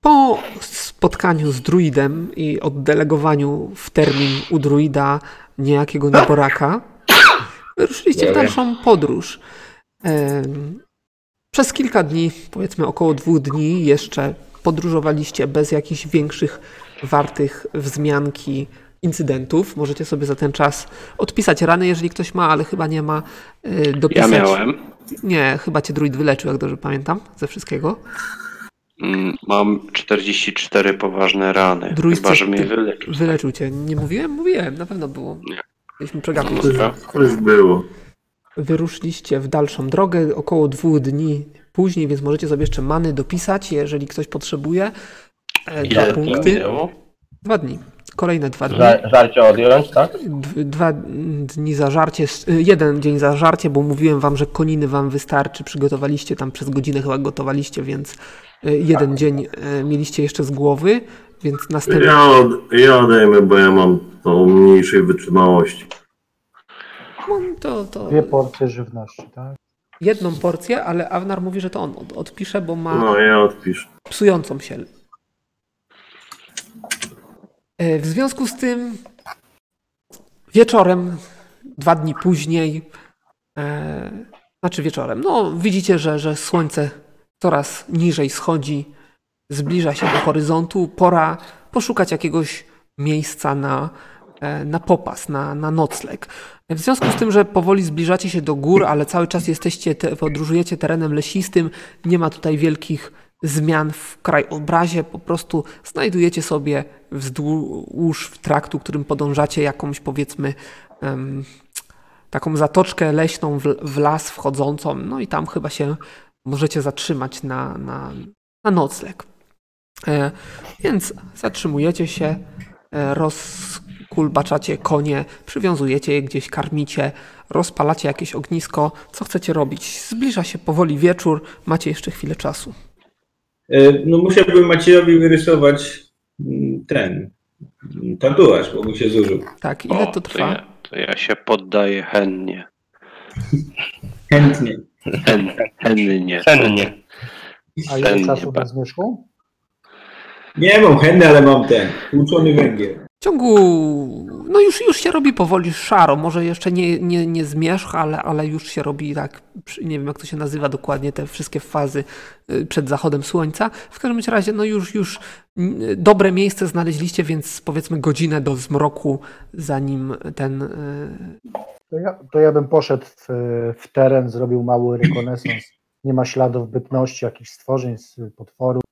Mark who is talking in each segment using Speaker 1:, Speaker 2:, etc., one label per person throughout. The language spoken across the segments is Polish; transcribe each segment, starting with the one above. Speaker 1: Po spotkaniu z druidem i oddelegowaniu w termin u druida niejakiego nieboraka, ruszyliście w dalszą podróż. Em, Przez kilka dni, powiedzmy około dwóch dni, jeszcze podróżowaliście bez jakichś większych, wartych wzmianki incydentów. Możecie sobie za ten czas odpisać rany, jeżeli ktoś ma, ale chyba nie ma y,
Speaker 2: Ja
Speaker 1: dopisać.
Speaker 2: miałem.
Speaker 1: Nie, chyba cię druid wyleczył, jak dobrze pamiętam, ze wszystkiego.
Speaker 2: Mm, Mam 44 poważne rany.
Speaker 1: Druidce,
Speaker 2: Chyba, że mnie
Speaker 1: ty-
Speaker 2: wyleczył.
Speaker 1: Wyleczył cię. Nie mówiłem? Mówiłem, na pewno było.
Speaker 2: Nie.
Speaker 1: Mieliśmy przegapić.
Speaker 2: Dobra.
Speaker 3: Któryś było.
Speaker 1: Wyruszyliście w dalszą drogę, około dwóch dni później, więc możecie sobie jeszcze many dopisać, jeżeli ktoś potrzebuje. E, Dwa
Speaker 4: Ile to
Speaker 1: punkty.
Speaker 2: Minęło?
Speaker 1: Dwa dni. Kolejne dwa dni.
Speaker 4: Żar, żarcie odjąć, tak?
Speaker 1: D- Dwa dni zażarcie, e, jeden dzień zażarcie, bo mówiłem wam, że koniny wam wystarczy. Przygotowaliście tam przez godzinę chyba gotowaliście, więc e, jeden dzień e, mieliście jeszcze z głowy, więc następny.
Speaker 3: Tak. Ja, od, ja odejmę, bo ja mam tą mniejszej wytrzymałości.
Speaker 1: No, To, to
Speaker 5: Dwie porcje żywności, tak?
Speaker 1: jedną porcję, ale Avnar mówi, że to on od- odpisze, bo ma
Speaker 3: No, ja odpiszę.
Speaker 1: psującą się. E, W związku z tym wieczorem, dwa dni później, e, znaczy wieczorem, no widzicie, że, że słońce coraz niżej schodzi, zbliża się do horyzontu, pora poszukać jakiegoś miejsca na, e, na popas, na, na nocleg. W związku z tym, że powoli zbliżacie się do gór, ale cały czas jesteście, te, podróżujecie terenem lesistym, nie ma tutaj wielkich zmian w krajobrazie, po prostu znajdujecie sobie wzdłuż w traktu, którym podążacie jakąś powiedzmy em, taką zatoczkę leśną w, w las wchodzącą, no i tam chyba się możecie zatrzymać na, na, na nocleg. E, więc zatrzymujecie się, e, rozkulbaczacie konie, przywiązujecie je gdzieś, karmicie, rozpalacie jakieś ognisko. Co chcecie robić? Zbliża się powoli wieczór, macie jeszcze chwilę czasu.
Speaker 6: E, No musiałbym Maciejowi wyrysować mm, ten mm, tatuaż, bo mu się zużył.
Speaker 1: Tak, ile
Speaker 2: O,
Speaker 1: to trwa?
Speaker 2: ja, to ja się poddaję hennie.
Speaker 6: Chętnie.
Speaker 2: Hen, hennie.
Speaker 4: Cennie.
Speaker 5: A ile
Speaker 2: Ten
Speaker 5: czasu
Speaker 2: nieba.
Speaker 5: bez zmierzchu?
Speaker 6: Nie mam chętny, ale mam ten. Tłuczony węgiel.
Speaker 1: W ciągu. No już, już się robi powoli szaro. Może jeszcze nie, nie, nie zmierzch, ale, ale już się robi tak. przy- Nie wiem, jak to się nazywa dokładnie, te wszystkie fazy y, przed zachodem słońca. W każdym bądź razie, no już, już mm, dobre miejsce znaleźliście, więc powiedzmy godzinę do zmroku, zanim ten. y,
Speaker 5: To ja, to ja bym poszedł w, w teren, zrobił mały rekonesans. Nie ma śladów bytności, jakichś stworzeń, z- potworów,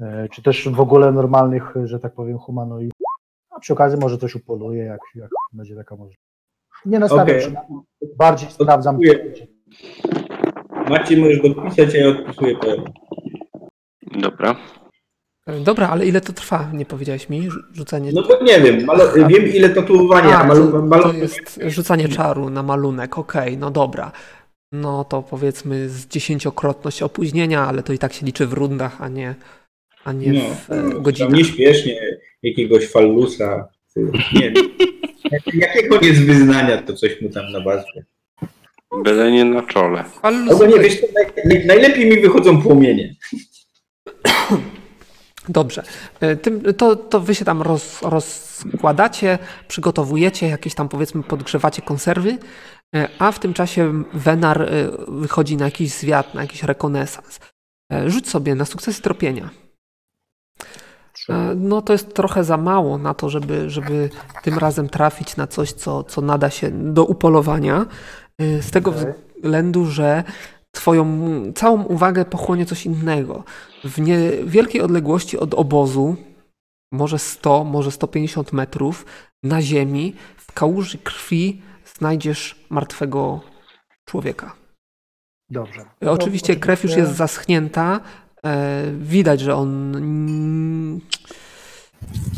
Speaker 5: e, czy też w ogóle normalnych, że tak powiem, humanoidów. A przy okazji może coś upoluję, jak, jak będzie taka możliwość. Nie nastawiam
Speaker 6: Okej.
Speaker 5: się. na- Bardziej sprawdzam.
Speaker 6: Dziękuję. Maciej możesz dopisać, a ja odpisuję poem.
Speaker 2: Dobra.
Speaker 1: y, Dobra, ale ile to trwa? Nie powiedziałeś mi? Rzu- Rzucanie.
Speaker 6: No to nie wiem, malo... wiem ile tatuowania, a,
Speaker 1: A,
Speaker 6: malu...
Speaker 1: to, to
Speaker 6: malu...
Speaker 1: jest rzucanie czaru na malunek, okej, no dobra. No to powiedzmy z dziesięciokrotność opóźnienia, ale to i tak się liczy w rundach, a nie, a nie
Speaker 6: No.
Speaker 1: w e,
Speaker 6: Tam
Speaker 1: godzinach.
Speaker 6: nieśpiesznie jakiegoś fallusa. Nie wiem. Jak- Jakiego jest wyznania, to coś mu tam na bazę.
Speaker 2: Byle nie na czole.
Speaker 1: Fallus,
Speaker 6: Albo nie
Speaker 1: okej.
Speaker 6: wiesz, co, naj... najlepiej mi wychodzą płomienie.
Speaker 1: Dobrze. E, Tym, to, to wy się tam roz, rozkładacie, przygotowujecie jakieś tam powiedzmy podgrzewacie konserwy, e, a w tym czasie Wenar e, wychodzi na jakiś zwiat, na jakiś rekonesans. E, Rzuć sobie na sukcesy tropienia. E, No to jest trochę za mało na to, żeby, żeby tym razem trafić na coś, co, co nada się do upolowania. E, Z tego
Speaker 5: Okej.
Speaker 1: względu, że twoją całą uwagę pochłonie coś innego. W niewielkiej odległości od obozu, może 100, może 150 metrów, na ziemi, w kałuży krwi znajdziesz martwego człowieka.
Speaker 5: Dobrze.
Speaker 1: E, Oczywiście
Speaker 5: To-
Speaker 1: krew już
Speaker 5: oczywiście-
Speaker 1: jest zaschnięta. E, Widać, że on mm,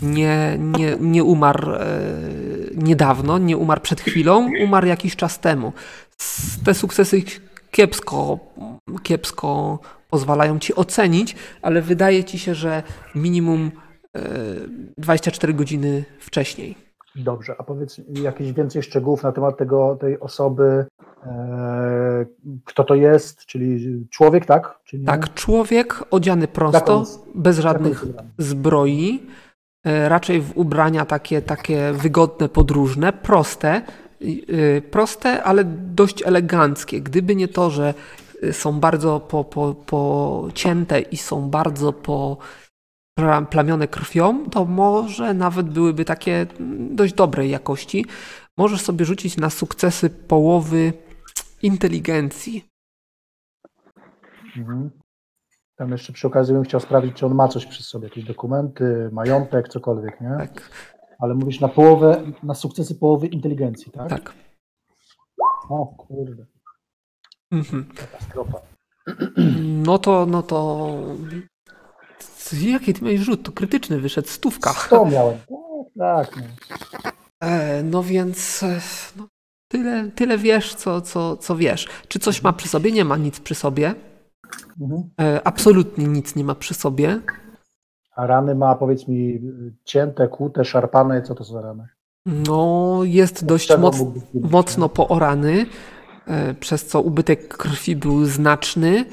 Speaker 1: nie, nie, nie umarł e, niedawno, nie umarł przed chwilą, umarł jakiś czas temu. S- Te sukcesy kiepsko, kiepsko pozwalają ci ocenić, ale wydaje ci się, że minimum e, 24 godziny wcześniej.
Speaker 5: Dobrze, a powiedz mi jakieś więcej szczegółów na temat tego, tej osoby, e, kto to jest, czyli człowiek, tak? Czy nie?
Speaker 1: Tak, człowiek odziany prosto,
Speaker 5: Zakon-
Speaker 1: bez
Speaker 5: zakon
Speaker 1: żadnych
Speaker 5: ubrany.
Speaker 1: zbroi, e, raczej w ubrania takie, takie wygodne, podróżne, proste, i, y, proste, ale dość eleganckie. Gdyby nie to, że y, są bardzo po, po, pocięte i są bardzo po pra- plamione krwią, to może nawet byłyby takie mm, dość dobrej jakości. Możesz sobie rzucić na sukcesy połowy inteligencji.
Speaker 5: Mhm. Tam jeszcze przy okazji bym chciał sprawdzić, czy on ma coś przy sobie, jakieś dokumenty, majątek, cokolwiek, nie?
Speaker 1: Tak,
Speaker 5: Ale mówisz na połowę, na sukcesy połowy inteligencji, tak?
Speaker 1: tak.
Speaker 5: O kurde,
Speaker 1: Mhm.
Speaker 5: katastrofa.
Speaker 1: No to, no to. C- Jaki ty miałeś rzut? To krytyczny wyszedł, stówka.
Speaker 5: To miałem. Tak, tak. No.
Speaker 1: E, no więc. e, No, tyle, tyle wiesz, co, co, co wiesz. Czy coś ma przy sobie? Nie ma nic przy sobie.
Speaker 5: Mhm.
Speaker 1: E, absolutnie nic nie ma przy sobie.
Speaker 5: A rany ma, powiedz mi, cięte, kłute, szarpane, co to są za rany?
Speaker 1: No, jest dość
Speaker 5: Czego
Speaker 1: moc,
Speaker 5: mógłbyś wiedzieć,
Speaker 1: mocno poorany, e, przez co ubytek krwi był znaczny.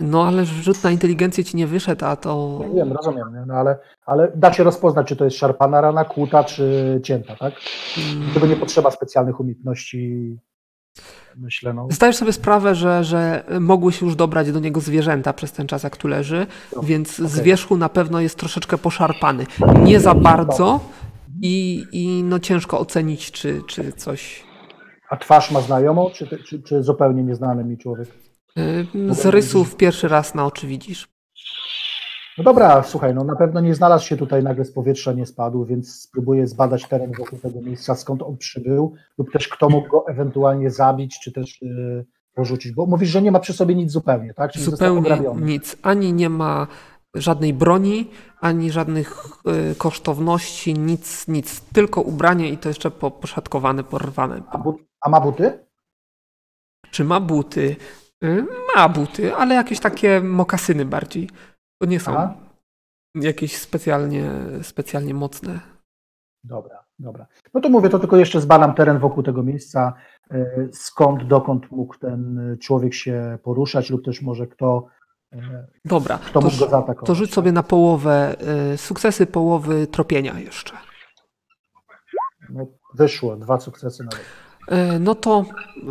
Speaker 1: No ale rzut na inteligencję ci nie wyszedł, a to.
Speaker 5: nie? No Wiem, rozumiem, nie? No, ale, ale da się rozpoznać, czy to jest szarpana rana, kłuta, czy cięta, tak?
Speaker 1: Mm,
Speaker 5: Gdyby nie potrzeba specjalnych umiejętności, myślę, no.
Speaker 1: Zdajesz sobie sprawę, że, że mogły się już dobrać do niego zwierzęta przez ten czas, jak tu leży,
Speaker 5: No,
Speaker 1: więc z
Speaker 5: okej.
Speaker 1: wierzchu na pewno jest troszeczkę poszarpany. Nie za bardzo i, i no ciężko ocenić, czy, czy coś.
Speaker 5: A twarz ma znajomą, czy, ty- czy, czy zupełnie nieznany mi człowiek?
Speaker 1: Ym, y, Z rysów pierwszy raz na oczy widzisz.
Speaker 5: No dobra, słuchaj, no na pewno nie znalazł się tutaj nagle z powietrza, nie spadł, więc spróbuję zbadać teren wokół tego miejsca, skąd on przybył, lub też kto mógł go ewentualnie zabić, czy też yy, porzucić. Bo mówisz, że nie ma przy sobie nic zupełnie, tak? Czyli został
Speaker 1: Zupełnie
Speaker 5: ograbiony.
Speaker 1: nic. Ani nie ma żadnej broni, ani żadnych y, kosztowności, nic, nic. Tylko ubranie i to jeszcze po- poszatkowane, porwane.
Speaker 5: A, but, a ma buty?
Speaker 1: Czy ma buty? Y, Ma buty, ale jakieś takie mokasyny bardziej. To nie są
Speaker 5: Aha.
Speaker 1: jakieś specjalnie, specjalnie mocne.
Speaker 5: Dobra, dobra. No to mówię, to tylko jeszcze zbadam teren wokół tego miejsca, e, skąd, dokąd mógł ten e, człowiek się poruszać, lub też może kto, e,
Speaker 1: Dobra, to,
Speaker 5: kto mógł go
Speaker 1: rzu-
Speaker 5: zaatakować.
Speaker 1: to rzuć
Speaker 5: tak?
Speaker 1: sobie na połowę y, sukcesy, połowy tropienia jeszcze.
Speaker 5: No, wyszło, dwa sukcesy nawet.
Speaker 1: Y, No to y,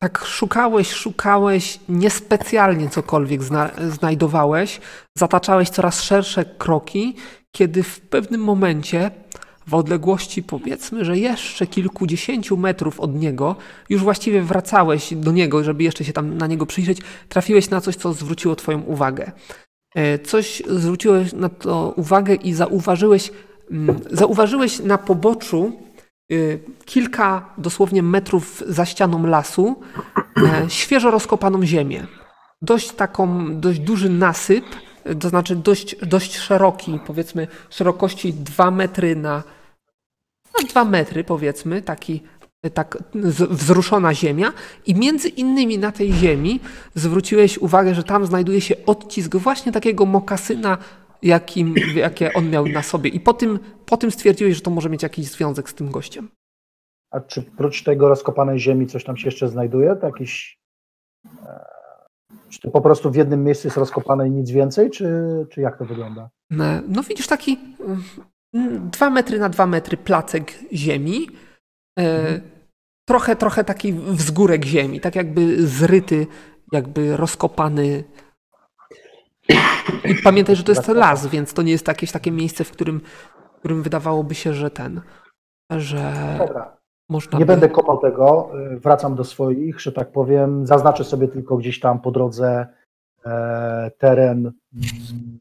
Speaker 1: tak szukałeś, szukałeś, niespecjalnie cokolwiek zna znajdowałeś, zataczałeś coraz szersze kroki, kiedy w pewnym momencie w odległości powiedzmy, że jeszcze kilkudziesięciu metrów od niego, już właściwie wracałeś do niego, żeby jeszcze się tam na niego przyjrzeć, trafiłeś na coś, co zwróciło twoją uwagę. E, Coś zwróciłeś na to uwagę i zauważyłeś, mm, zauważyłeś na poboczu y, kilka dosłownie metrów za ścianą lasu e, świeżo rozkopaną ziemię. Dość taką, dość duży nasyp, e, to znaczy dość, dość szeroki, powiedzmy szerokości 2 metry na no 2 metry powiedzmy, taki e, tak z- wzruszona ziemia i między innymi na tej ziemi zwróciłeś uwagę, że tam znajduje się odcisk właśnie takiego mokasyna, jakim, jakie on miał na sobie i po tym, po tym stwierdziłeś, że to może mieć jakiś związek z tym gościem.
Speaker 5: A czy prócz tego rozkopanej ziemi coś tam się jeszcze znajduje? To jakiś, e, czy to po prostu w jednym miejscu jest rozkopane i nic więcej, czy, czy jak to wygląda?
Speaker 1: Ne- No widzisz taki mm, dwa metry na dwa metry placek ziemi, e,
Speaker 5: Mhm.
Speaker 1: trochę, trochę taki wzgórek ziemi, tak jakby zryty, jakby rozkopany. I pamiętaj, że to jest
Speaker 5: Zakopany.
Speaker 1: las, więc to nie jest jakieś takie miejsce, w którym, w którym wydawałoby się, że ten, że
Speaker 5: Dobra,
Speaker 1: można
Speaker 5: nie
Speaker 1: by...
Speaker 5: będę kopał tego, y, wracam do swoich, że tak powiem, zaznaczę sobie tylko gdzieś tam po drodze e, teren, mm,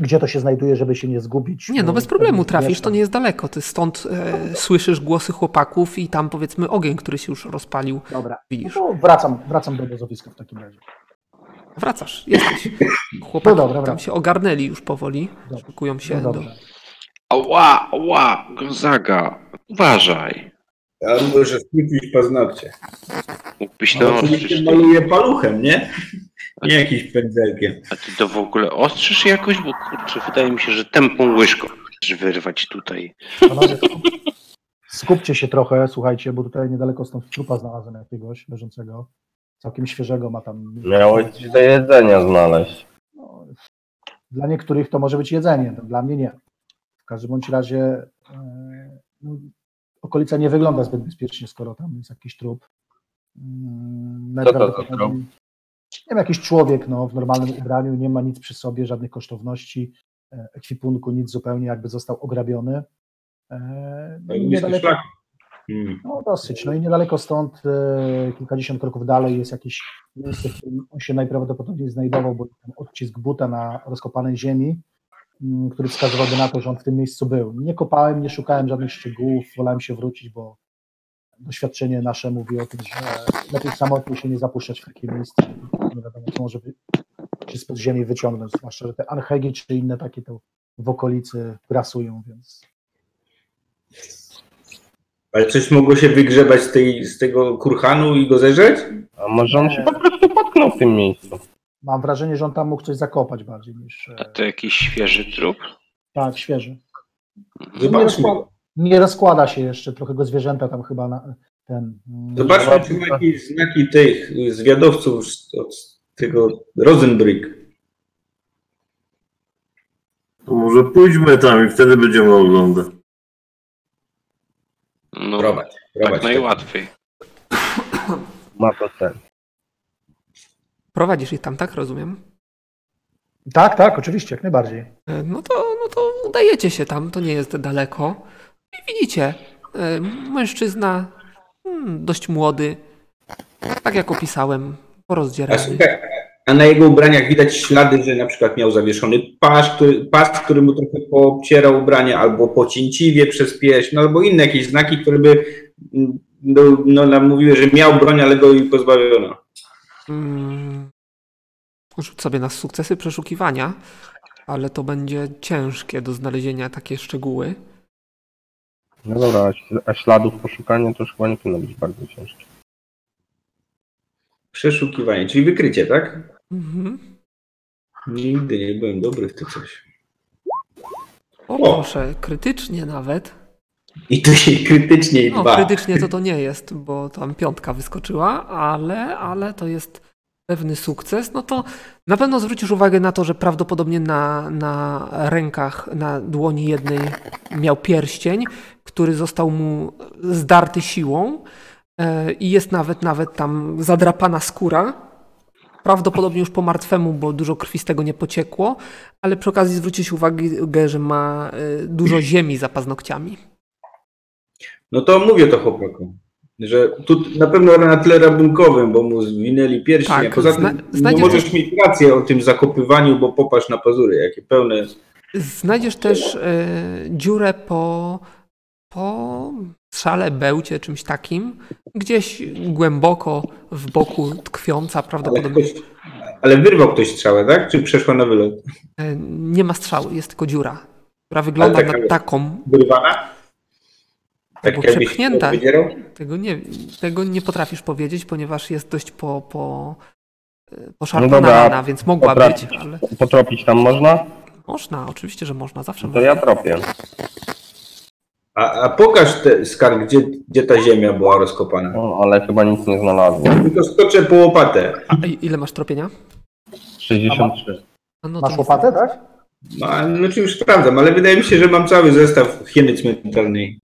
Speaker 5: gdzie to się znajduje, żeby się nie zgubić.
Speaker 1: Nie, no
Speaker 5: bo
Speaker 1: bez
Speaker 5: pewnie
Speaker 1: problemu trafisz, to
Speaker 5: zmieszam.
Speaker 1: nie jest daleko. Ty stąd e, słyszysz głosy chłopaków i tam powiedzmy ogień, który się już rozpalił,
Speaker 5: Dobra, no
Speaker 1: widzisz.
Speaker 5: to wracam, wracam do obozowiska w takim razie. No
Speaker 1: Wracasz, jesteś. Chłopaki
Speaker 5: dobra,
Speaker 1: tam
Speaker 5: dobra.
Speaker 1: się ogarnęli już powoli.
Speaker 5: Dobra.
Speaker 1: Szykują się
Speaker 5: No
Speaker 1: do...
Speaker 5: dobrze.
Speaker 2: Ała, ała, Gonzaga, uważaj.
Speaker 6: A może skrócić paznokcie.
Speaker 2: Mógłbyś
Speaker 6: No,
Speaker 2: to Tak. ostrzyć.
Speaker 6: oczywiście maluję paluchem, nie? Nie jakimś pędzelkiem.
Speaker 2: A ty to w ogóle ostrzysz jakoś? Bo kurczę, wydaje mi się, że tępą łyżką chcesz wyrwać tutaj.
Speaker 5: Panowie, skupcie się trochę, słuchajcie, bo tutaj niedaleko stąd trupa znalazłem jakiegoś leżącego. Całkiem świeżego ma tam.
Speaker 4: Miałeś ci do jedzenia znaleźć.
Speaker 5: No, dla niektórych to może być jedzenie, no, dla mnie nie. W każdym bądź razie e, no, okolica nie wygląda zbyt bezpiecznie, skoro tam jest jakiś trup. Mm,
Speaker 4: Co to za
Speaker 5: najprawdopodobniej-
Speaker 4: trup?
Speaker 5: Nie wiem, jakiś człowiek no, w normalnym ubraniu, nie ma nic przy sobie, żadnych kosztowności, e, ekwipunku, nic zupełnie, jakby został ograbiony. E,
Speaker 6: No,
Speaker 5: i
Speaker 6: niski
Speaker 5: niedaleko,
Speaker 6: szlak. Hmm.
Speaker 5: no dosyć. No i niedaleko stąd, e, kilkadziesiąt kroków dalej, jest jakieś miejsce, w którym on się najprawdopodobniej znajdował, bo jest tam odcisk buta na rozkopanej ziemi, m, który wskazywałby na to, że on w tym miejscu był. Nie kopałem, nie szukałem żadnych szczegółów, wolałem się wrócić, bo doświadczenie nasze mówi o tym, że lepiej samotnie się nie zapuszczać w takie miejsce. Nie wiadomo, co może by- się spod ziemi wyciągnąć, zwłaszcza, że te archegi czy inne takie to w okolicy grasują, więc
Speaker 6: Ale coś mogło się wygrzebać z, tej, z tego kurhanu i go zeżreć?
Speaker 4: A może on się po prostu potknął w tym miejscu.
Speaker 5: mam wrażenie, że on tam mógł coś zakopać bardziej niż...
Speaker 2: A
Speaker 5: e,
Speaker 2: to jakiś świeży trup?
Speaker 5: Tak, świeży.
Speaker 6: Zobaczmy. go.
Speaker 5: Nie rozkłada się jeszcze, trochę go zwierzęta tam chyba na ten. mm,
Speaker 2: no,
Speaker 6: Zobaczmy, czy ma jakieś znaki tych y, zwiadowców z- od tego Rosenbrick.
Speaker 3: To może pójdźmy tam i wtedy będziemy oglądać.
Speaker 2: No,
Speaker 6: Prowadź, prowadź.
Speaker 2: tak najłatwiej.
Speaker 4: Ma to sens.
Speaker 1: Prowadzisz ich tam, tak? Rozumiem.
Speaker 5: Tak, tak, oczywiście, jak najbardziej.
Speaker 1: E, No to, no to udajecie się tam, to nie jest daleko. I widzicie, e, mężczyzna mm, dość młody, tak jak opisałem,
Speaker 6: A,
Speaker 1: porozdzierany.
Speaker 6: słuchaj, a na jego ubraniach widać ślady, że na przykład miał zawieszony pas, który, pas, który mu trochę poobcierał ubrania, albo pocięciwie przez pieśń, no, albo inne jakieś znaki, które by mm, no, no, nam mówiły, że miał broń, ale go jej pozbawiono.
Speaker 1: Mm, Rzuć sobie na sukcesy przeszukiwania, ale to będzie ciężkie do znalezienia takie szczegóły.
Speaker 4: No dobra, a śl- a śladów poszukania to już chyba nie powinno być bardzo ciężkie.
Speaker 6: Przeszukiwanie, czyli wykrycie, tak?
Speaker 1: Mhm.
Speaker 6: Nigdy nie byłem dobry w to coś.
Speaker 1: O
Speaker 6: O.
Speaker 1: proszę, krytycznie nawet.
Speaker 6: I to się krytycznie i
Speaker 1: No,
Speaker 6: dwa.
Speaker 1: krytycznie to to nie jest, bo tam piątka wyskoczyła, ale, ale to jest pewny sukces. No to na pewno zwrócisz uwagę na to, że prawdopodobnie na, na rękach, na dłoni jednej miał pierścień, który został mu zdarty siłą e, i jest nawet, nawet tam zadrapana skóra. Prawdopodobnie już po martwemu, bo dużo krwi z tego nie pociekło, ale przy okazji zwrócić uwagę, że ma e, dużo ziemi za paznokciami.
Speaker 6: No to mówię to chłopakom. Że tu na pewno na tle rabunkowym, bo mu zwinęli pierścień.
Speaker 1: Tak,
Speaker 6: a poza tym
Speaker 1: zna-
Speaker 6: no
Speaker 1: znajdziesz-
Speaker 6: możesz mieć rację o tym zakopywaniu, bo popatrz na pazury, jakie pełne.
Speaker 1: Znajdziesz też e, dziurę po, po szale, bełcie, czymś takim, gdzieś głęboko w boku tkwiąca
Speaker 6: Ale,
Speaker 1: prawdopodobnie.
Speaker 6: ktoś, ale wyrwał ktoś strzałę, tak? Czy przeszła na wylot?
Speaker 1: E, nie ma strzały, jest tylko dziura, która wygląda
Speaker 6: taka
Speaker 1: na
Speaker 6: jest.
Speaker 1: taką.
Speaker 6: Wyrwana? Tak
Speaker 1: Albo
Speaker 6: jakbyś
Speaker 1: przepchnięta.
Speaker 6: wydzierał?
Speaker 1: Tego nie, tego nie potrafisz powiedzieć, ponieważ jest dość po, po, e,
Speaker 4: No
Speaker 1: poszarpana
Speaker 4: dobra,
Speaker 1: rana, więc mogła
Speaker 4: potrafisz.
Speaker 1: być, ale
Speaker 4: Potropić tam można? No
Speaker 1: można, oczywiście, że można, zawsze
Speaker 4: To
Speaker 1: można.
Speaker 4: ja tropię.
Speaker 6: A, a pokaż te skarb, gdzie, gdzie ta ziemia była rozkopana.
Speaker 4: No, ale chyba nic nie znalazłem.
Speaker 6: Tylko skoczę po łopatę.
Speaker 1: A, i- ile masz tropienia?
Speaker 4: 63.
Speaker 1: A no to
Speaker 5: Masz
Speaker 1: nic.
Speaker 5: łopatę, tak?
Speaker 6: No, a- no czy już sprawdzam, ale wydaje mi się, że mam cały zestaw hieny cmentarnej.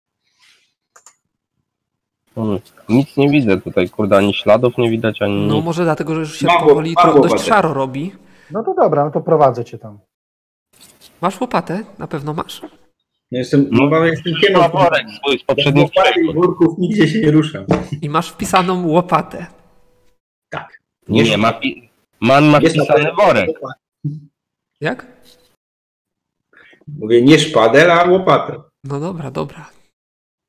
Speaker 4: Hmm. Nic nie widzę tutaj, kurde, ani śladów nie widać, ani
Speaker 1: No
Speaker 4: nic.
Speaker 1: może dlatego, że już się
Speaker 6: Mam łop-
Speaker 1: powoli
Speaker 6: mam
Speaker 1: tro- dość
Speaker 6: łopatę.
Speaker 1: szaro robi.
Speaker 5: No to dobra, no to prowadzę cię tam.
Speaker 1: Masz łopatę? Na pewno masz.
Speaker 6: No jestem,
Speaker 4: No.
Speaker 6: no, mam jestem hieną.
Speaker 4: Chyba worek swój z poprzednich
Speaker 6: Łopaty i worków nigdzie się nie ruszam.
Speaker 1: I masz wpisaną łopatę.
Speaker 6: Tak.
Speaker 4: Nie, nie, ma, pi- man ma
Speaker 6: Jest
Speaker 4: wpisany Tak, worek.
Speaker 1: Jak?
Speaker 6: Mówię nie szpadel, a łopatę.
Speaker 1: No dobra, dobra.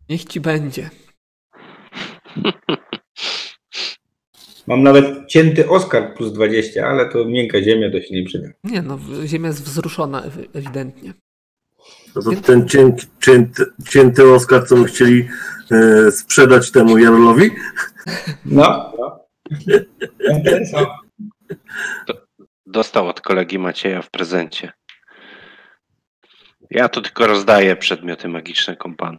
Speaker 1: Niech ci będzie.
Speaker 6: Mam nawet cięty Oskar plus 20, ale to miękka ziemia, to się nie przyda.
Speaker 1: Nie no, w- ziemia jest wzruszona ew- ewidentnie.
Speaker 3: To, to ten cięty, cięty, cięty Oskar, co my chcieli e, sprzedać temu Jarlowi?
Speaker 6: No. no.
Speaker 2: Dostał od kolegi Macieja w prezencie. Ja tu tylko rozdaję przedmioty magiczne kompanu.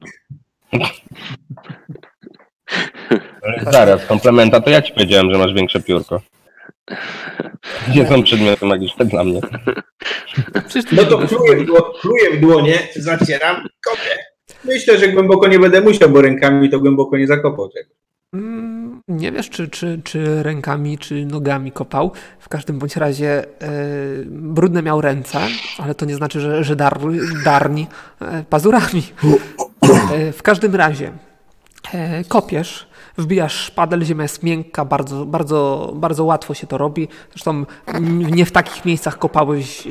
Speaker 4: Zaraz, komplementa, to ja ci powiedziałem, że masz większe piórko. Nie są przedmioty magiczne dla mnie.
Speaker 1: Przecież ty
Speaker 6: No
Speaker 1: nie
Speaker 6: to
Speaker 1: lubisz.
Speaker 6: pluję w, dło- pluję w dłonie, zacieram, kopię. Myślę, że głęboko nie będę musiał, bo rękami to głęboko nie zakopał tego.
Speaker 1: Mm, Nie wiesz, czy, czy, czy rękami, czy nogami kopał. W każdym bądź razie e, brudne miał ręce, ale to nie znaczy, że, że dar, darni e, pazurami. E, w każdym razie e, kopiesz, wbijasz szpadel, ziemia jest miękka, bardzo, bardzo, bardzo łatwo się to robi. Zresztą mm, nie w takich miejscach kopałeś e,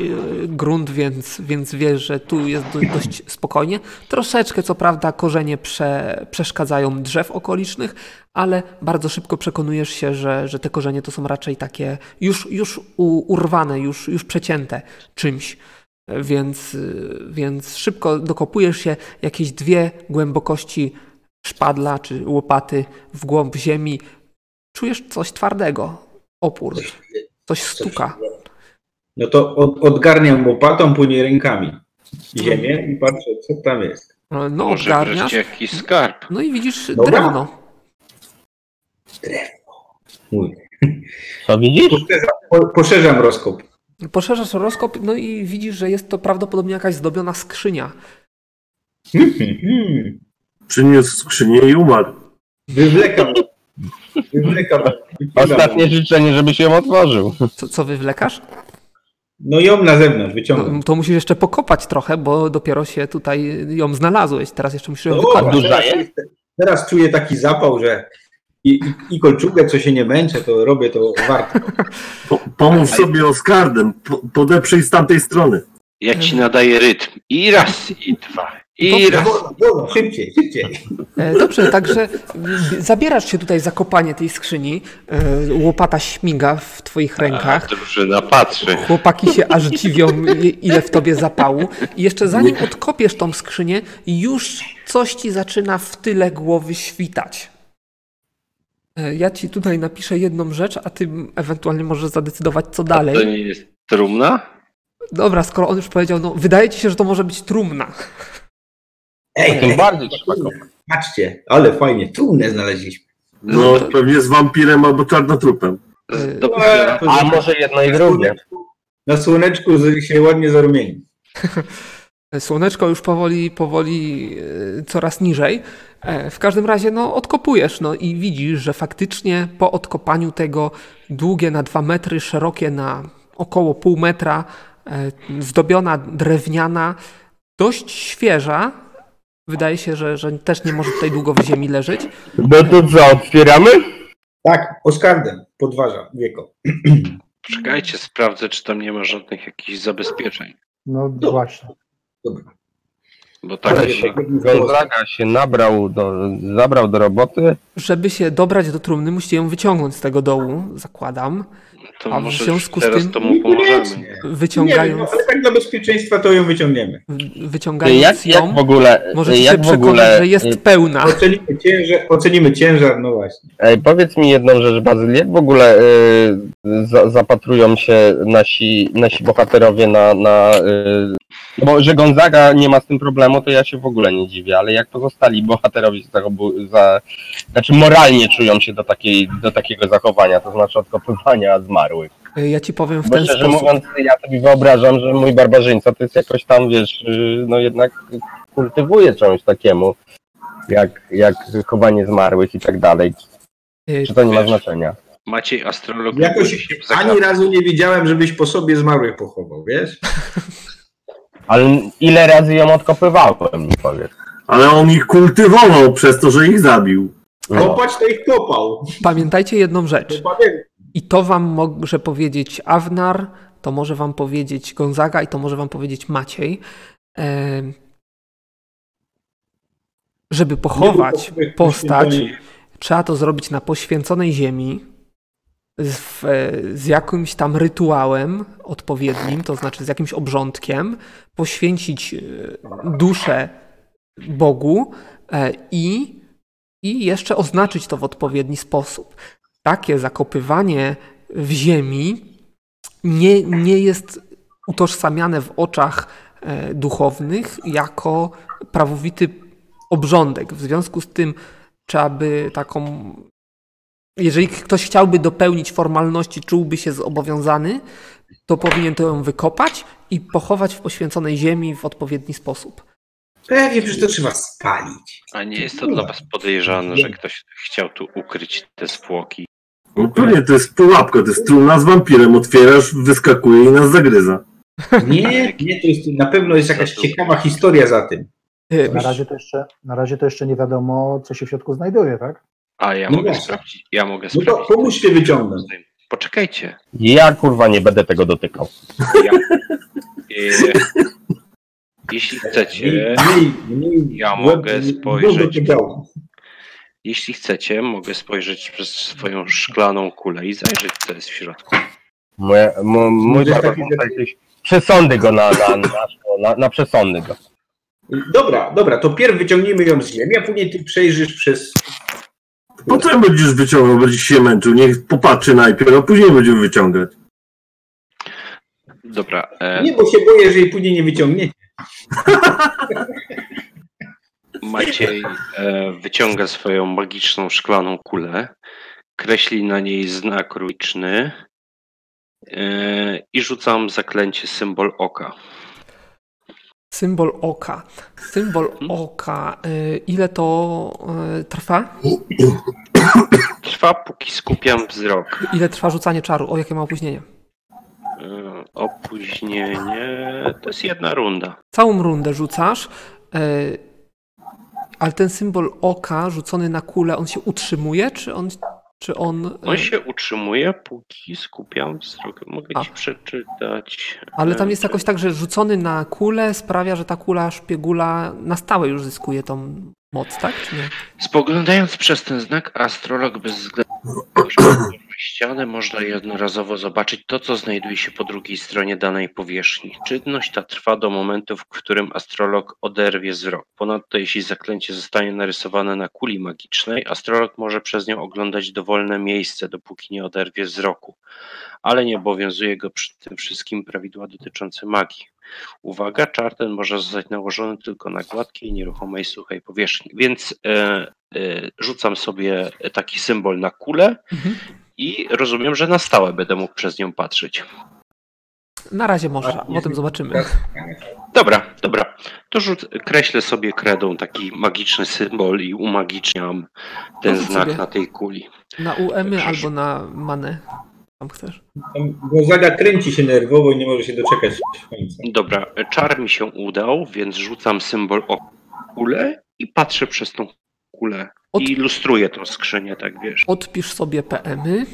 Speaker 1: grunt, więc, więc wiesz, że tu jest do, dość spokojnie. Troszeczkę, co prawda, korzenie prze, przeszkadzają drzew okolicznych, ale bardzo szybko przekonujesz się, że, że te korzenie to są raczej takie już, już u, urwane, już, już przecięte czymś. E, Więc, y, więc szybko dokopujesz się jakieś dwie głębokości szpadla czy łopaty w głąb ziemi. Czujesz coś twardego, opór, coś stuka.
Speaker 6: No to od, odgarniam łopatą, później rękami ziemię i patrzę, co tam jest.
Speaker 1: No,
Speaker 2: Może
Speaker 1: ogarniasz.
Speaker 2: wreszcie jakiś skarb.
Speaker 1: No i widzisz
Speaker 6: Dobra.
Speaker 1: drewno.
Speaker 6: Mój.
Speaker 4: Co widzisz?
Speaker 6: Poszerzam, po, poszerzam rozkop.
Speaker 1: Poszerzasz rozkop, no i widzisz, że jest to prawdopodobnie jakaś zdobiona skrzynia.
Speaker 6: Hmm.
Speaker 3: Przyniósł skrzynię i umarł.
Speaker 6: Wywlekam. Wywlekam.
Speaker 4: Ostatnie życzenie, żebyś ją otworzył.
Speaker 1: Co, co wywlekasz?
Speaker 6: No ją na zewnątrz wyciągam.
Speaker 1: No, to musisz jeszcze pokopać trochę, bo dopiero się tutaj ją znalazłeś. Teraz jeszcze musisz ją
Speaker 6: No,
Speaker 1: wykopać.
Speaker 4: duża
Speaker 6: teraz, teraz czuję taki zapał, że i, i, i kolczugę, co się nie męczę, to robię to warto.
Speaker 3: Po, pomóż sobie Oskardem, po, podeprzyj z tamtej strony.
Speaker 2: Ja ci nadaję rytm. I raz, i dwa, i
Speaker 1: Dobra.
Speaker 2: raz.
Speaker 6: Wolno, wolno, szybciej, szybciej.
Speaker 1: E, Dobrze, także b- zabierasz się tutaj za kopanie tej skrzyni. E, Łopata śmiga w twoich
Speaker 2: A,
Speaker 1: rękach.
Speaker 2: drużyna patrzy.
Speaker 1: Chłopaki się aż dziwią, i- ile w tobie zapału. I jeszcze zanim odkopiesz tą skrzynię, już coś ci zaczyna w tyle głowy świtać. E, Ja ci tutaj napiszę jedną rzecz, a ty ewentualnie możesz zadecydować, co
Speaker 2: To
Speaker 1: dalej.
Speaker 2: nie jest trumna?
Speaker 1: Dobra, skoro on już powiedział, no wydaje ci się, że to może być trumna.
Speaker 6: Ej,
Speaker 4: Tym
Speaker 6: ej,
Speaker 4: bardziej trzeba kopać.
Speaker 6: patrzcie, ale fajnie, trumnę znaleźliśmy.
Speaker 3: No, pewnie z wampirem albo czarnotrupem.
Speaker 1: Y,
Speaker 2: Dobrze.
Speaker 6: No,
Speaker 4: A może jedno i drugie.
Speaker 6: Na słoneczku z- się ładnie zarumieni.
Speaker 1: Słoneczko już powoli, powoli e, coraz niżej. E, W każdym razie no, odkopujesz no, i widzisz, że faktycznie po odkopaniu tego długie na 2 metry, szerokie na około pół metra, e, zdobiona drewniana, dość świeża. Wydaje się, że, że też nie może tutaj długo w ziemi leżeć.
Speaker 4: No to co, otwieramy?
Speaker 6: Tak, Oskardem podważa wieko.
Speaker 2: Czekajcie, sprawdzę, czy tam nie ma żadnych jakichś zabezpieczeń.
Speaker 5: No właśnie.
Speaker 6: Dobra.
Speaker 2: Bo tak
Speaker 4: Ale
Speaker 2: się...
Speaker 4: Gonzaga się nabrał do, zabrał do roboty.
Speaker 1: Żeby się dobrać do trumny, musicie ją wyciągnąć z tego dołu, zakładam.
Speaker 2: To
Speaker 1: A w
Speaker 2: może już
Speaker 1: związku z
Speaker 2: teraz
Speaker 1: tym-
Speaker 2: to mu pomożemy.
Speaker 6: Koniecznie. Nie,
Speaker 1: Wyciągając,
Speaker 6: no, ale tak dla bezpieczeństwa to ją wyciągniemy.
Speaker 1: wyciągając
Speaker 4: Jak,
Speaker 1: ją,
Speaker 4: jak w ogóle,
Speaker 1: możecie się
Speaker 4: jak w
Speaker 1: przekonać,
Speaker 4: ogóle,
Speaker 1: że jest pełna.
Speaker 6: Ocenimy ciężar, ocenimy ciężar, no właśnie.
Speaker 4: Ej, powiedz mi jedną rzecz, Bazyl, jak w ogóle y, za, zapatrują się nasi, nasi bohaterowie na... na y, no bo że Gonzaga nie ma z tym problemu, to ja się w ogóle nie dziwię, ale jak pozostali bohaterowie z tego, bu- za, znaczy moralnie czują się do, takiej, do takiego zachowania, to znaczy odkopywania zmarłych.
Speaker 1: Y, Ja ci powiem w
Speaker 4: Bo
Speaker 1: ten
Speaker 4: szczerze
Speaker 1: sposób.
Speaker 4: mówiąc, ja sobie wyobrażam, że mój barbarzyńca to jest jakoś tam, wiesz, y, no jednak kultywuje czemuś takiemu, jak, jak chowanie zmarłych i tak dalej.
Speaker 1: Y,
Speaker 4: Czy to nie ma znaczenia?
Speaker 2: Maciej, astrolog... lubi
Speaker 6: Jakoś
Speaker 2: się
Speaker 6: ani
Speaker 2: zagadać.
Speaker 6: razu nie widziałem, żebyś po sobie zmarłych pochował, wiesz?
Speaker 4: Ale ile razy ją odkopywałem, mi powiedz.
Speaker 3: Ale on ich kultywował przez to, że ich zabił.
Speaker 4: No.
Speaker 6: Kopać to ich kopał.
Speaker 1: Pamiętajcie jedną rzecz.
Speaker 6: To pamiętaj.
Speaker 1: I to wam może powiedzieć Awnar, to może wam powiedzieć Gonzaga i to może wam powiedzieć Maciej. Em, Żeby pochować
Speaker 6: Nie było
Speaker 1: postać,
Speaker 6: poświęcenia.
Speaker 1: trzeba to zrobić na poświęconej ziemi z, w, e, z jakimś tam rytuałem odpowiednim, to znaczy z jakimś obrządkiem, poświęcić e, duszę Bogu e, i, i jeszcze oznaczyć to w odpowiedni sposób. Takie zakopywanie w ziemi nie, nie jest utożsamiane w oczach e, duchownych jako prawowity obrządek. W związku z tym trzeba by taką. Jeżeli ktoś chciałby dopełnić formalności, czułby się zobowiązany, to powinien to ją wykopać i pochować w poświęconej ziemi w odpowiedni sposób.
Speaker 6: Pewnie, przecież to trzeba spalić.
Speaker 2: A nie jest to dla was podejrzane, że ktoś chciał tu ukryć te zwłoki?
Speaker 3: No pewnie, to jest pułapka, to jest trumna z wampirem. Otwierasz, wyskakuje i nas zagryza.
Speaker 6: Nie, nie, to jest, na pewno jest jakaś ciekawa historia za tym.
Speaker 1: Y,
Speaker 5: Na razie, to jeszcze, na razie to jeszcze nie wiadomo, co się w środku znajduje, tak?
Speaker 2: A ja
Speaker 6: No
Speaker 2: mogę
Speaker 6: właśnie.
Speaker 2: sprawdzić. Ja mogę
Speaker 6: No to
Speaker 2: sprawdzić.
Speaker 6: pomóżcie wyciągnąć.
Speaker 2: Poczekajcie.
Speaker 4: Ja kurwa nie będę tego dotykał.
Speaker 2: Ja. Y, Jeśli chcecie,
Speaker 6: Mniej- mniej-
Speaker 2: Ja
Speaker 6: mniej-
Speaker 2: mogę
Speaker 6: mniej-
Speaker 2: spojrzeć.
Speaker 6: dużo to działo.
Speaker 2: jeśli chcecie, mogę spojrzeć przez swoją szklaną kulę i zajrzeć, co jest w środku.
Speaker 4: Moje, mo, mój
Speaker 6: Będzie
Speaker 4: barbar
Speaker 6: taki,
Speaker 4: ma jakieś... Przesądy go na, na, na, na, na przesądy go.
Speaker 6: Dobra, dobra, to pierw wyciągnijmy ją z ziemi, a później ty przejrzysz przez...
Speaker 3: Po co No będziesz wyciągał, będziesz się męczył? Niech popatrzy najpierw, a później będziemy wyciągać.
Speaker 2: Dobra, e,
Speaker 6: Nie, bo się boję, jeżeli później nie wyciągniecie.
Speaker 2: Maciej e, wyciąga swoją magiczną szklaną kulę, kreśli na niej znak runiczny e, i rzucam zaklęcie symbol oka.
Speaker 1: Symbol oka. Symbol oka. Y, Ile to y, trwa?
Speaker 2: Trwa, póki skupiam wzrok.
Speaker 1: Ile trwa rzucanie czaru? O, jakie ma opóźnienie?
Speaker 2: E, opóźnienie to jest jedna runda.
Speaker 1: całą rundę rzucasz, yy, ale ten symbol oka rzucony na kulę, on się utrzymuje, czy on, czy on,
Speaker 2: On
Speaker 1: yy,
Speaker 2: się utrzymuje, póki skupiam wzrok. Mogę
Speaker 1: A.
Speaker 2: ci przeczytać.
Speaker 1: ale tam
Speaker 2: e,
Speaker 1: jest jakoś tak, że rzucony na kulę sprawia, że ta kula szpiegula na stałe już zyskuje tą moc, tak? Czy nie?
Speaker 2: Spoglądając przez ten znak, astrolog bez względu na ścianę można jednorazowo zobaczyć to, co znajduje się po drugiej stronie danej powierzchni. Czynność ta trwa do momentu, w którym astrolog oderwie wzrok. Ponadto, jeśli zaklęcie zostanie narysowane na kuli magicznej, astrolog może przez nią oglądać dowolne miejsce, dopóki nie oderwie wzroku, ale nie obowiązuje go przy tym wszystkim prawidła dotyczące magii. Uwaga, czar ten może zostać nałożony tylko na gładkiej, nieruchomej, suchej powierzchni. Więc e, e, rzucam sobie taki symbol na kulę
Speaker 1: Mhm.
Speaker 2: i rozumiem, że na stałe będę mógł przez nią patrzeć.
Speaker 1: Na razie można,
Speaker 6: nie.
Speaker 1: potem zobaczymy.
Speaker 2: Dobra, dobra. To rzuc- kreślę sobie kredą taki magiczny symbol i umagiczniam ten
Speaker 1: Rzuć
Speaker 2: znak
Speaker 1: No sobie.
Speaker 2: na tej kuli.
Speaker 1: Na UEMy albo na manę. Tam chcesz.
Speaker 6: Tam Gonzaga kręci się nerwowo i nie może się doczekać końca.
Speaker 2: Dobra, czar mi się udał, więc rzucam symbol o kulę i patrzę przez tą kulę.
Speaker 1: Od-
Speaker 2: I ilustruję tą skrzynię, tak wiesz.
Speaker 1: Odpisz sobie y. PMy.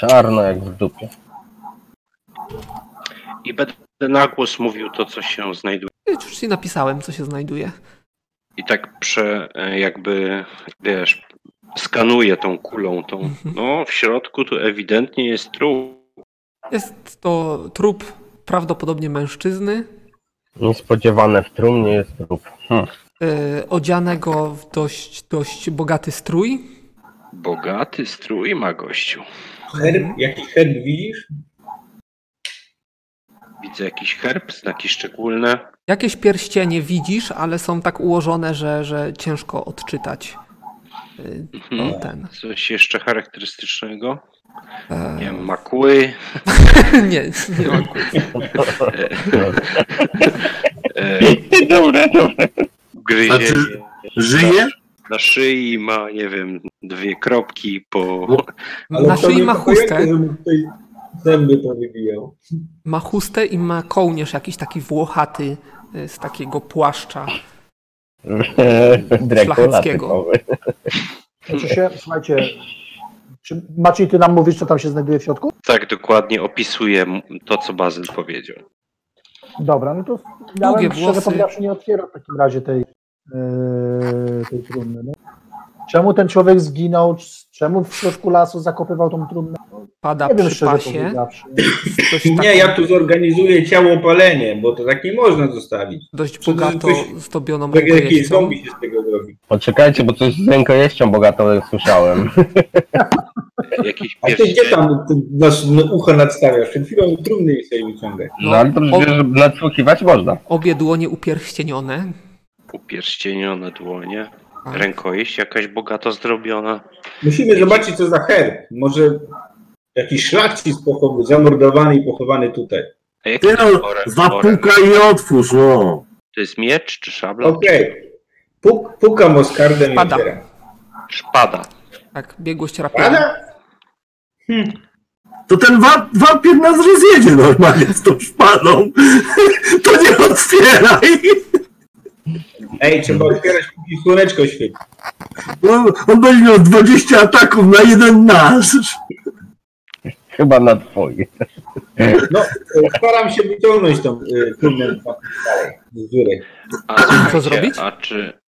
Speaker 4: Czarno jak w dupie.
Speaker 2: I będę na głos mówił to, co się znajduje.
Speaker 1: Ja Już ci napisałem, co się znajduje.
Speaker 2: I tak prze, e, jakby, wiesz, skanuję tą kulą, tą,
Speaker 1: Mhm.
Speaker 2: no w środku tu ewidentnie jest trup.
Speaker 1: Jest to trup prawdopodobnie mężczyzny,
Speaker 4: Niespodziewane w trumnie jest trup. Hm.
Speaker 1: e, odzianego w dość, dość bogaty strój.
Speaker 2: Bogaty strój ma gościu.
Speaker 6: Herb, jaki herb widzisz?
Speaker 2: Widzę jakiś herb, znaki szczególne.
Speaker 1: Jakieś pierścienie widzisz, ale są tak ułożone, że, że ciężko odczytać y,
Speaker 2: Mhm.
Speaker 1: no, ten.
Speaker 2: Coś jeszcze charakterystycznego?
Speaker 1: E,
Speaker 2: Nie wiem, makły.
Speaker 1: nie, nie ma kłód.
Speaker 2: E,
Speaker 4: Dobre, dobre.
Speaker 3: A
Speaker 2: gryzie.
Speaker 3: czy Żyje?
Speaker 2: Na szyi ma, nie wiem, dwie kropki po...
Speaker 1: No Na
Speaker 6: to
Speaker 1: szyi
Speaker 6: nie
Speaker 1: ma chustę,
Speaker 6: pojęcie, że mu tutaj Zęby powybijał.
Speaker 1: ma chustę i ma kołnierz jakiś taki włochaty y, z takiego płaszcza.
Speaker 4: Dracula
Speaker 1: Szlacheckiego.
Speaker 4: typowy.
Speaker 5: Znaczy się, słuchajcie, czy Maciej, ty nam mówisz, co tam się znajduje w środku?
Speaker 2: Tak dokładnie opisuje m- to, co Bazyl powiedział.
Speaker 5: Dobra, no to ja
Speaker 1: Długie
Speaker 5: bym szczerze
Speaker 1: włosy.
Speaker 5: powiedziawszy nie otwierał w takim razie tej, yy, tej trumny. No. Czemu ten człowiek zginął? Czemu w środku lasu zakopywał tą trumnę?
Speaker 1: Pada
Speaker 5: Nie wiem
Speaker 1: przy
Speaker 5: szczerze
Speaker 1: pasie.
Speaker 5: powiedziawszy.
Speaker 1: Dość,
Speaker 6: Nie,
Speaker 1: taką-
Speaker 6: ja tu zorganizuję ciało palenie, bo to tak nie można zostawić.
Speaker 1: dość
Speaker 6: Co to
Speaker 1: bogato
Speaker 6: jakoś-
Speaker 1: zdobioną
Speaker 6: Tak jak jakiś
Speaker 1: rękojeścią.
Speaker 6: zombie się z tego robi.
Speaker 4: Poczekajcie, bo coś z rękojeścią bogato słyszałem. No,
Speaker 2: Jakiś
Speaker 6: A ty gdzie
Speaker 2: pierścień.
Speaker 6: tam ty nasz no, ucho nadstawiasz? Przed chwilą trumny jej sobie wyciągać.
Speaker 4: No ale to przecież nadsłuchiwać można.
Speaker 1: Obie dłonie upierścienione.
Speaker 2: upierścienione dłonie,
Speaker 1: Tak.
Speaker 2: rękojeść jakaś bogato zrobiona.
Speaker 6: Musimy zobaczyć, co za herb. Może jakiś szlachcic pochow- zamordowany i pochowany tutaj.
Speaker 2: A jaki
Speaker 3: Ty no,
Speaker 2: worek- worek?
Speaker 3: zapuka i otwórz, no.
Speaker 2: To jest miecz czy szabla?
Speaker 6: Okej. Puk, pukam Oskardem i
Speaker 1: Pada.
Speaker 6: otwieram.
Speaker 2: Szpada.
Speaker 1: Tak, biegłość rapierem.
Speaker 6: Pada?
Speaker 3: To ten wa- wapier nas rozjedzie normalnie z tą szpadą. To nie otwieraj.
Speaker 6: Ej, trzeba
Speaker 1: No.
Speaker 6: otwierać, póki słoneczko świeci.
Speaker 3: No, on będzie miał 20 ataków na jeden nasz.
Speaker 4: Chyba na twoje.
Speaker 6: No, e, staram się wyciągnąć tą e, trumnę dalej, z dziury.
Speaker 2: A słuchajcie,
Speaker 1: zrobić?
Speaker 2: A czy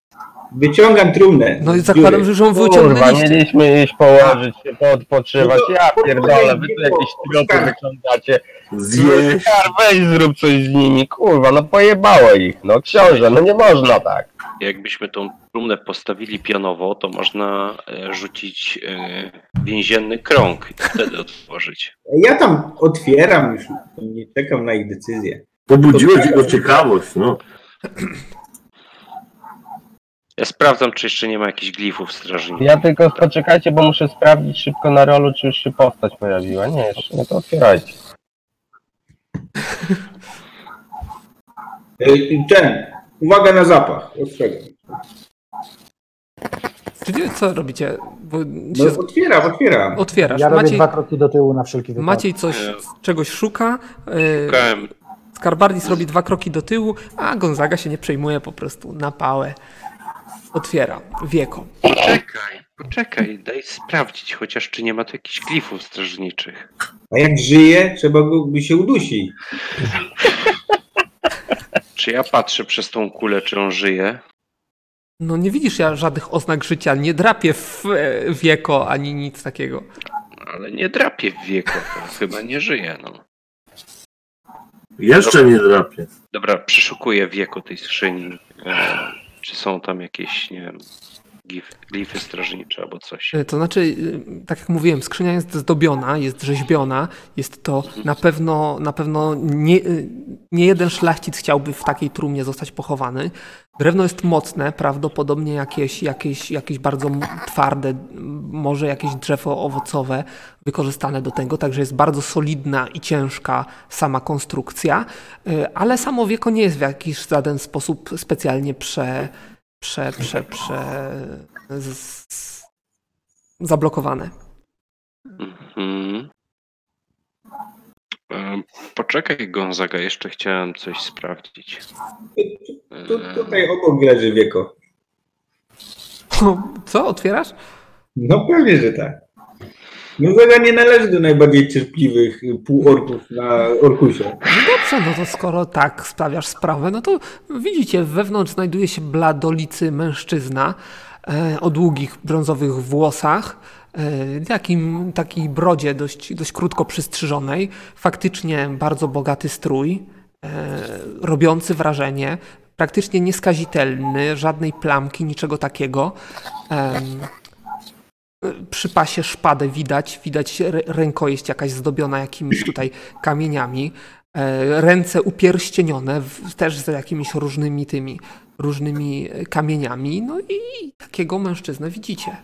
Speaker 6: Wyciągam trumnę.
Speaker 1: No i
Speaker 6: z dziury.
Speaker 1: zakładam, że już ją
Speaker 4: Kurwa,
Speaker 1: wyciągnęliście.
Speaker 4: mieliśmy iść położyć się, podpoczywać.
Speaker 6: No to-
Speaker 4: Ja pierdolę, wy tu jakieś tropy wyciągacie.
Speaker 3: Zje.
Speaker 4: Kar, weź zrób coś z nimi, kurwa, no pojebało ich. No książę, no nie można tak.
Speaker 2: jakbyśmy tą trumnę postawili pionowo, to można e, rzucić e, więzienny krąg i wtedy otworzyć.
Speaker 6: Ja tam otwieram już, nie czekam na ich decyzję.
Speaker 3: Pobudziła cię go ciekawość, no.
Speaker 2: Ja sprawdzam, czy jeszcze nie ma jakichś glifów strażników.
Speaker 4: Ja tylko poczekajcie, bo muszę sprawdzić szybko na rolu, czy już się postać pojawiła. Nie, jeszcze no to otwierajcie.
Speaker 6: E, i Ten, uwaga na zapach. Ostrzegam.
Speaker 1: Czyli co robicie? Bo
Speaker 6: No,
Speaker 1: się
Speaker 6: otwieram, otwieram.
Speaker 1: otwierasz.
Speaker 5: Ja robię
Speaker 1: Maciej,
Speaker 5: dwa kroki do tyłu na wszelki wypadek.
Speaker 1: Maciej coś, czegoś szuka. y,
Speaker 2: Szukałem
Speaker 1: Skarbardis robi dwa kroki do tyłu, a Gonzaga się nie przejmuje po prostu na pałę. Otwiera wieką.
Speaker 2: Poczekaj, poczekaj, daj sprawdzić chociaż, czy nie ma tu jakichś glifów strażniczych.
Speaker 6: A jak żyje, trzeba go, by się udusi.
Speaker 2: Czy ja patrzę przez tą kulę, czy on żyje?
Speaker 1: No nie widzisz ja żadnych oznak życia, nie drapię w e, wieko ani nic takiego.
Speaker 2: Ale nie drapie w wieku, to chyba nie żyje, no.
Speaker 3: Jeszcze nie drapie.
Speaker 2: Dobra, przeszukuję wieku tej skrzyni. E, czy są tam jakieś, nie wiem, glif, glify strażnicze albo coś.
Speaker 1: E, To znaczy, y, tak jak mówiłem, skrzynia jest zdobiona, jest rzeźbiona, jest to na pewno, na pewno nie, y, nie jeden szlachcic chciałby w takiej trumnie zostać pochowany. Drewno jest mocne, prawdopodobnie jakieś, jakieś, jakieś bardzo m- twarde, m, może jakieś drzewo owocowe wykorzystane do tego, także jest bardzo solidna i ciężka sama konstrukcja, y, ale samo wieko nie jest w jakiś żaden sposób specjalnie prze, prze, prze, prze z, z, zablokowane.
Speaker 2: Mhm. E, poczekaj, Gonzaga, jeszcze chciałem coś sprawdzić. E,
Speaker 6: Tu, tutaj obok leży wieko.
Speaker 1: Co, otwierasz?
Speaker 6: No pewnie, że tak. No zaga nie należy do najbardziej cierpliwych y, półorków na Orkusie.
Speaker 1: No dobrze, no to skoro tak stawiasz sprawę, no to widzicie, wewnątrz znajduje się bladolicy mężczyzna e, o długich brązowych włosach, e, takim, takiej brodzie dość, dość krótko przystrzyżonej, faktycznie bardzo bogaty strój, e, robiący wrażenie, praktycznie nieskazitelny, żadnej plamki, niczego takiego. Em, przy pasie szpadę widać, widać rę- rękojeść jakaś zdobiona jakimiś tutaj kamieniami, e, ręce upierścienione w, też z jakimiś różnymi tymi, różnymi e, kamieniami, no i takiego mężczyznę widzicie.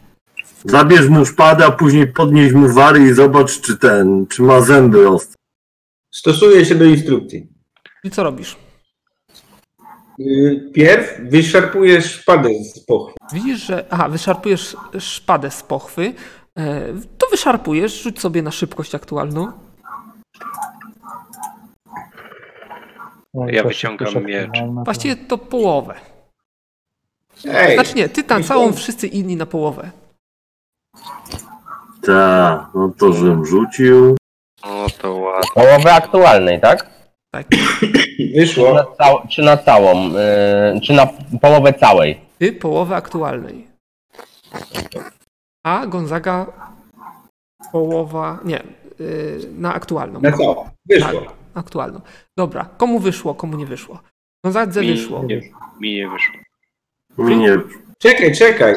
Speaker 3: Zabierz mu szpadę, a później podnieś mu wary i zobacz, czy ten, czy ma zęby ostre.
Speaker 6: Stosuję się do instrukcji.
Speaker 1: I co robisz?
Speaker 6: Y, Pierw wyszarpuję szpadę z pochwy.
Speaker 1: Widzisz, że. Aha, wyszarpujesz szpadę z pochwy. E, To wyszarpujesz, rzuć sobie na szybkość aktualną.
Speaker 5: No i
Speaker 2: Ja
Speaker 5: proszę,
Speaker 2: wyciągam
Speaker 5: proszę,
Speaker 2: miecz.
Speaker 5: no, no,
Speaker 1: Właściwie to połowę.
Speaker 6: Ej,
Speaker 1: Znaczy nie, ty tam całą, wszyscy inni na połowę.
Speaker 3: Tak, no to żem rzucił.
Speaker 2: No to ładnie.
Speaker 4: Połowę aktualnej, tak? Czy na,
Speaker 6: wyszło.
Speaker 4: cał- czy na całą, yy, czy na połowę całej?
Speaker 1: Ty połowę aktualnej. A Gonzaga połowa. Nie, y, na aktualną.
Speaker 6: Na No co? Wyszło.
Speaker 1: Tak, aktualną. Dobra, komu wyszło, komu nie wyszło? Gonzadze
Speaker 2: Mi
Speaker 1: wyszło.
Speaker 2: nie, mi nie wyszło.
Speaker 3: Mi nie
Speaker 6: Czekaj, czekaj.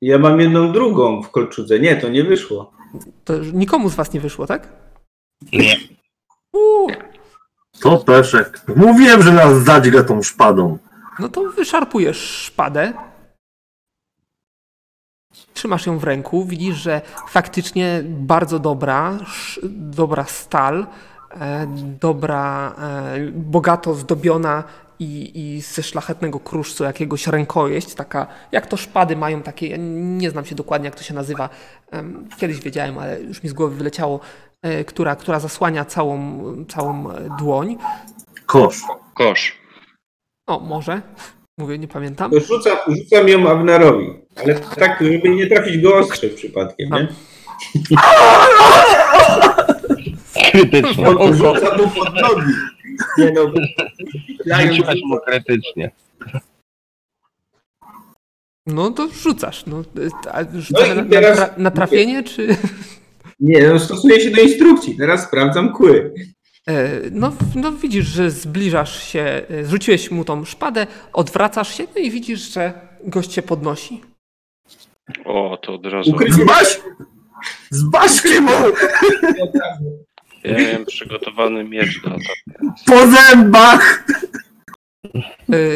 Speaker 6: Ja mam jedną drugą w kolczudze. Nie, to nie wyszło.
Speaker 1: To już nikomu z was nie wyszło, tak?
Speaker 4: Nie.
Speaker 1: Uuu,
Speaker 3: To peszek. Mówiłem, że nas zadźga tą szpadą.
Speaker 1: No to wyszarpujesz szpadę. Trzymasz ją w ręku, widzisz, że faktycznie bardzo dobra, sz- dobra stal, e, dobra, e, bogato zdobiona i, i ze szlachetnego kruszcu jakiegoś rękojeść, taka, jak to szpady mają takie, ja nie znam się dokładnie jak to się nazywa, em, kiedyś wiedziałem, ale już mi z głowy wyleciało, e, która, która zasłania całą, całą e, dłoń.
Speaker 3: Kosz.
Speaker 2: Kosz.
Speaker 1: O, może, mówię, nie pamiętam.
Speaker 6: To rzucam, rzucam ją Avnarowi, ale tak, żeby nie trafić go ostrzem przypadkiem, nie?
Speaker 4: Krytycznie.
Speaker 6: On rzuca mu pod nogi. Nie no, ja ją
Speaker 4: Rzuciłeś mu krytycznie.
Speaker 1: No to rzucasz. No, y, a
Speaker 6: No
Speaker 1: rzucamy
Speaker 6: i
Speaker 1: na,
Speaker 6: teraz-
Speaker 1: na, tra- na trafienie, czy.
Speaker 6: Nie, no stosuję się do instrukcji. Teraz sprawdzam kły.
Speaker 1: E, No, no widzisz, że zbliżasz się, e, zrzuciłeś mu tą szpadę, odwracasz się, no i widzisz, że gość się podnosi.
Speaker 2: O, to od razu.
Speaker 6: Ukrycie
Speaker 3: Zbaś! Zbaście mu!
Speaker 2: Ja miałem przygotowany miecz do ataku.
Speaker 3: Po zębach!
Speaker 1: E,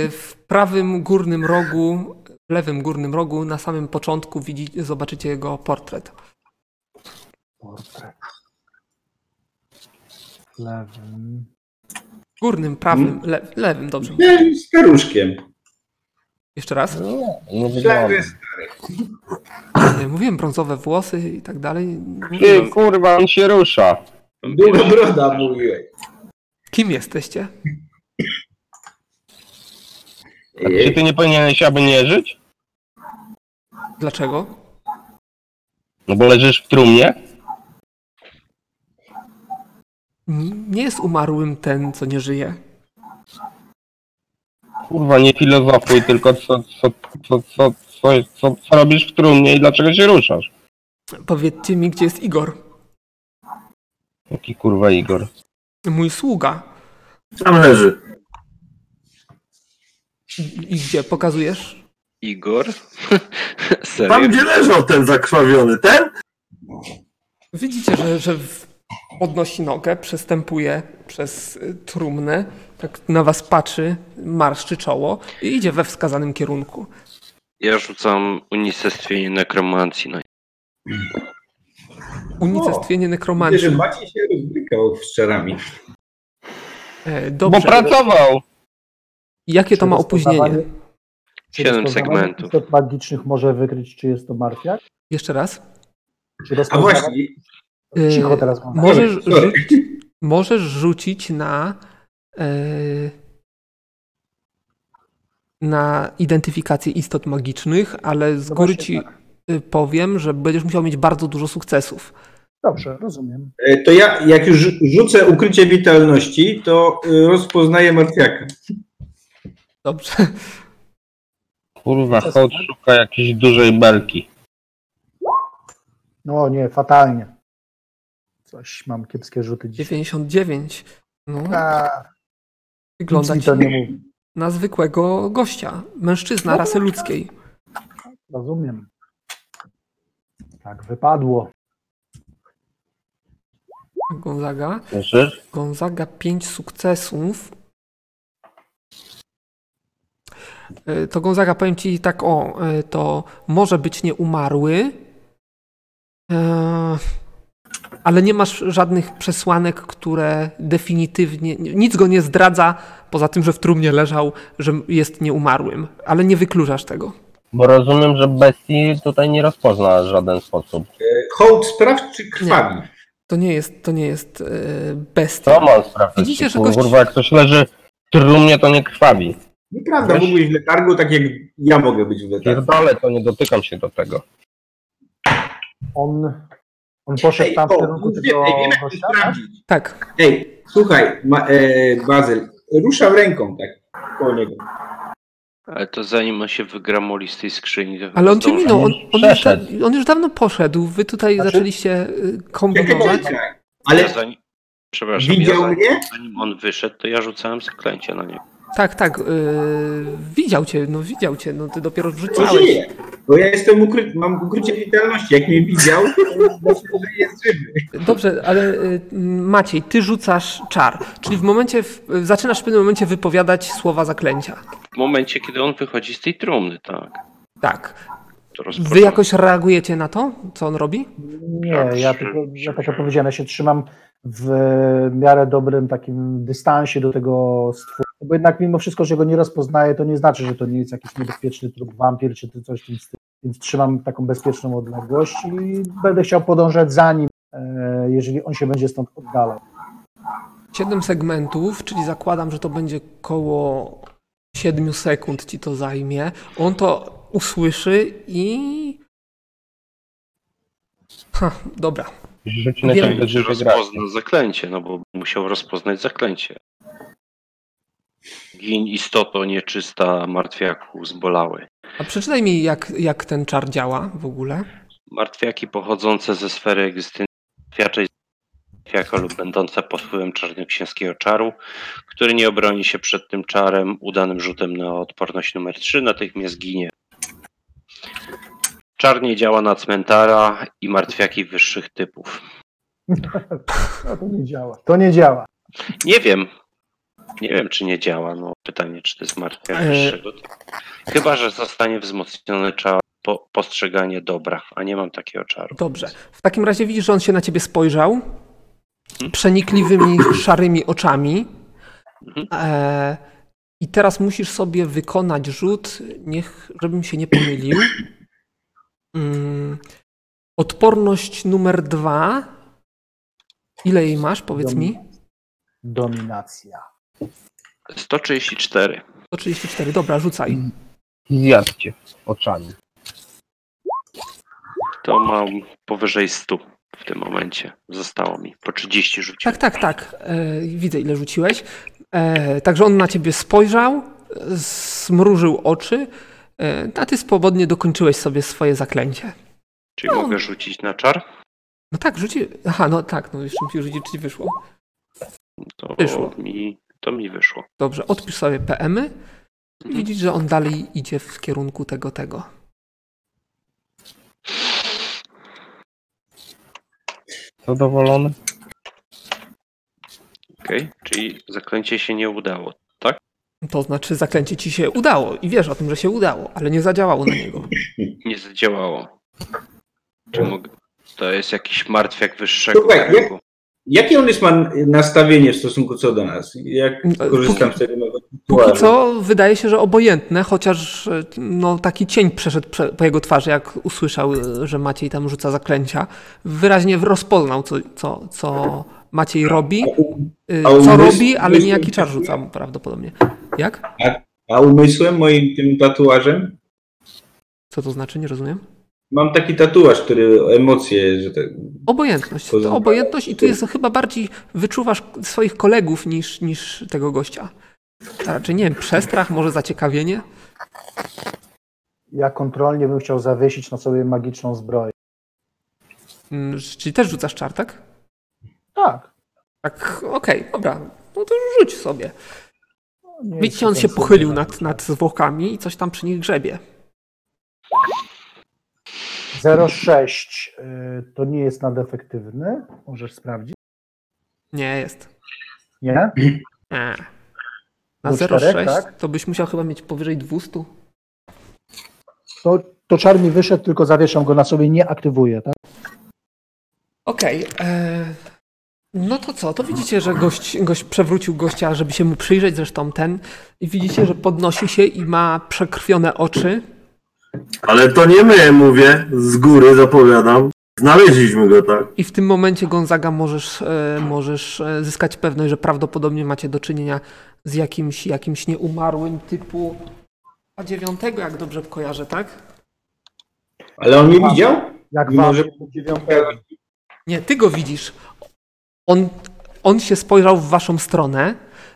Speaker 1: W prawym górnym rogu, w lewym górnym rogu, na samym początku widzi, zobaczycie jego portret.
Speaker 5: Portret. Lewym.
Speaker 1: Górnym, prawym, le, lewym, dobrze. mówię.
Speaker 6: Nie, z staruszkiem.
Speaker 1: Jeszcze raz.
Speaker 4: Nie, nie
Speaker 6: Myślałem, że
Speaker 4: wygląda.
Speaker 6: jest-
Speaker 1: E, Mówiłem brązowe włosy i tak dalej.
Speaker 4: Ty, kurwa, on się rusza.
Speaker 6: Długa broda mówiłem.
Speaker 1: Kim jesteście?
Speaker 6: Tak
Speaker 4: A Czy ty nie powinieneś, aby nie żyć?
Speaker 1: Dlaczego?
Speaker 4: No bo leżysz w trumnie?
Speaker 1: N- Nie jest umarłym ten, co nie żyje.
Speaker 4: Kurwa, nie filozofuj, tylko co, co, co, co, co, co, co robisz w trumnie i dlaczego się ruszasz?
Speaker 1: Powiedzcie mi, gdzie jest Igor,
Speaker 4: Jaki kurwa Igor?
Speaker 1: mój sługa.
Speaker 3: Tam leży.
Speaker 1: I gdzie pokazujesz?
Speaker 2: Igor?
Speaker 3: Tam
Speaker 2: Serio?
Speaker 3: gdzie leżał ten zakrwawiony. Ten?
Speaker 1: Widzicie, że, że w- podnosi nogę, przestępuje przez y, trumnę, tak na was patrzy, marszczy czoło i idzie we wskazanym kierunku.
Speaker 2: Ja rzucam unicestwienie nekromancji. No.
Speaker 1: Unicestwienie
Speaker 6: Widzę, że
Speaker 1: nekromancji.
Speaker 6: Maciej się rozbrykał z czarami.
Speaker 1: E,
Speaker 4: Bo
Speaker 1: Dobrze.
Speaker 4: pracował!
Speaker 1: Jakie to ma opóźnienie?
Speaker 5: Rozpoznawanie- czy
Speaker 2: Siedem
Speaker 5: rozpoznawanie
Speaker 2: segmentów.
Speaker 5: istot magicznych może wykryć, czy jest to martwiak?
Speaker 1: Jeszcze raz.
Speaker 5: Czy
Speaker 6: A
Speaker 5: rozpoznawanie-
Speaker 6: właśnie,
Speaker 1: E,
Speaker 5: Cicho teraz mam. No
Speaker 1: Możesz,
Speaker 6: Sorry, sorry.
Speaker 1: rzucić, możesz rzucić na. e, na identyfikację istot magicznych, ale z
Speaker 5: No
Speaker 1: góry
Speaker 5: właśnie
Speaker 1: ci y, powiem, że będziesz musiał mieć bardzo dużo sukcesów.
Speaker 5: Dobrze, rozumiem.
Speaker 6: e, to ja jak już rzucę ukrycie witalności, to y, rozpoznaję martwiaka.
Speaker 1: Dobrze.
Speaker 4: Kurwa, chodź, szuka jakiejś dużej belki.
Speaker 5: No nie, fatalnie. Coś mam kiepskie rzuty dzisiaj.
Speaker 1: 99. No,
Speaker 5: A, Tak. nic
Speaker 1: wygląda
Speaker 5: mi
Speaker 1: ci
Speaker 5: to nie No mówi.
Speaker 1: na zwykłego gościa. Mężczyzna
Speaker 5: tak,
Speaker 1: rasy ludzkiej.
Speaker 5: Rozumiem. Tak wypadło. tak.
Speaker 1: Gonzaga.
Speaker 4: Słyszysz?
Speaker 1: Gonzaga 5 sukcesów. Y, To Gonzaga, powiem ci tak, o, y, to może być nieumarły, e, ale nie masz żadnych przesłanek, które definitywnie, nic go nie zdradza, poza tym, że w trumnie leżał, że jest nieumarłym, ale nie wykluczasz tego.
Speaker 4: Bo rozumiem, że bestii tutaj nie rozpozna w żaden sposób.
Speaker 6: E, Hołd spraw czy krwawi?
Speaker 1: To nie jest, to nie jest y, bestia.
Speaker 4: To mam sprawę.
Speaker 1: Widzicie, że gość-
Speaker 4: Kurwa, jak ktoś leży w trumnie, to nie krwawi.
Speaker 6: Nieprawda,
Speaker 4: Weź.
Speaker 6: mógłbyś w letargu tak jak ja mogę być w letargu.
Speaker 4: Pierdolę, to nie dotykam się do tego.
Speaker 5: On, on poszedł tam w
Speaker 6: o,
Speaker 5: kierunku
Speaker 6: wiem,
Speaker 5: tego
Speaker 6: ej, wiem, jak to
Speaker 5: gościa. tak?
Speaker 6: sprawdzić.
Speaker 1: Tak,
Speaker 6: Ej, słuchaj, ma, e, Bazyl, ruszam ręką tak koło niego.
Speaker 2: Ale to zanim on się wygramoli z tej skrzyni. To
Speaker 1: ale on cię
Speaker 2: zdążę.
Speaker 1: minął, on, on, już, da,
Speaker 4: Przeszedł.
Speaker 1: on już dawno poszedł, wy tutaj
Speaker 5: Znaczy-
Speaker 1: zaczęliście y,
Speaker 6: Czekaj,
Speaker 1: kombinować.
Speaker 6: czekaj, czekaj. Ale
Speaker 2: Ja zanim... Przepraszam, ja
Speaker 6: widział
Speaker 2: zanim,
Speaker 6: mnie?
Speaker 2: zanim on wyszedł, to ja rzucałem zaklęcie na niego.
Speaker 1: Tak, tak. Yy, widział cię, no widział cię, no ty dopiero
Speaker 6: To
Speaker 1: wrzucałeś.
Speaker 6: żyje. Bo ja jestem ukry... mam ukrycie witalności. Jak mnie widział, to znaczy, że jest żywy.
Speaker 1: Dobrze, ale yy, Maciej, ty rzucasz czar, czyli w momencie, w, zaczynasz w pewnym momencie wypowiadać słowa zaklęcia.
Speaker 2: w momencie, kiedy on wychodzi z tej trumny, tak.
Speaker 1: Tak.
Speaker 2: To
Speaker 1: Wy
Speaker 2: rozpoczyna-
Speaker 1: jakoś reagujecie na to, co on robi?
Speaker 5: Nie,
Speaker 2: Tak,
Speaker 5: ja,
Speaker 2: że-
Speaker 5: tylko, ja tak
Speaker 2: że-
Speaker 5: jak powiedziałem, ja się trzymam w miarę dobrym takim dystansie do tego stwórcy, bo jednak mimo wszystko, że go nie rozpoznaję, to nie znaczy, że to nie jest jakiś niebezpieczny trup wampir czy coś w tym stylu. Więc trzymam taką bezpieczną odległość i będę chciał podążać za nim, e, jeżeli on się będzie stąd oddalał.
Speaker 1: 7 segmentów, czyli zakładam, że to będzie koło 7 sekund ci to zajmie. On to usłyszy i. Ha, dobra.
Speaker 4: Rzuci na
Speaker 1: Wiem,
Speaker 4: ciebie
Speaker 2: że
Speaker 4: dużo
Speaker 2: rozpozna znaczy zaklęcie, no bo musiał rozpoznać zaklęcie. Gin istoto nieczysta martwiaku zbolały.
Speaker 1: A przeczytaj mi, jak, jak ten czar działa w ogóle.
Speaker 2: Martwiaki pochodzące ze sfery egzystencji martwiaczej martwiaka lub będące pod wpływem czarnoksięskiego czaru, który nie obroni się przed tym czarem udanym rzutem na odporność numer 3, natychmiast ginie. Czar nie działa na cmentara i martwiaki wyższych typów.
Speaker 5: No to nie działa. To nie działa.
Speaker 2: Nie wiem. Nie wiem, czy nie działa. No, pytanie, czy to jest martwiak
Speaker 1: E.
Speaker 2: wyższego. typu. Chyba, że zostanie wzmocniony czar po postrzeganie dobra, a nie mam takiego czaru.
Speaker 1: Dobrze. W takim razie widzisz, że on się na ciebie spojrzał przenikliwymi, szarymi oczami.
Speaker 2: Mhm.
Speaker 1: E, I teraz musisz sobie wykonać rzut, niech, żebym się nie pomylił. Mm, odporność numer dwa. Ile jej masz, powiedz mi?
Speaker 5: Dominacja.
Speaker 2: 134.
Speaker 1: 134, dobra, rzucaj.
Speaker 4: Zjadźcie oczami.
Speaker 2: To mam powyżej 100 w tym momencie. Zostało mi. Po 30 rzuciłem.
Speaker 1: Tak, tak, tak. E, widzę, ile rzuciłeś. E, także on na ciebie spojrzał, e, zmrużył oczy, e, a ty swobodnie dokończyłeś sobie swoje zaklęcie.
Speaker 2: Czyli
Speaker 1: no.
Speaker 2: mogę rzucić na czar?
Speaker 1: No tak, rzuci. Aha, no tak, no jeszcze mi rzucić ci wyszło.
Speaker 2: To
Speaker 1: Wyszło.
Speaker 2: mi, to mi wyszło.
Speaker 1: Dobrze, odpisz sobie PM-y. i Widzisz, że on dalej idzie w kierunku tego, tego.
Speaker 4: Zadowolony?
Speaker 2: Okej, czyli zaklęcie się nie udało.
Speaker 1: To znaczy, zaklęcie ci się udało i wiesz o tym, że się udało, ale nie zadziałało na niego.
Speaker 2: Nie zadziałało. Czy
Speaker 5: Tak.
Speaker 2: mogę... To jest jakiś martwiak wyższego
Speaker 6: Słuchaj, jak-
Speaker 2: typu.
Speaker 6: Jakie on jest ma nastawienie w stosunku co do nas? Jak
Speaker 1: E,
Speaker 6: korzystam z tego nowego
Speaker 1: Póki
Speaker 6: tuaru?
Speaker 1: co wydaje się, że obojętne, chociaż e, no, taki cień przeszedł prze, po jego twarzy, jak usłyszał, e, że Maciej tam rzuca zaklęcia. Wyraźnie rozpoznał, co, co, co Maciej robi, e,
Speaker 6: A umysł-
Speaker 1: co robi, ale
Speaker 6: umysł-
Speaker 1: nie jaki czar rzuca mu prawdopodobnie. Jak?
Speaker 6: A umysłem moim tym tatuażem?
Speaker 1: Co to znaczy? Nie rozumiem.
Speaker 6: Mam taki tatuaż, który emocje, że tak,
Speaker 1: Obojętność. To
Speaker 6: Porządku.
Speaker 1: obojętność i tu jest chyba bardziej wyczuwasz swoich kolegów niż, niż tego gościa. A Raczej nie wiem, przestrach, może zaciekawienie?
Speaker 5: Ja kontrolnie bym chciał zawiesić na sobie magiczną zbroję.
Speaker 1: Mm, Czyli też rzucasz czar, tak?
Speaker 5: Tak.
Speaker 1: Tak, okej, dobra. No to rzuć sobie.
Speaker 5: No, Nie
Speaker 1: Widzicie, on
Speaker 5: jestem
Speaker 1: się
Speaker 5: sensu-
Speaker 1: pochylił nad, nad zwłokami i coś tam przy nich grzebie.
Speaker 5: 06 y, to nie jest nadefektywny. Możesz sprawdzić.
Speaker 1: Nie jest.
Speaker 5: Nie?
Speaker 1: Nie. Na
Speaker 5: Do czterech,
Speaker 1: 0,6
Speaker 5: tak?
Speaker 1: to byś musiał chyba mieć powyżej 200.
Speaker 5: To, to czar mi wyszedł, tylko zawieszam go na sobie, nie aktywuję, tak?
Speaker 1: Okej. e, No to co? To widzicie, że gość, gość przewrócił gościa, żeby się mu przyjrzeć, zresztą ten. I widzicie, że podnosi się i ma przekrwione oczy.
Speaker 3: Ale to nie my, mówię, z góry zapowiadam. Znaleźliśmy go, tak?
Speaker 1: I w tym momencie, Gonzaga, możesz, e, możesz e, zyskać pewność, że prawdopodobnie macie do czynienia z jakimś, jakimś nieumarłym typu A9, jak dobrze kojarzę, tak?
Speaker 6: Ale on mnie widział?
Speaker 5: Jak
Speaker 6: Mimo,
Speaker 5: wam
Speaker 6: że
Speaker 1: Nie, ty go widzisz. On, on się spojrzał w waszą stronę.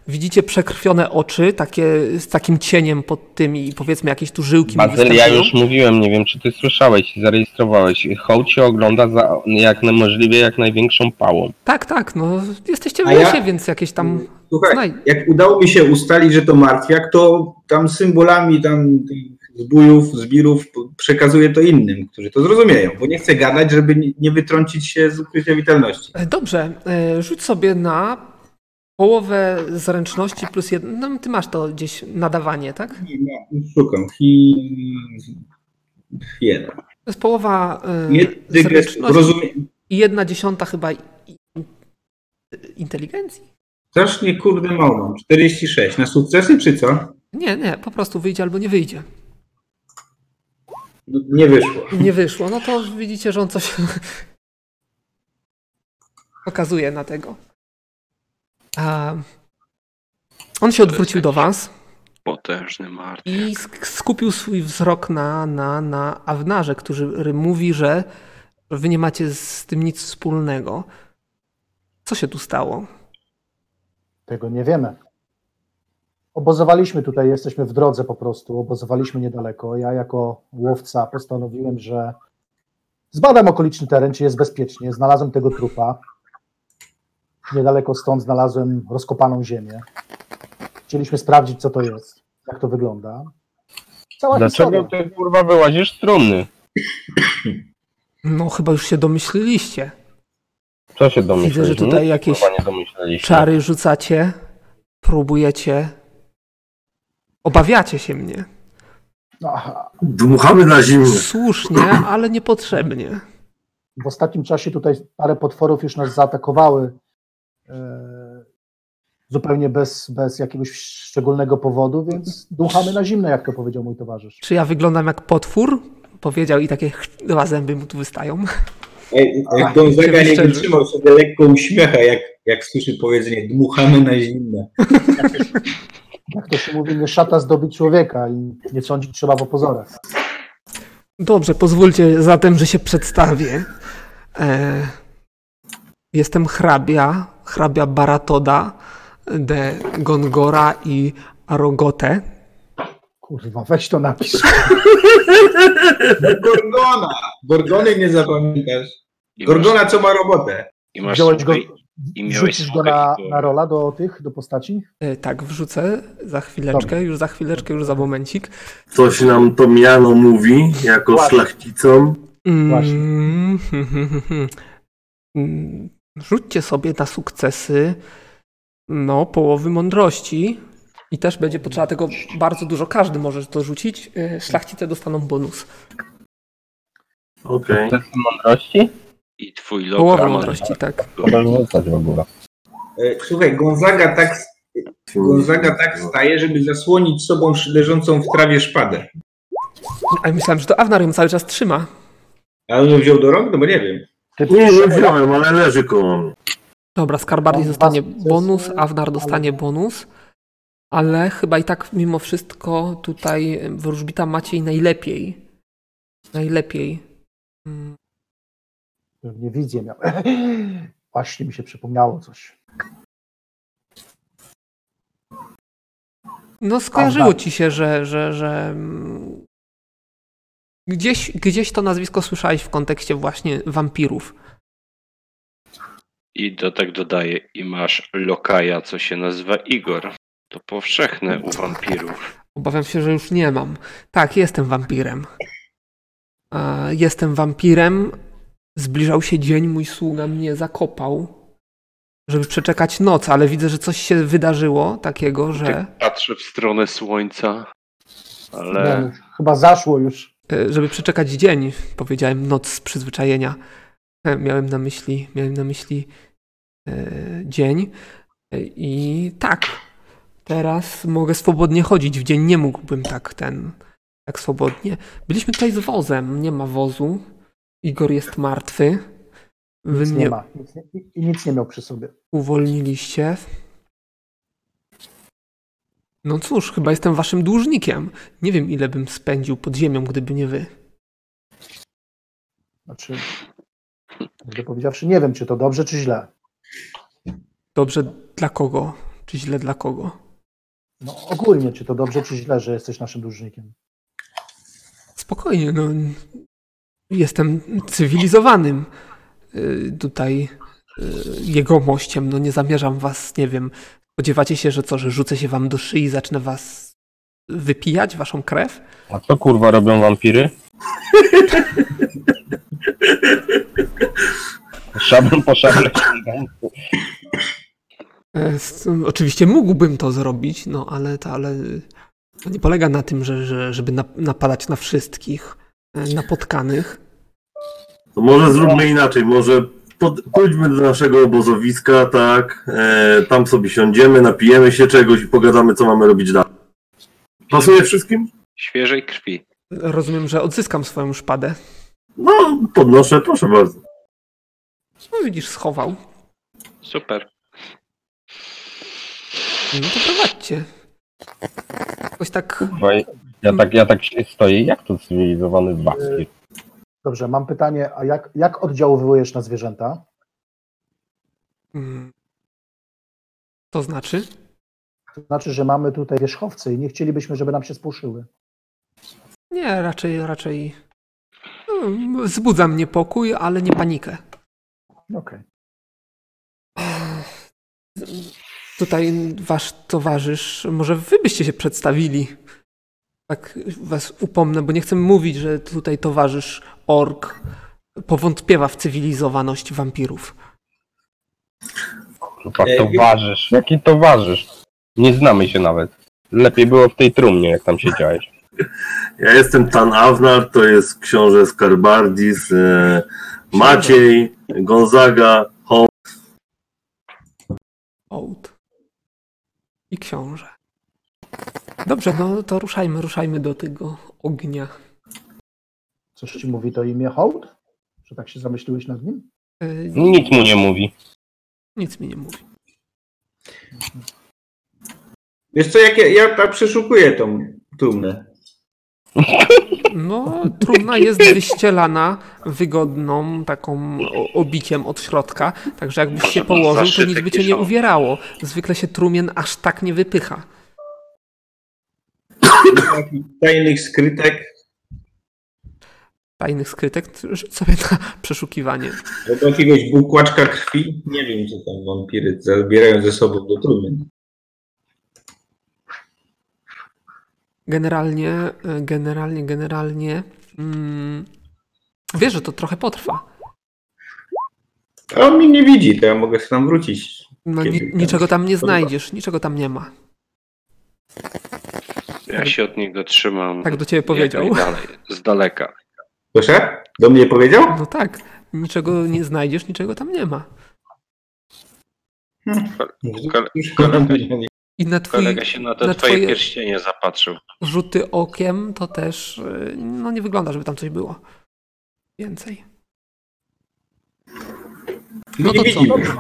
Speaker 1: Widzicie przekrwione oczy, takie z takim cieniem pod tymi, powiedzmy, jakieś tu żyłki. mu
Speaker 4: Bazyl, ja
Speaker 1: występują.
Speaker 4: już mówiłem, nie wiem czy ty słyszałeś, zarejestrowałeś. Hołd się ogląda za jak na- możliwie jak największą pałą.
Speaker 1: Tak, tak, no jesteście w
Speaker 6: A ja-
Speaker 1: lesie, więc jakieś tam...
Speaker 6: Słuchaj,
Speaker 1: Znaj...
Speaker 6: jak udało mi się ustalić, że to martwiak, to tam symbolami tam tych zbójów, zbirów przekazuję to innym, którzy to zrozumieją, bo nie chcę gadać, żeby nie- nie wytrącić się z ukrycia witalności.
Speaker 1: E, Dobrze, e, rzuć sobie na Połowę zręczności plus jeden. No, ty masz to gdzieś nadawanie, tak?
Speaker 6: Nie, Szukam. Hi... Jeden.
Speaker 1: To jest połowa e,
Speaker 6: Nie dygres,
Speaker 1: zręczności
Speaker 6: rozumiem.
Speaker 1: i jedna dziesiąta chyba i- i- inteligencji?
Speaker 6: Strasznie kurde mało mam. 46. Na sukcesy czy co?
Speaker 1: Nie, nie, po prostu wyjdzie albo nie wyjdzie.
Speaker 6: No, Nie wyszło.
Speaker 1: Nie wyszło. No to widzicie, że on coś pokazuje na tego. A... On się odwrócił do was
Speaker 2: Potężny mart.
Speaker 1: i sk- skupił swój wzrok na, na, na Awnarze, który mówi, że wy nie macie z tym nic wspólnego. Co się tu stało?
Speaker 5: Tego nie wiemy. Obozowaliśmy tutaj, jesteśmy w drodze po prostu, obozowaliśmy niedaleko. Ja jako łowca postanowiłem, że zbadam okoliczny teren, czy jest bezpiecznie. Znalazłem tego trupa. Niedaleko stąd znalazłem rozkopaną ziemię. Chcieliśmy sprawdzić, co to jest, jak to wygląda. Cała
Speaker 4: Dlaczego
Speaker 5: historia.
Speaker 4: ty kurwa wyłazisz z trumny?
Speaker 1: No chyba już się domyśliliście.
Speaker 4: Co się domyślisz?
Speaker 1: Widzę, że tutaj
Speaker 4: Nic,
Speaker 1: jakieś
Speaker 4: kurwa, nie domyśleliście.
Speaker 1: Czary rzucacie, próbujecie, obawiacie się mnie.
Speaker 5: No, aha.
Speaker 3: Dmuchamy na zimne.
Speaker 1: Słusznie, ale niepotrzebnie.
Speaker 5: W ostatnim czasie tutaj parę potworów już nas zaatakowały. e, Zupełnie bez, bez jakiegoś szczególnego powodu, więc duchamy na zimne, jak to powiedział mój towarzysz.
Speaker 1: Czy ja wyglądam jak potwór? Powiedział i takie ch- dwa zęby mu tu wystają.
Speaker 6: Ej,
Speaker 1: Ach,
Speaker 6: Jak Gonzaga Tak, nie
Speaker 1: szczerze.
Speaker 6: wytrzymał sobie lekko uśmiecha, jak, jak słyszy powiedzenie dmuchamy na zimne.
Speaker 5: Jak to się mówi, nie szata zdobi człowieka i nie sądzić trzeba w opozorach.
Speaker 1: Dobrze, pozwólcie zatem, że się przedstawię. E, jestem hrabia, hrabia Baratoda de Gongora i Arogote.
Speaker 5: Kurwa, weź to napisz.
Speaker 6: No, Gorgona! Gorgony nie zapamiętasz.
Speaker 2: I masz,
Speaker 6: Gorgona co ma robotę?
Speaker 2: i masz
Speaker 5: Wziąłeś go,
Speaker 2: słuchaj, i miałeś
Speaker 5: wrzucisz go
Speaker 2: słuchaj,
Speaker 5: na,
Speaker 2: bo-
Speaker 5: na rola do tych, do postaci?
Speaker 1: E, tak, wrzucę za chwileczkę, już za chwileczkę, już za momencik.
Speaker 3: Coś nam to miano mówi, jako
Speaker 5: Właśnie.
Speaker 3: szlachcicom.
Speaker 5: Właśnie.
Speaker 1: Mm, hmm, hmm, hmm, hmm. Mm, Rzućcie sobie na sukcesy no, połowy mądrości i też będzie potrzeba tego bardzo dużo. Każdy może to rzucić. Y, Szlachcice dostaną bonus.
Speaker 3: Okej.
Speaker 4: To jest mądrości?
Speaker 2: I twój
Speaker 1: Połowy
Speaker 2: lokal.
Speaker 1: mądrości, tak.
Speaker 4: Trzeba rzucać w ogóle.
Speaker 6: E, Słuchaj, Gonzaga tak, Gonzaga tak staje, żeby zasłonić sobą leżącą w trawie szpadę.
Speaker 1: A myślałem, że to Avnar ją cały czas trzyma.
Speaker 6: A on ją wziął do rąk? No bo nie wiem.
Speaker 5: Ty
Speaker 3: Nie, nie wziąłem, ale leży koło mnie.
Speaker 1: Dobra, Skarbardi
Speaker 5: Mam
Speaker 1: dostanie
Speaker 5: dwa sukcesy,
Speaker 1: bonus, Avnar dostanie
Speaker 5: ale-
Speaker 1: bonus, ale chyba i tak mimo wszystko tutaj wróżbita Maciej najlepiej. Najlepiej. Mm.
Speaker 5: Pewnie wizję miał. Właśnie mi się przypomniało coś.
Speaker 1: No skojarzyło
Speaker 5: Prawda.
Speaker 1: ci się, że, że, że mm, gdzieś, gdzieś to nazwisko słyszałeś w kontekście właśnie wampirów.
Speaker 2: I do tak dodaję, i masz lokaja, co się nazywa Igor. To powszechne u wampirów.
Speaker 1: Obawiam się, że już nie mam. Tak, jestem wampirem. A, jestem wampirem. Zbliżał się dzień, mój sługa mnie zakopał, żeby przeczekać noc, ale widzę, że coś się wydarzyło takiego, że
Speaker 2: Patrzę w stronę słońca,
Speaker 5: Nie,
Speaker 2: ale
Speaker 5: już, chyba zaszło już.
Speaker 1: e, żeby przeczekać dzień, powiedziałem noc z przyzwyczajenia. E, Miałem na myśli, miałem na myśli e, dzień. E, I tak, teraz mogę swobodnie chodzić. W dzień nie mógłbym tak ten, tak swobodnie. Byliśmy tutaj z wozem, nie ma wozu. Igor jest martwy. Wy
Speaker 5: Nic
Speaker 1: mnie
Speaker 5: nie ma. Nic nie, i- I nic nie miał przy sobie.
Speaker 1: uwolniliście. No cóż, chyba jestem waszym dłużnikiem. Nie wiem, ile bym spędził pod ziemią, gdyby nie wy.
Speaker 5: Znaczy, jakby powiedziawszy, nie wiem, czy to dobrze, czy źle.
Speaker 1: Dobrze dla kogo, czy źle dla kogo?
Speaker 5: No, ogólnie, czy to dobrze, czy źle, że jesteś naszym dłużnikiem.
Speaker 1: Spokojnie, no. Jestem cywilizowanym y, tutaj y, jegomościem. No nie zamierzam was, nie wiem. Spodziewacie się, że co, że rzucę się wam do szyi i zacznę was wypijać, waszą krew?
Speaker 4: A co kurwa robią wampiry? Szablon po szablę.
Speaker 1: E, s- Oczywiście mógłbym to zrobić, no ale, to, ale to nie polega na tym, że, że, żeby nap- napadać na wszystkich e, napotkanych.
Speaker 3: To No może zróbmy inaczej, może pod, pójdźmy do naszego obozowiska, tak, e, tam sobie siądziemy, napijemy się czegoś i pogadamy, co mamy robić dalej. Pasuje wszystkim?
Speaker 2: Świeżej krwi.
Speaker 1: Rozumiem, że odzyskam swoją szpadę.
Speaker 3: No, podnoszę, proszę bardzo.
Speaker 1: No widzisz, schował.
Speaker 2: Super.
Speaker 1: No to prowadźcie. Jakoś tak
Speaker 4: Bo ja tak, ja tak się stoję, jak to cywilizowany
Speaker 1: E,
Speaker 4: waski?
Speaker 5: Dobrze, mam pytanie, a jak, jak oddziaływujesz na zwierzęta?
Speaker 1: Mm. To znaczy?
Speaker 5: To znaczy, że mamy tutaj wierzchowce i nie chcielibyśmy, żeby nam się spłoszyły.
Speaker 1: Nie, raczej, raczej. Mm, Wzbudzam niepokój, ale nie panikę.
Speaker 5: Okej.
Speaker 1: Tutaj wasz towarzysz, może wy byście się przedstawili. Tak was upomnę, bo nie chcę mówić, że tutaj towarzysz ork powątpiewa w cywilizowaność wampirów.
Speaker 4: Chyba
Speaker 6: Ej,
Speaker 4: towarzysz. Jaki towarzysz? Nie znamy się nawet. Lepiej było w tej trumnie, jak tam siedziałeś.
Speaker 3: Ja jestem Tan Avnar, to jest książę Skarbardis, e, Maciej, Gonzaga, Ho.
Speaker 1: Ołd. I książę. Dobrze, no to ruszajmy, ruszajmy do tego ognia.
Speaker 5: Coś ci mówi to imię Hołd? Że tak się zamyśliłeś nad nim?
Speaker 1: Y,
Speaker 4: Nic mu nie mówi.
Speaker 1: Nic mi nie mówi.
Speaker 6: Wiesz co, jak ja, ja tak przeszukuję tą trumnę.
Speaker 1: No, trumna jest wyścielana wygodną taką o- obiciem od środka, także jakbyś się położył, to nic by cię nie uwierało. Zwykle się trumien aż tak nie wypycha.
Speaker 6: Takich tajnych skrytek,
Speaker 1: Tajnych skrytek to rzuć sobie na przeszukiwanie.
Speaker 6: albo jakiegoś bukłaczka krwi. Nie wiem, co tam wampiry zabierają ze sobą do trumien.
Speaker 1: Generalnie, y, generalnie, generalnie mm, wiesz, że to trochę potrwa.
Speaker 6: A on mnie nie widzi, to ja mogę się tam wrócić.
Speaker 1: No, ni-
Speaker 6: Kiedy tam
Speaker 1: niczego tam nie
Speaker 6: podoba.
Speaker 1: znajdziesz, niczego tam nie ma.
Speaker 2: Ja się od niego trzymam.
Speaker 1: Tak do ciebie powiedział.
Speaker 2: Jak najdalej, z daleka.
Speaker 6: Proszę? Do mnie powiedział?
Speaker 1: No tak, niczego nie znajdziesz, niczego tam nie ma. No
Speaker 2: Kole-
Speaker 1: I na twój
Speaker 2: Kolega się na te
Speaker 1: na
Speaker 2: twoje
Speaker 1: twoje-
Speaker 2: pierścienie zapatrzył.
Speaker 1: rzuty okiem, to też y, no nie wygląda, żeby tam coś było. Więcej. No to
Speaker 6: nie
Speaker 1: co?
Speaker 6: widzi.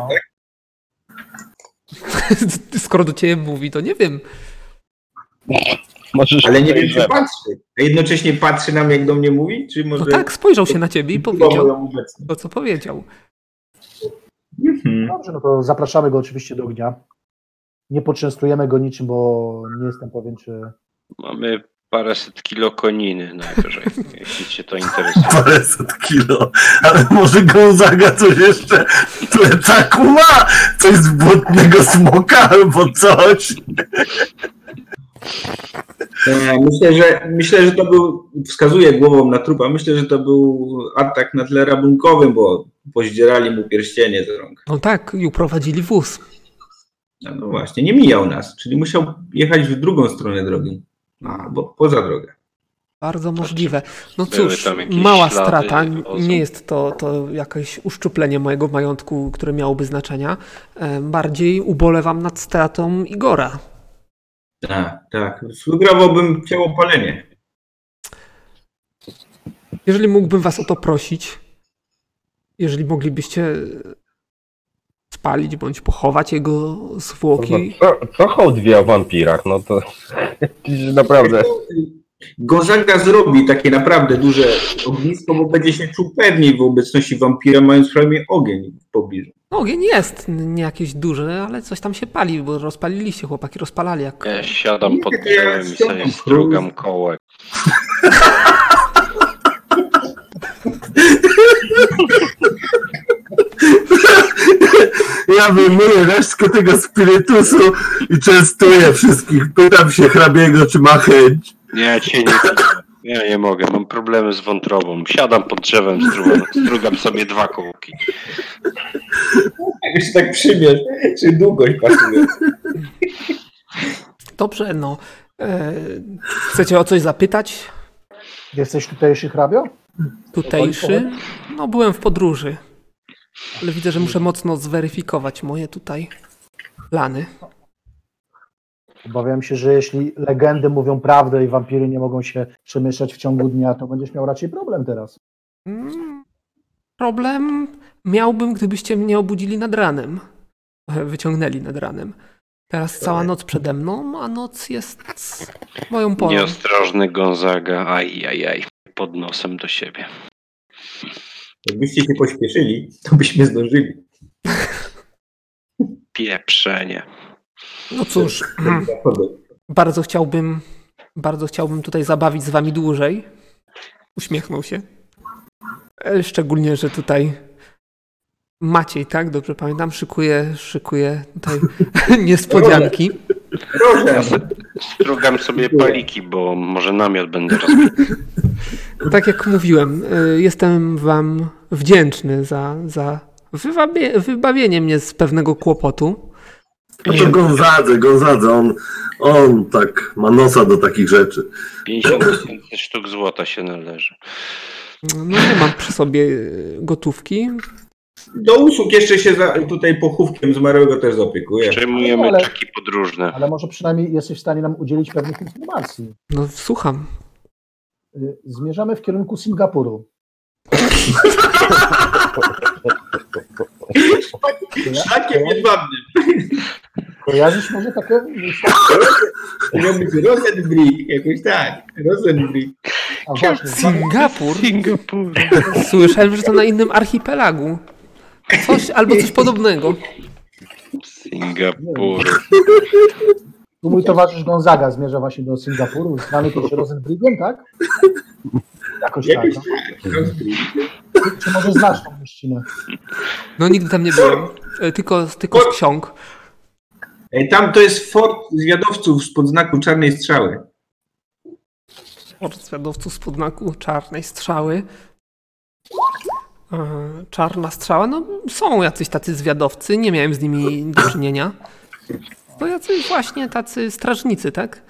Speaker 1: Skoro do ciebie mówi, to nie wiem.
Speaker 4: Możesz
Speaker 6: Ale nie wiem,
Speaker 4: powiedzieć,
Speaker 6: czy
Speaker 4: że-
Speaker 6: patrzy. A jednocześnie patrzy nam, jak do mnie mówi? Czy może...
Speaker 1: No tak, spojrzał się na ciebie i powiedział
Speaker 6: moją obecność?
Speaker 1: to, co powiedział.
Speaker 6: Mhm.
Speaker 5: Dobrze, no to zapraszamy go oczywiście do ognia. Nie poczęstujemy go niczym, bo nie jestem pewien, czy...
Speaker 2: Mamy paręset kilo koniny najwyżej, jeśli cię to interesuje.
Speaker 3: paręset kilo, ale może Gonzaga coś jeszcze w plecaku ma, coś z błotnego smoka albo coś.
Speaker 6: E, Myślę, że myślę, że to był, wskazuję głową na trupa, myślę, że to był atak na tle rabunkowym, bo pozdzierali mu pierścienie z rąk.
Speaker 1: No tak, i uprowadzili wóz.
Speaker 6: No, no właśnie, nie mijał nas, czyli musiał jechać w drugą stronę drogi, albo poza drogę.
Speaker 1: Bardzo możliwe. No
Speaker 2: Znaczy, Były
Speaker 1: cóż,
Speaker 2: tam jakieś
Speaker 1: mała
Speaker 2: ślady
Speaker 1: strata.
Speaker 2: wozu?
Speaker 1: Nie jest to, to jakieś uszczuplenie mojego majątku, które miałoby znaczenia. E, Bardziej ubolewam nad stratą Igora.
Speaker 6: Tak, tak. Sugerowałbym ciało palenie.
Speaker 1: Jeżeli mógłbym was o to prosić, jeżeli moglibyście spalić bądź pochować jego zwłoki,
Speaker 4: Co, co hołd wie o wampirach? No to naprawdę.
Speaker 6: Gonzaga zrobi takie naprawdę duże ognisko, bo będzie się czuł pewniej w obecności wampira, mając przynajmniej ogień w pobliżu.
Speaker 1: no ogień jest, n- nie jakieś duże, ale coś tam się pali, bo rozpaliliście, chłopaki rozpalali jak...
Speaker 2: Ja siadam pod
Speaker 6: Nie, to ja
Speaker 2: drewem i
Speaker 6: ściągam
Speaker 2: sobie strugam kołek.
Speaker 3: Ja wyjmuję resztkę tego spirytusu i częstuję wszystkich. Pytam się hrabiego, czy ma chęć.
Speaker 2: Nie, cię nie Ja nie mogę, mam problemy z wątrobą. Siadam pod drzewem, strugam, strugam sobie dwa kołki.
Speaker 6: Jak się tak przymierz, czy długość pasuje.
Speaker 1: Dobrze, no. E, chcecie o coś zapytać?
Speaker 5: Jesteś tutejszy hrabio?
Speaker 1: Tutejszy? No, byłem w podróży. Ale widzę, że muszę mocno zweryfikować moje tutaj plany.
Speaker 5: Obawiam się, że jeśli legendy mówią prawdę i wampiry nie mogą się przemieszczać w ciągu dnia, to będziesz miał raczej problem teraz.
Speaker 1: Mm, Problem miałbym, gdybyście mnie obudzili nad ranem. E, Wyciągnęli nad ranem. Teraz cała noc przede mną, a noc jest moją porą.
Speaker 2: Nieostrożny Gonzaga, aj, aj, aj. Pod nosem do siebie.
Speaker 6: Jakbyście się pośpieszyli, to byśmy zdążyli.
Speaker 2: Pieprzenie.
Speaker 1: No cóż, bardzo chciałbym, bardzo chciałbym tutaj zabawić z wami dłużej. Uśmiechnął się. E, Szczególnie, że tutaj Maciej, tak? Dobrze pamiętam, szykuje, szykuje tutaj niespodzianki.
Speaker 6: Proszę,
Speaker 2: Strugam sobie paliki, bo może namiot będę rozbił.
Speaker 1: Tak jak mówiłem, y, jestem wam wdzięczny za, za wywabie, wybawienie mnie z pewnego kłopotu.
Speaker 3: A to Gonzadze, Gonzadze, on, on tak ma nosa do takich rzeczy.
Speaker 2: 50 tysięcy sztuk złota się należy.
Speaker 1: No nie mam przy sobie y, gotówki.
Speaker 6: do usług jeszcze się za, tutaj pochówkiem zmarłego też zaopiekuję.
Speaker 2: Przyjmujemy
Speaker 5: Ale-
Speaker 2: czeki podróżne.
Speaker 5: Ale może przynajmniej jesteś w stanie nam udzielić pewnych informacji.
Speaker 1: No słucham.
Speaker 5: Y, Zmierzamy w kierunku Singapuru.
Speaker 6: Szlakiem jedwabnym.
Speaker 5: Kojarzysz może takie...
Speaker 6: To miał być Rosenbrick, jakoś tak. Rosenbrick.
Speaker 5: A właśnie,
Speaker 1: Singapur?
Speaker 2: Singapur.
Speaker 1: Słyszałem, że to na innym archipelagu. Coś albo coś podobnego.
Speaker 2: Singapur.
Speaker 5: tu mój towarzysz Gonzaga zmierza właśnie do Singapuru. Znany też Rosenbrigiem, tak? Jakoś tak.
Speaker 6: Jakoś
Speaker 5: No.
Speaker 6: tak. Rosenbrick.
Speaker 5: Czy może znasz tą mieścinę?
Speaker 1: No nigdy tam nie byłem. Y, Tylko, tylko z ksiąg.
Speaker 6: Ej, Tam to jest fort zwiadowców spod znaku czarnej strzały.
Speaker 1: Mord zwiadowców z podnaku czarnej strzały. E, Czarna strzała, no są jacyś tacy zwiadowcy, nie miałem z nimi do czynienia. To jacyś właśnie tacy strażnicy, tak?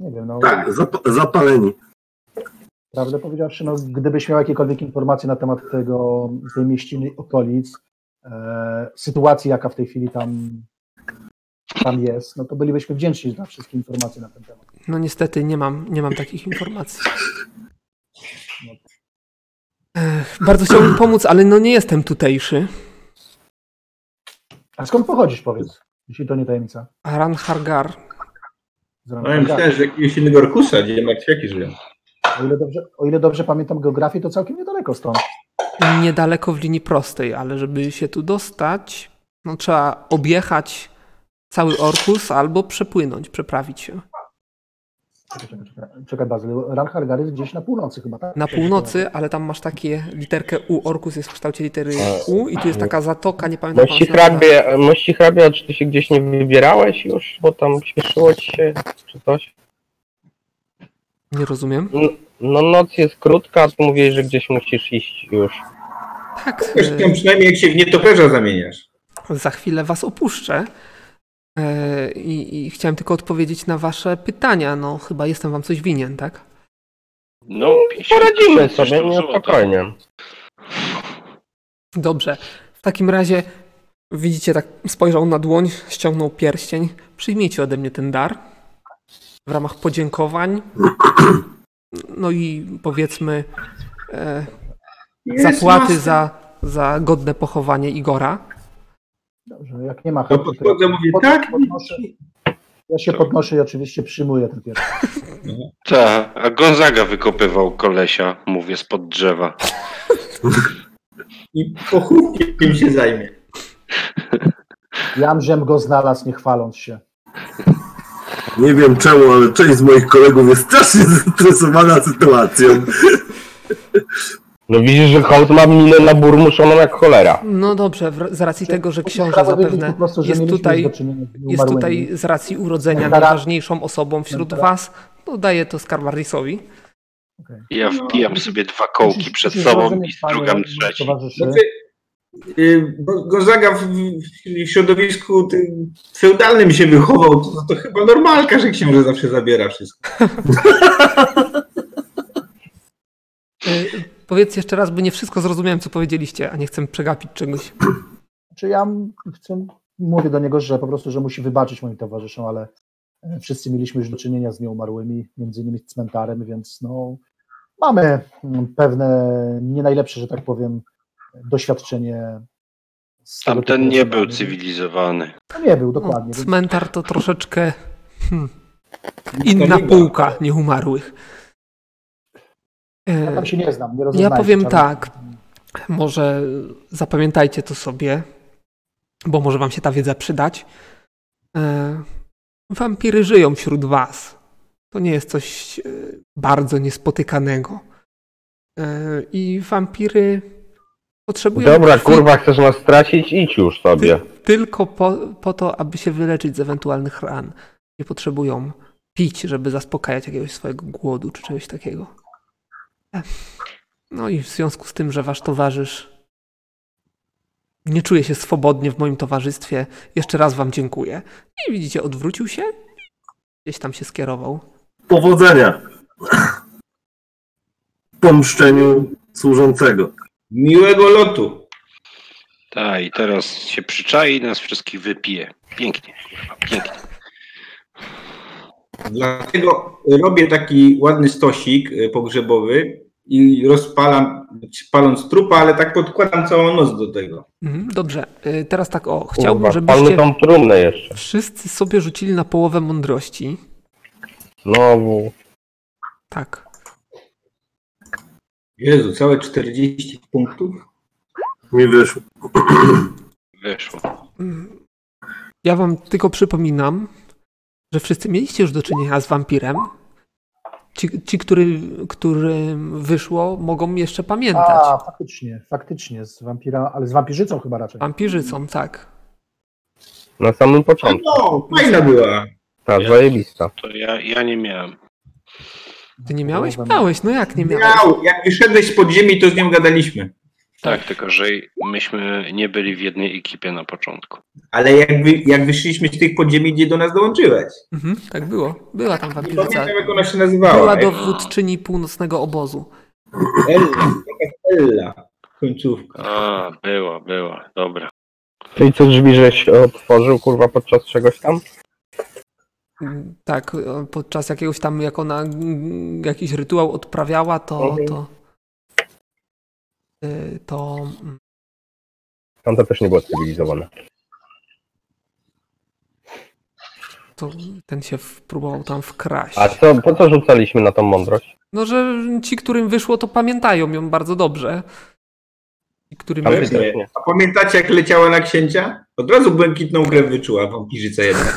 Speaker 5: Nie wiem, no
Speaker 3: Tak, zap- zapaleni.
Speaker 5: Prawdę powiedziawszy, no, gdybyś miał jakiekolwiek informacje na temat tego, tej mieściny i okolic, e, sytuacji, jaka w tej chwili tam, tam jest, no to bylibyśmy wdzięczni za wszystkie informacje na ten temat.
Speaker 1: No niestety nie mam, nie mam takich informacji. Ech, E, bardzo chciałbym pomóc, ale no nie jestem tutejszy.
Speaker 5: A skąd pochodzisz, powiedz, jeśli to nie tajemnica?
Speaker 1: Aran Hargar.
Speaker 5: Z
Speaker 6: No ja
Speaker 5: Ranka.
Speaker 6: myślałem, że jakiegoś innego Orkusa, gdzie martwiaki żyją.
Speaker 5: O ile, dobrze, o ile dobrze pamiętam geografię, to całkiem niedaleko stąd.
Speaker 1: niedaleko w linii prostej, ale żeby się tu dostać, no trzeba objechać cały Orkus albo przepłynąć, przeprawić się.
Speaker 5: Czekaj, czekaj, czekaj, czekaj Bazyl, Ranhargar jest gdzieś na północy chyba, tak?
Speaker 1: Na północy, ale tam masz takie literkę U, Orkus jest w kształcie litery U i tu jest taka zatoka, nie pamiętam.
Speaker 4: Mości
Speaker 1: jak ona się nazywa.
Speaker 4: hrabia, mości hrabia, czy ty się gdzieś nie wybierałeś już, bo tam śmieszyło ci się, czy coś?
Speaker 1: Nie rozumiem.
Speaker 4: No noc jest krótka, a ty mówisz, że gdzieś musisz iść już.
Speaker 1: Tak,
Speaker 5: Yy.
Speaker 6: Zresztą przynajmniej jak się w nietoperza zamieniasz.
Speaker 1: e, za chwilę was opuszczę. E, I, I chciałem tylko odpowiedzieć na wasze pytania. No, chyba jestem wam coś winien, tak?
Speaker 2: No, 50
Speaker 4: Poradzimy
Speaker 2: tysięcy
Speaker 4: sobie,
Speaker 2: sztuk
Speaker 4: nie
Speaker 2: złota.
Speaker 4: spokojnie.
Speaker 1: Dobrze. W takim razie widzicie, tak spojrzał na dłoń, ściągnął pierścień. Przyjmijcie ode mnie ten dar w ramach podziękowań. No i powiedzmy e, zapłaty za, za godne pochowanie Igora.
Speaker 5: Dobrze, jak nie ma
Speaker 6: To
Speaker 5: chętnych, to
Speaker 6: No, podchodzę, mówię
Speaker 5: pod-
Speaker 6: tak,
Speaker 5: podnoszę. ja się podnoszę i oczywiście przyjmuję ten pierwszy.
Speaker 2: Tak, a Gonzaga wykopywał kolesia, mówię, spod drzewa.
Speaker 6: i pochówkiem się zajmie.
Speaker 5: Jamżem go znalazł, nie chwaląc się.
Speaker 3: Nie wiem czemu, ale część z moich kolegów jest strasznie zestresowana sytuacją.
Speaker 4: No widzisz, że hołd ma minę na burmuszoną jak cholera.
Speaker 1: No dobrze, w- z racji tego, że książę
Speaker 5: Trzeba wiedzieć
Speaker 1: zapewne
Speaker 5: po prostu, że
Speaker 1: jest
Speaker 5: mieliśmy
Speaker 1: tutaj,
Speaker 5: do czynienia z
Speaker 1: jest
Speaker 5: nieumarłymi.
Speaker 1: tutaj z racji urodzenia
Speaker 5: Teraz-
Speaker 1: najważniejszą osobą wśród was, no daję to Skarbardisowi.
Speaker 2: Ja wbijam
Speaker 4: No.
Speaker 2: sobie dwa
Speaker 1: Znaczy,
Speaker 2: kołki przed
Speaker 5: Przecież
Speaker 2: sobą
Speaker 5: rozumiem,
Speaker 2: i
Speaker 5: panie
Speaker 2: strugam trzeci.
Speaker 5: towarzyszy,
Speaker 6: Znaczy, y, Go- Gonzaga w, w- w środowisku tym feudalnym się wychował, to, to chyba normalka, że książę zawsze zabiera wszystko.
Speaker 1: Y, Powiedz jeszcze raz, bo nie wszystko zrozumiałem, co powiedzieliście, a nie chcę przegapić czegoś.
Speaker 5: Czy ja m- chcę, mówię do niego, że po prostu, że musi wybaczyć moim towarzyszom, ale e, wszyscy mieliśmy już do czynienia z nieumarłymi, między innymi z cmentarem, więc no, mamy mm, pewne nie najlepsze, że tak powiem, doświadczenie. z tego
Speaker 2: Tamten
Speaker 5: typu
Speaker 2: nie był
Speaker 5: osobami.
Speaker 2: cywilizowany.
Speaker 5: No, nie był,
Speaker 1: No,
Speaker 5: dokładnie. więc
Speaker 1: cmentar to troszeczkę hmm, inna
Speaker 6: To nie-
Speaker 1: półka nieumarłych.
Speaker 5: Ja tam
Speaker 1: Y,
Speaker 5: się nie znam, nie rozumiem.
Speaker 1: powiem tak. Może zapamiętajcie to sobie, bo może wam się ta wiedza przydać. E, wampiry żyją wśród was. To nie jest coś e, bardzo niespodykanego. E, I wampiry potrzebują
Speaker 4: Dobra,
Speaker 1: krwi
Speaker 4: kurwa, chcesz nas stracić? Idź już sobie.
Speaker 1: tylko po, po to, aby się wyleczyć z ewentualnych ran. Nie potrzebują pić, żeby zaspokajać jakiegoś swojego głodu czy czegoś takiego. Ech. No i w związku z tym, że wasz towarzysz nie czuje się swobodnie w moim towarzystwie, jeszcze raz wam dziękuję. I widzicie, odwrócił się i gdzieś tam się skierował.
Speaker 3: Powodzenia. W Pomszczeniu służącego.
Speaker 6: Miłego lotu.
Speaker 2: Tak, i teraz się przyczai i nas wszystkich wypije. Pięknie, kurwa, pięknie.
Speaker 6: Dlatego robię taki ładny stosik y, pogrzebowy i rozpalam, paląc trupa, ale tak podkładam całą noc do tego.
Speaker 1: Mhm, dobrze, Y, teraz tak o, chciałbym,
Speaker 4: Kurwa, palmy
Speaker 1: żebyście
Speaker 4: tą trumnę jeszcze.
Speaker 1: wszyscy sobie rzucili na połowę mądrości.
Speaker 4: Znowu.
Speaker 1: Tak.
Speaker 6: Jezu, całe 40 punktów.
Speaker 3: Mi wyszło.
Speaker 2: Wyszło.
Speaker 1: Mm. Ja wam tylko przypominam, że wszyscy mieliście już do czynienia z wampirem. Ci, ci który, którym wyszło, mogą jeszcze pamiętać.
Speaker 5: A, faktycznie, faktycznie, z wampira, ale z wampirzycą chyba raczej.
Speaker 1: Wampirzycą, tak.
Speaker 4: Na samym początku.
Speaker 6: No, fajna była.
Speaker 4: Ta zajebista.
Speaker 2: To ja, ja nie miałem.
Speaker 1: Ty nie miałeś?
Speaker 5: Połowę-
Speaker 1: Miałeś, no jak nie miałeś?
Speaker 6: Miał, jak wyszedłeś z podziemi, to z nią gadaliśmy.
Speaker 2: Tak, tylko że myśmy nie byli w jednej ekipie na początku.
Speaker 6: Ale jak, wy, jak wyszliśmy z tych podziemi, gdzie do nas dołączyłeś.
Speaker 1: Mhm, tak było. Była tam
Speaker 6: Nie
Speaker 1: wampirzyca.
Speaker 6: pamiętam, jak ona się nazywała.
Speaker 1: Była
Speaker 6: Jak-
Speaker 1: dowódczyni północnego obozu.
Speaker 6: Ella. Ella. Końcówka.
Speaker 2: A, była, była, dobra.
Speaker 4: Czyli No co drzwi żeś otworzył, kurwa, podczas czegoś tam?
Speaker 1: Mm, Tak, o, podczas jakiegoś tam, jak ona mm, jakiś rytuał odprawiała, to.
Speaker 4: Mhm.
Speaker 1: To. y, to mm,
Speaker 4: Tamta też nie była cywilizowana.
Speaker 1: to ten się w- próbował tam wkraść.
Speaker 4: A co, po co rzucaliśmy na tą mądrość?
Speaker 1: No, że ci, którym wyszło, to pamiętają ją bardzo dobrze. Ci, którym
Speaker 4: Tam
Speaker 1: nie
Speaker 6: Ale-
Speaker 4: też nie.
Speaker 6: A pamiętacie, jak leciała na księcia? Od razu błękitną krew wyczuła wampirzyca jedna.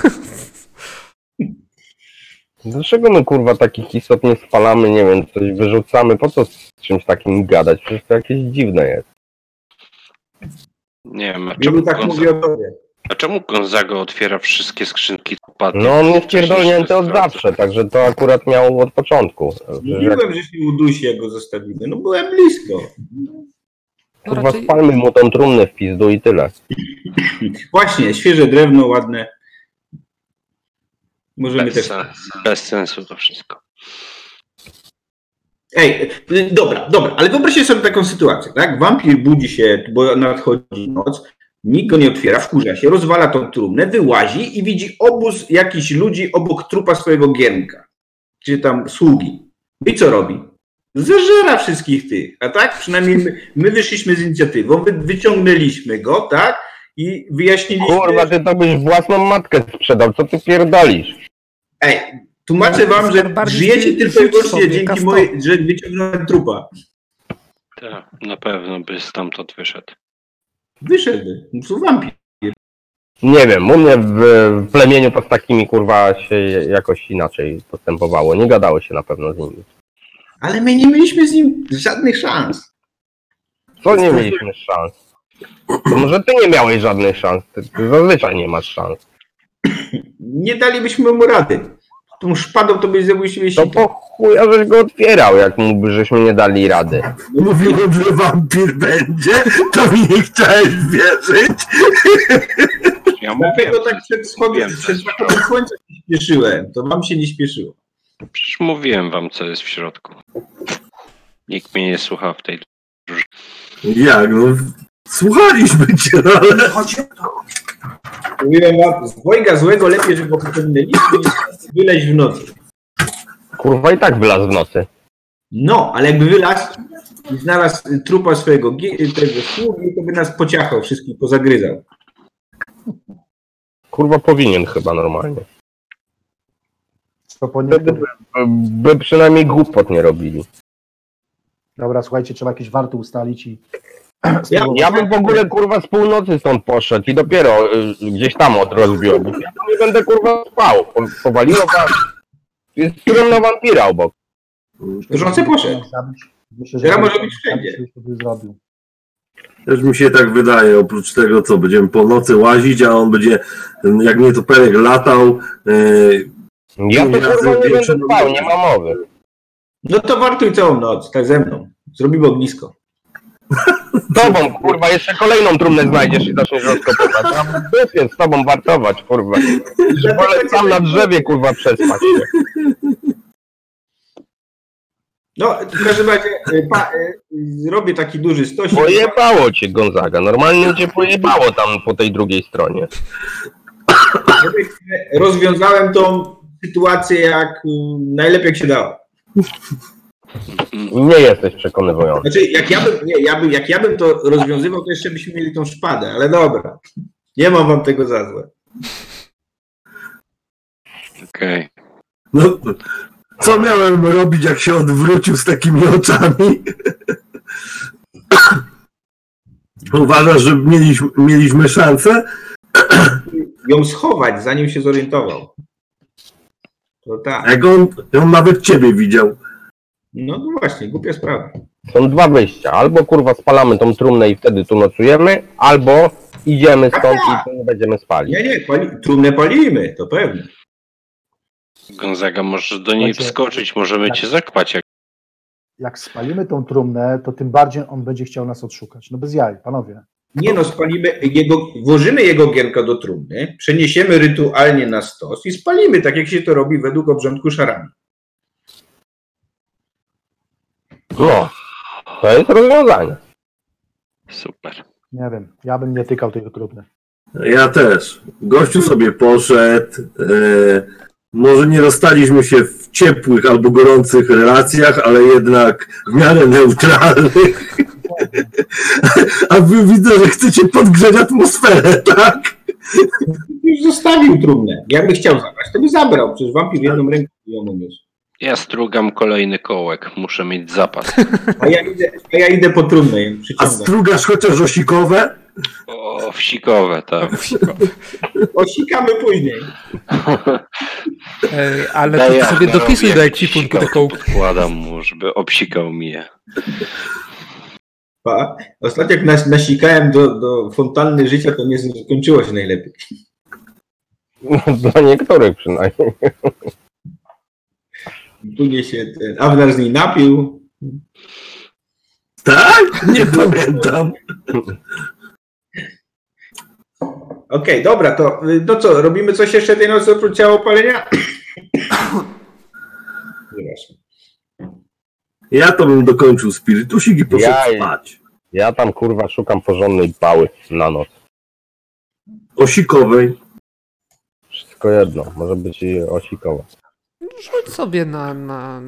Speaker 4: Dlaczego my, kurwa, takich istot nie spalamy, nie wiem, coś wyrzucamy? Po co z czymś takim gadać? Przecież to jakieś dziwne jest.
Speaker 2: Nie wiem, a czemu,
Speaker 6: Wielu tak
Speaker 2: Gonza-
Speaker 6: mówi o tobie.
Speaker 2: a czemu Gonzago otwiera wszystkie skrzynki odpadnie?
Speaker 4: No on jest pierdolnięty od zawsze, także to akurat miał od początku. Że,
Speaker 6: Mówiłem, że się udusi, jak go zostawimy. No byłem blisko.
Speaker 1: No,
Speaker 4: kurwa,
Speaker 1: raczej,
Speaker 4: spalmy mu tą trumnę w pizdu i tyle.
Speaker 6: Właśnie, świeże drewno, ładne. Możemy
Speaker 2: Bez,
Speaker 6: też...
Speaker 2: sensu, bez sensu to wszystko.
Speaker 6: Ej, y, dobra, dobra, ale wyobraźcie sobie taką sytuację, tak? Wampir budzi się, bo nadchodzi noc, nikt go nie otwiera, wkurza się, rozwala tą trumnę, wyłazi i widzi obóz jakichś ludzi obok trupa swojego gienka, czy tam sługi. No I co robi? Zażera wszystkich tych, a tak? Przynajmniej my, my wyszliśmy z inicjatywą, wy, wyciągnęliśmy go, tak? I wyjaśniliśmy...
Speaker 4: Kurwa, ty to byś własną matkę sprzedał, co ty pierdolisz?
Speaker 6: Ej, tłumaczę wam, że
Speaker 1: Bardziej
Speaker 6: żyjecie
Speaker 1: ty-
Speaker 6: tylko i
Speaker 1: rzuć sobie,
Speaker 6: wyłącznie dzięki
Speaker 1: kasto.
Speaker 6: mojej, że wyciągnąłem trupa.
Speaker 2: Tak, na pewno by stamtąd wyszedł.
Speaker 6: Wyszedł, to wampir.
Speaker 4: Nie wiem, u mnie w, w plemieniu to z takimi kurwa się jakoś inaczej postępowało. Nie gadało się na pewno z nimi.
Speaker 6: Ale my nie mieliśmy z nim żadnych szans.
Speaker 4: Co nie mieliśmy szans? To może ty nie miałeś żadnych szans, ty, ty zazwyczaj nie masz szans.
Speaker 6: Nie dalibyśmy mu rady. Tą szpadą to byś zrobił
Speaker 4: To po chuja żeś go otwierał, jak mógłby, żeśmy nie dali rady.
Speaker 3: Mówiłem, że wampir będzie, to mi nie chciałeś wierzyć.
Speaker 2: Ja mówię,
Speaker 6: Dlatego tak przed
Speaker 2: Wiem,
Speaker 6: wschodem, przed zachodem słońca się śpieszyłem. To wam się nie śpieszyło.
Speaker 2: przecież mówiłem wam, co jest w środku. Nikt mnie nie słucha w tej...
Speaker 3: Jak, no, słuchaliśmy cię, no, ale...
Speaker 6: Mówiłem wam, z dwojga złego lepiej, żeby go wyciągnęliśmy niż wyleźć w nocy.
Speaker 4: Kurwa i tak wylazł w nocy.
Speaker 6: No, ale jakby wylazł i znalazł y, trupa swojego gi- y, tego sługi, to by nas pociachał wszystkich, pozagryzał.
Speaker 4: Kurwa powinien chyba normalnie.
Speaker 5: To po
Speaker 4: Wtedy
Speaker 5: niektórych...
Speaker 4: by, by przynajmniej głupot nie robili.
Speaker 5: Dobra, słuchajcie, trzeba jakieś warty ustalić i...
Speaker 6: Ja-
Speaker 4: Ja bym w ogóle kurwa z północy stąd poszedł i dopiero y, gdzieś tam odrozbił. Ja tam nie będę kurwa spał. Po- Powaliło was. Jest film na wampira obok.
Speaker 6: Drżący poszedł.
Speaker 5: Myślę,
Speaker 6: Teraz może być wszędzie.
Speaker 5: Zabić to by zrobił.
Speaker 3: Też mi się tak wydaje, oprócz tego, co będziemy po nocy łazić, a on będzie, mm, jak nie to Perek latał, yy,
Speaker 4: Ja to kurwa nie będę spał, nie ma mowy.
Speaker 6: No to wartuj całą noc, tak ze mną. Zrobimy ognisko.
Speaker 4: Z tobą kurwa jeszcze kolejną trumnę znajdziesz i zaczniesz rozkopywać. Ja w dupie z tobą wartować kurwa. Że wolę sam na drzewie kurwa przespać. się.
Speaker 6: No, w każdym razie y, pa, y, zrobię taki duży stosik.
Speaker 4: Pojebało cię Gonzaga. Normalnie cię pojebało tam po tej drugiej stronie.
Speaker 6: Żeby- Rozwiązałem tą sytuację jak y, najlepiej jak się dało.
Speaker 4: Nie jesteś przekonywujący.
Speaker 6: Znaczy, jak ja bym, nie, ja bym, jak ja bym to rozwiązywał, to jeszcze byśmy mieli tą szpadę, ale dobra. Nie mam wam tego za złe.
Speaker 2: Okej.
Speaker 3: no, co miałem robić, jak się odwrócił z takimi oczami? Uważasz, że mieliśmy, mieliśmy szansę?
Speaker 6: Ją schować, zanim się zorientował. To tak.
Speaker 3: Jak on, on nawet ciebie widział.
Speaker 6: No, no właśnie, głupia sprawa.
Speaker 4: Są dwa wyjścia. Albo kurwa spalamy tą trumnę i wtedy tu nocujemy, albo idziemy stąd i tu nie będziemy spali.
Speaker 6: Nie, nie, pali, trumnę palimy, to pewnie.
Speaker 2: Gonzaga, możesz do niej
Speaker 5: Znaczy-
Speaker 2: wskoczyć, możemy cię zakłać. Jak...
Speaker 5: Jak spalimy tą trumnę, to tym bardziej on będzie chciał nas odszukać. No bez jaj, panowie.
Speaker 6: Nie no, spalimy jego, włożymy jego gierka do trumny, przeniesiemy rytualnie na stos i spalimy, tak jak się to robi według obrządku szarami.
Speaker 4: No, to jest rozwiązanie.
Speaker 2: Super.
Speaker 5: Nie wiem, ja bym nie tykał tej trumny.
Speaker 3: Ja też. Gościu sobie poszedł. E, może nie rozstaliśmy się w ciepłych albo gorących relacjach, ale jednak w miarę neutralnych. A wy widzę, że chcecie podgrzeć atmosferę, tak?
Speaker 6: Już zostawił trumnę. Jakby chciał zabrać, to by zabrał, przecież wampir jedną ręką ją uniósł.
Speaker 2: Ja strugam kolejny kołek, muszę mieć zapas.
Speaker 6: A ja idę, a ja idę po trumnę, ją
Speaker 3: A
Speaker 6: przyciągam.
Speaker 3: strugasz chociaż osikowe?
Speaker 2: O, wsikowe, tak.
Speaker 6: Osikamy później.
Speaker 1: E, Ale
Speaker 2: Daję
Speaker 1: to sobie
Speaker 2: Adlerowi
Speaker 1: dopisuj do
Speaker 2: jakiś
Speaker 1: ekwipunku
Speaker 2: sikał,
Speaker 1: taką
Speaker 2: Podkładam mu, żeby obsikał mi je.
Speaker 6: Pa. Ostatnio jak nas, nasikałem do, do fontanny życia, to nie skończyło się najlepiej.
Speaker 4: Dla niektórych przynajmniej.
Speaker 6: Później się ten Avnar z niej napił.
Speaker 3: Tak? Nie pamiętam.
Speaker 6: Okej, dobra, to y, no co, robimy coś jeszcze tej nocy oprócz ciała palenia? Przepraszam.
Speaker 3: Ja to bym dokończył spirytusik i poszedł
Speaker 4: Jaj.
Speaker 3: spać.
Speaker 4: Ja tam kurwa szukam porządnej pały na noc.
Speaker 3: Osikowej.
Speaker 4: Wszystko jedno, może być i osikowa.
Speaker 1: Rzuć sobie na. na...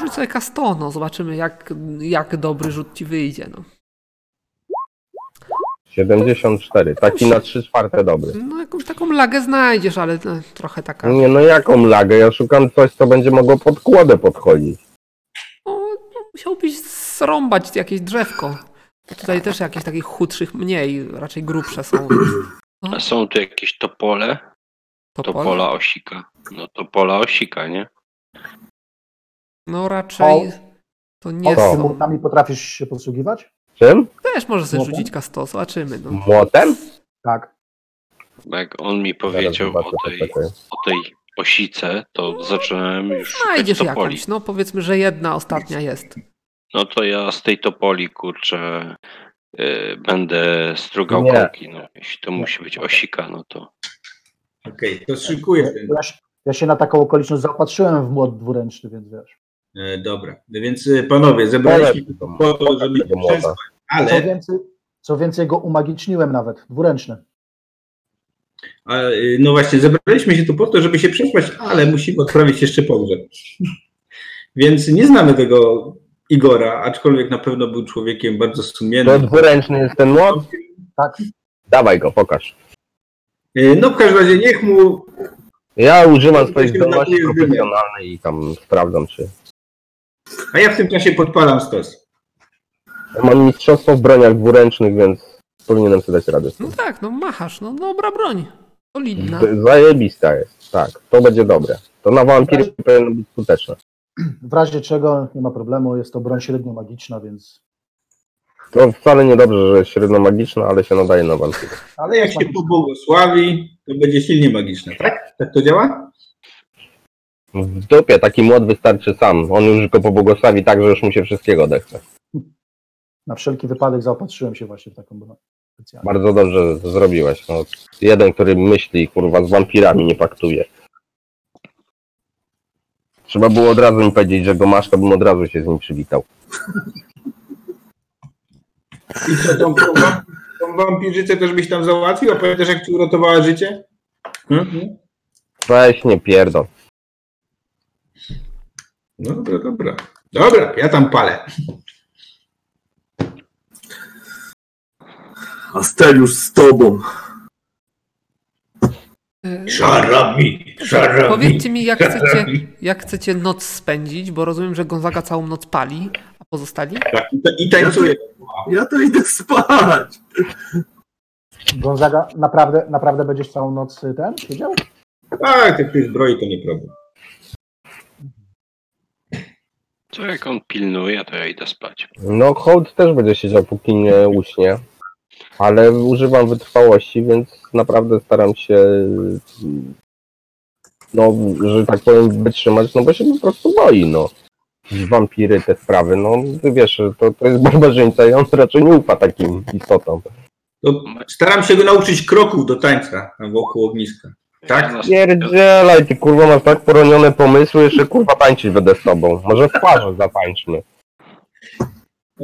Speaker 1: Rzuć sobie kastono, zobaczymy jak, jak dobry rzut ci wyjdzie. No,
Speaker 4: 74, taki na 3 czwarte dobry.
Speaker 1: no jakąś taką lagę znajdziesz, ale no, trochę taka.
Speaker 4: Nie no jaką lagę, ja szukam coś co będzie mogło pod kłodę podchodzić.
Speaker 1: No, no, musiałbyś zrąbać jakieś drzewko. Tutaj też jakichś takich chudszych mniej, raczej grubsze są.
Speaker 2: A są tu jakieś topole? Topola osika. No topola osika, nie?
Speaker 1: No raczej. To nie
Speaker 5: Jest.
Speaker 1: są.
Speaker 5: Młotami potrafisz się posługiwać?
Speaker 4: Czym?
Speaker 1: Też może sobie
Speaker 5: Młotem?
Speaker 1: rzucić kastos, zobaczymy. No.
Speaker 4: Młotem?
Speaker 5: Tak.
Speaker 2: Jak on mi
Speaker 4: Zaraz
Speaker 2: powiedział
Speaker 4: zobaczę,
Speaker 2: o tej,
Speaker 4: poczekaj.
Speaker 2: o tej osice, to
Speaker 5: No
Speaker 2: zacząłem już szukać
Speaker 1: Znajdziesz
Speaker 2: topoli.
Speaker 1: No, jakąś, no powiedzmy, że jedna ostatnia jest.
Speaker 2: No to ja z tej topoli, kurczę, y, będę strugał
Speaker 4: Nie.
Speaker 2: kołki. No, jeśli to musi być osika, no to...
Speaker 6: Okej, to szykuję.
Speaker 5: Ja się, ja się na taką okoliczność zaopatrzyłem w młot dwuręczny, więc wiesz.
Speaker 6: E, dobra, No więc e, panowie, zebraliśmy
Speaker 4: Pole-
Speaker 6: to po to, żeby
Speaker 4: tego młota.
Speaker 6: przesłać,
Speaker 5: Co
Speaker 6: ale
Speaker 5: więcej, co więcej go umagiczniłem nawet, dwuręczny.
Speaker 6: a, e, no właśnie, zebraliśmy się tu po to, żeby się przesłać, ale musimy odprawić jeszcze pogrzeb. Więc nie znamy tego Igora, aczkolwiek na pewno był człowiekiem bardzo
Speaker 4: To
Speaker 6: sumiennym.
Speaker 4: dwuręczny jest ten młot?
Speaker 5: Tak.
Speaker 4: Dawaj go, pokaż.
Speaker 6: E, No w każdym razie niech mu
Speaker 4: Ja używam
Speaker 6: To
Speaker 4: swoich
Speaker 6: się
Speaker 4: zdolności
Speaker 6: nakuje w dymie.
Speaker 4: profesjonalnej i tam sprawdzam, czy...
Speaker 6: A ja w tym czasie podpalam stos.
Speaker 4: Ja Mam mistrzostwo w broniach dwuręcznych, więc powinienem sobie dać radę. z
Speaker 1: No
Speaker 4: tym.
Speaker 1: tak, no machasz, no dobra broń. Solidna.
Speaker 4: To Zajebista jest, tak. To będzie dobre. To na wampiry
Speaker 6: Tak.
Speaker 4: powinno być skuteczne.
Speaker 5: W razie czego nie ma problemu, jest to broń średnio magiczna, więc.
Speaker 4: To wcale nie dobrze, że jest średnio magiczna, ale się nadaje na wampiry.
Speaker 6: Ale jak się pobłogosławi, to będzie silnie magiczne, tak? Tak to działa?
Speaker 4: W dupie taki młot wystarczy sam. On już go pobłogosławi tak, że już mu się wszystkiego odechce.
Speaker 5: Na wszelki wypadek zaopatrzyłem się właśnie w taką broń. Specjalnie.
Speaker 4: Bardzo dobrze zrobiłeś. No, jeden, który myśli, kurwa, z wampirami nie paktuje. Trzeba było od razu mi powiedzieć, że go masz, to bym od razu się z nim przywitał.
Speaker 6: I co, tą, tą, wam- tą wampirzycę też byś tam załatwił? A pamiętasz, jak ci uratowała życie? Mhm.
Speaker 4: Weź nie pierdol.
Speaker 6: No Dobra, dobra. Dobra, ja tam palę.
Speaker 3: A Steliusz z tobą.
Speaker 1: E,
Speaker 6: Szarami,
Speaker 1: Powiedzcie mi, jak chcecie, jak chcecie noc spędzić, bo rozumiem, że Gonzaga całą noc pali, a pozostali?
Speaker 6: Tak, i ta- I tańcuję.
Speaker 3: Ja to idę spać.
Speaker 5: Gonzaga, naprawdę, naprawdę będziesz całą noc y, ten siedział?
Speaker 6: Tak, jak ktoś zbroi, to nie problem.
Speaker 2: Co jak on pilnuje, to ja idę spać.
Speaker 4: No, hołd też będzie siedział, póki nie uśnie. Ale używam wytrwałości, więc naprawdę staram się, no, że tak powiem, wytrzymać, no bo się po prostu boi, no. Wampiry, te sprawy, no, ty wiesz, to, to jest barbarzyńca i on raczej nie ufa takim istotom.
Speaker 6: To staram się go nauczyć kroków do tańca tam wokół ogniska.
Speaker 2: Ja
Speaker 6: Tak?
Speaker 2: nas-
Speaker 4: Pierdzielaj, ty kurwa masz tak poronione pomysły, jeszcze kurwa tańczyć będę z tobą. Może w parze zatańczmy.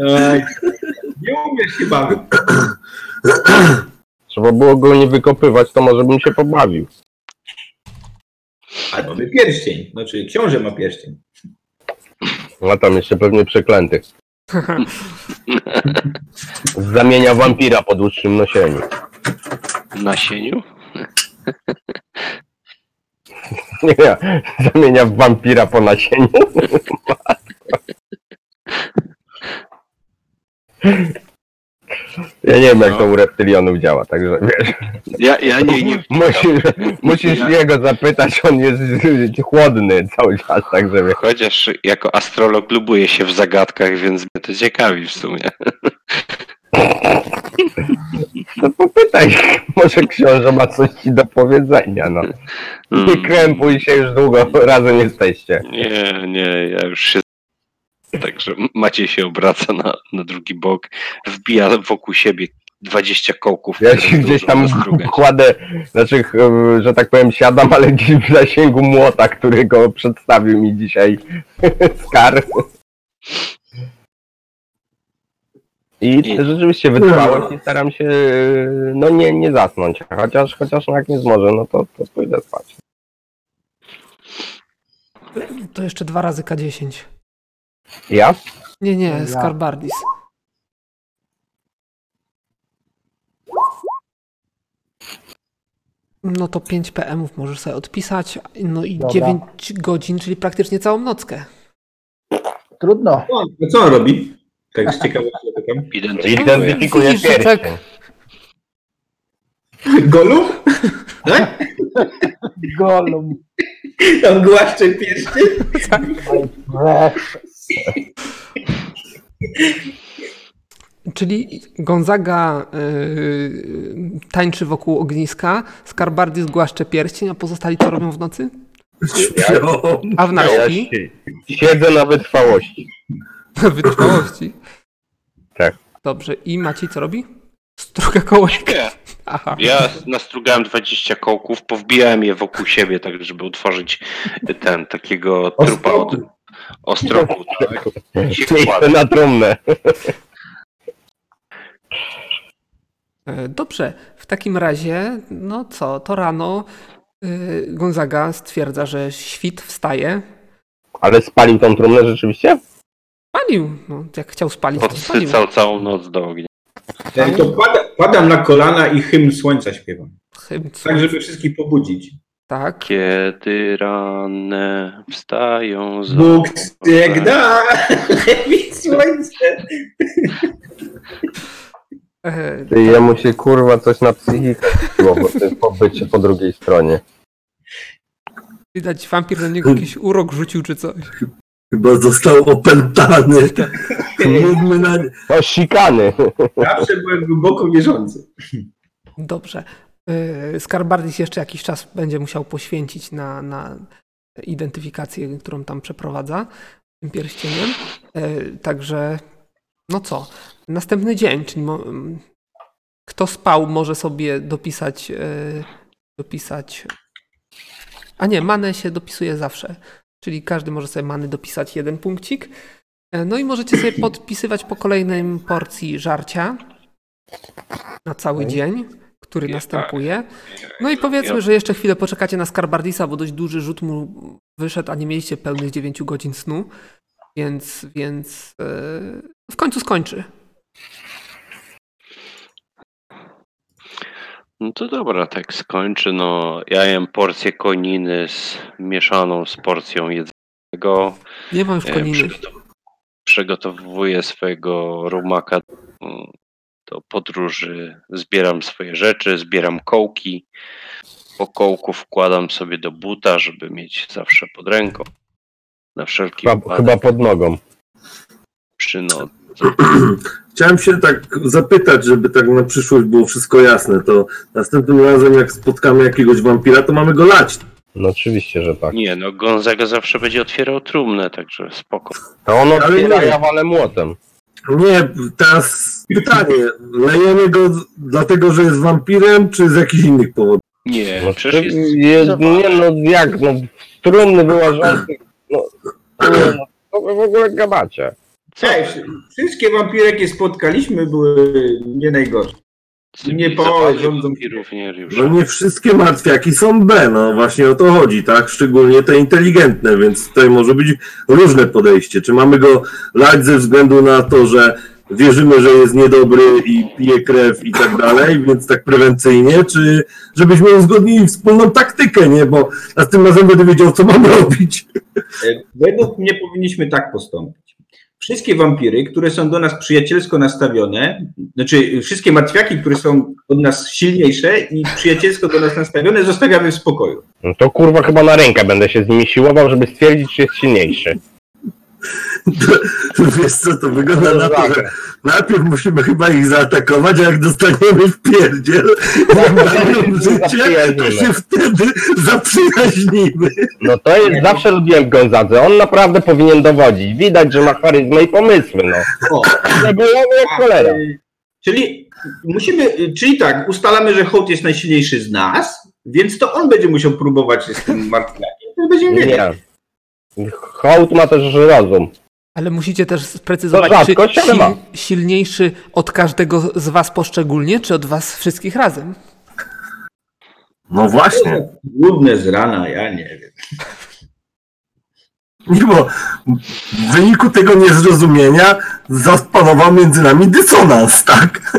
Speaker 6: Ej, nie umiesz się bawić.
Speaker 4: Trzeba było go nie wykopywać, to może bym się pobawił.
Speaker 6: A mamy pierścień. Znaczy, książę ma pierścień.
Speaker 4: A tam jeszcze pewnie przeklęty. Zamienia wampira po dłuższym nosieniu.
Speaker 2: Na sieniu?
Speaker 4: Nie, nie. Zamienia w wampira po nasieniu. Ja nie wiem, jak to u reptylionów działa, także wiesz.
Speaker 2: Ja, ja nie, nie
Speaker 4: Musisz, musisz jego zapytać, on jest chłodny cały czas, tak także wiesz.
Speaker 2: Chociaż jako astrolog lubuję się w zagadkach, więc mnie to ciekawi w sumie.
Speaker 4: No popytaj, może książę ma coś ci do powiedzenia, no.
Speaker 2: Hmm.
Speaker 4: Nie krępuj się, już długo razem jesteście.
Speaker 2: Nie, nie, ja już się. Także Maciej się obraca na, na drugi bok, wbija wokół siebie 20 kołków.
Speaker 4: Ja
Speaker 2: które
Speaker 4: się gdzieś
Speaker 2: zdążą
Speaker 4: tam
Speaker 2: rozstrugać.
Speaker 4: kładę, znaczy, ch- że tak powiem, siadam, ale gdzieś w zasięgu młota, który go przedstawił mi dzisiaj Skar. I
Speaker 2: I-
Speaker 4: rzeczywiście wytrwałość i staram się, no nie, nie zasnąć, chociaż, chociaż no jak nie zmożę, no to, to pójdę spać.
Speaker 1: To jeszcze dwa razy K10.
Speaker 4: Ja?
Speaker 1: Nie, nie,
Speaker 5: Ja.
Speaker 1: Skarbardis. No to 5 PM-ów możesz sobie odpisać, no i
Speaker 5: Dobra.
Speaker 1: 9 godzin, czyli praktycznie całą nockę.
Speaker 5: Trudno.
Speaker 6: O, No, a co on robi? Tak z ciekawości zapytam.
Speaker 2: Identyfikuje.
Speaker 4: Identyfikuję
Speaker 1: Widzisz, że tak.
Speaker 4: pierścień.
Speaker 6: Golub? Tak?
Speaker 5: Golum.
Speaker 6: Tam głaszcze pierścień?
Speaker 5: Ej, weź,
Speaker 1: Czyli Gonzaga yy, tańczy wokół ogniska, Skarbardi zgłaszcze pierścień, a pozostali co robią w nocy?
Speaker 3: Śpią.
Speaker 1: A w
Speaker 4: Ja
Speaker 1: naszki?
Speaker 4: si- siedzę na wytrwałości.
Speaker 1: Na wytrwałości.
Speaker 4: Tak.
Speaker 1: Dobrze. I Maciej co robi? Struga kołek.
Speaker 2: Nie.
Speaker 1: Aha.
Speaker 2: Ja nastrugałem 20 kołków, powbijałem je wokół siebie, tak żeby utworzyć ten takiego trupa od ostroku. Tak? I się
Speaker 4: Miejsce
Speaker 2: kładę.
Speaker 4: na trumnę.
Speaker 1: E, Dobrze. W takim razie, no co, to rano yy, Gonzaga stwierdza, że świt wstaje.
Speaker 4: Ale spalił tą trumnę rzeczywiście?
Speaker 1: Palił. No, jak chciał spalić, to spalił.
Speaker 2: Podsycał całą noc do ognia.
Speaker 6: E, To pada, padam na kolana i hymn słońca śpiewam.
Speaker 1: Chym, co?
Speaker 6: Tak, żeby wszystkich pobudzić.
Speaker 1: Tak.
Speaker 2: Kiedy ranne wstają z
Speaker 6: Bóg stygna, widz słońce.
Speaker 1: E,
Speaker 4: Ty, jemu się kurwa coś na psychikę było po tym pobycie po drugiej stronie.
Speaker 1: Widać, wampir na niego jakiś urok rzucił czy coś.
Speaker 3: Chyba został opętany. Mówmy na nie.
Speaker 4: O, sikany!
Speaker 6: Zawsze byłem głęboko wierzący.
Speaker 1: Dobrze. Yy, Skarbardis jeszcze jakiś czas będzie musiał poświęcić na, na identyfikację, którą tam przeprowadza tym pierścieniem. Yy, Także, no co, następny dzień, czyli mo- m, kto spał, może sobie dopisać, yy, dopisać. A nie, manę się dopisuje zawsze, czyli każdy może sobie many dopisać jeden punkcik. Yy, No i możecie sobie podpisywać po kolejnej porcji żarcia na cały dzień, który
Speaker 2: Ja-
Speaker 1: następuje. No i powiedzmy, że jeszcze chwilę poczekacie na Skarbardisa, bo dość duży rzut mu wyszedł, a nie mieliście pełnych 9 godzin snu, więc, więc yy, w końcu skończy.
Speaker 2: No to dobra, tak skończy. No, ja jem porcję koniny z, mieszaną z porcją jedzonego.
Speaker 1: Nie ma już
Speaker 2: E,
Speaker 1: koniny.
Speaker 2: przygotow- Przygotowuję swojego rumaka mm, do podróży. Zbieram swoje rzeczy, zbieram kołki. Po kołku wkładam sobie do buta, żeby mieć zawsze pod ręką. Na wszelki
Speaker 4: Chyba,
Speaker 2: wypadek
Speaker 4: chyba pod nogą.
Speaker 2: przy no- nocy.
Speaker 3: Chciałem się tak zapytać, żeby tak na przyszłość było wszystko jasne. To następnym razem, jak spotkamy jakiegoś wampira, to mamy go lać.
Speaker 4: No oczywiście, że tak.
Speaker 2: Nie no, Gonzaga zawsze będzie otwierał trumnę, także spoko.
Speaker 4: To on odbiera,
Speaker 3: nie.
Speaker 4: ja walę młotem.
Speaker 3: Nie, teraz pytanie. Lejemy go z- dlatego, że jest wampirem, czy z jakichś innych powodów?
Speaker 2: Nie,
Speaker 4: No,
Speaker 2: przecież
Speaker 4: czy-
Speaker 2: jest...
Speaker 4: jest, nie no, jak no, trumny wyłażący, no, nie, no, to wy w ogóle gabacie.
Speaker 2: Co?
Speaker 6: Cześć, wszystkie wampiry, jakie spotkaliśmy, były nie najgorsze. nie połaj, rządzą-
Speaker 2: i również.
Speaker 3: No nie wszystkie martwiaki są B, no właśnie o to chodzi, tak? Szczególnie te inteligentne, więc tutaj może być różne podejście. Czy mamy go lać ze względu na to, że wierzymy, że jest niedobry i pije krew i tak dalej, więc tak prewencyjnie, czy żebyśmy uzgodnili wspólną taktykę, nie? Bo ja z tym razem będę wiedział, co mam robić.
Speaker 6: E, Według mnie powinniśmy tak postąpić. Wszystkie wampiry, które są do nas przyjacielsko nastawione, znaczy wszystkie martwiaki, które są od nas silniejsze i przyjacielsko do nas nastawione, zostawiamy w spokoju.
Speaker 4: No to kurwa chyba na rękę będę się z nimi siłował, żeby stwierdzić, czy jest silniejszy.
Speaker 3: Wiesz co, to wygląda na to, że najpierw musimy chyba ich zaatakować, a jak dostaniemy w pierdziel, zabrają życie, to się wtedy zaprzyjaźnimy.
Speaker 4: No to jest, zawsze lubiłem Gonzadze, on naprawdę powinien dowodzić. Widać, że ma charyzmę i pomysły, no.
Speaker 6: O,
Speaker 4: Zabujowy jak
Speaker 6: a,
Speaker 4: cholera.
Speaker 6: y, Czyli musimy, y, czyli tak, ustalamy, że hołd jest najsilniejszy z nas, więc to on będzie musiał próbować się z tym martwiakiem. To Będziemy wiedzieć.
Speaker 4: Nie. Hołd ma też rozum.
Speaker 1: Ale musicie też sprecyzować,
Speaker 4: To
Speaker 1: czy
Speaker 4: rzadko się
Speaker 1: sil,
Speaker 4: ma.
Speaker 1: silniejszy od każdego z was poszczególnie, czy od was wszystkich razem.
Speaker 3: No właśnie.
Speaker 6: Głodne z rana, ja nie wiem.
Speaker 3: Mimo w wyniku tego niezrozumienia zapanował między nami dysonans, tak?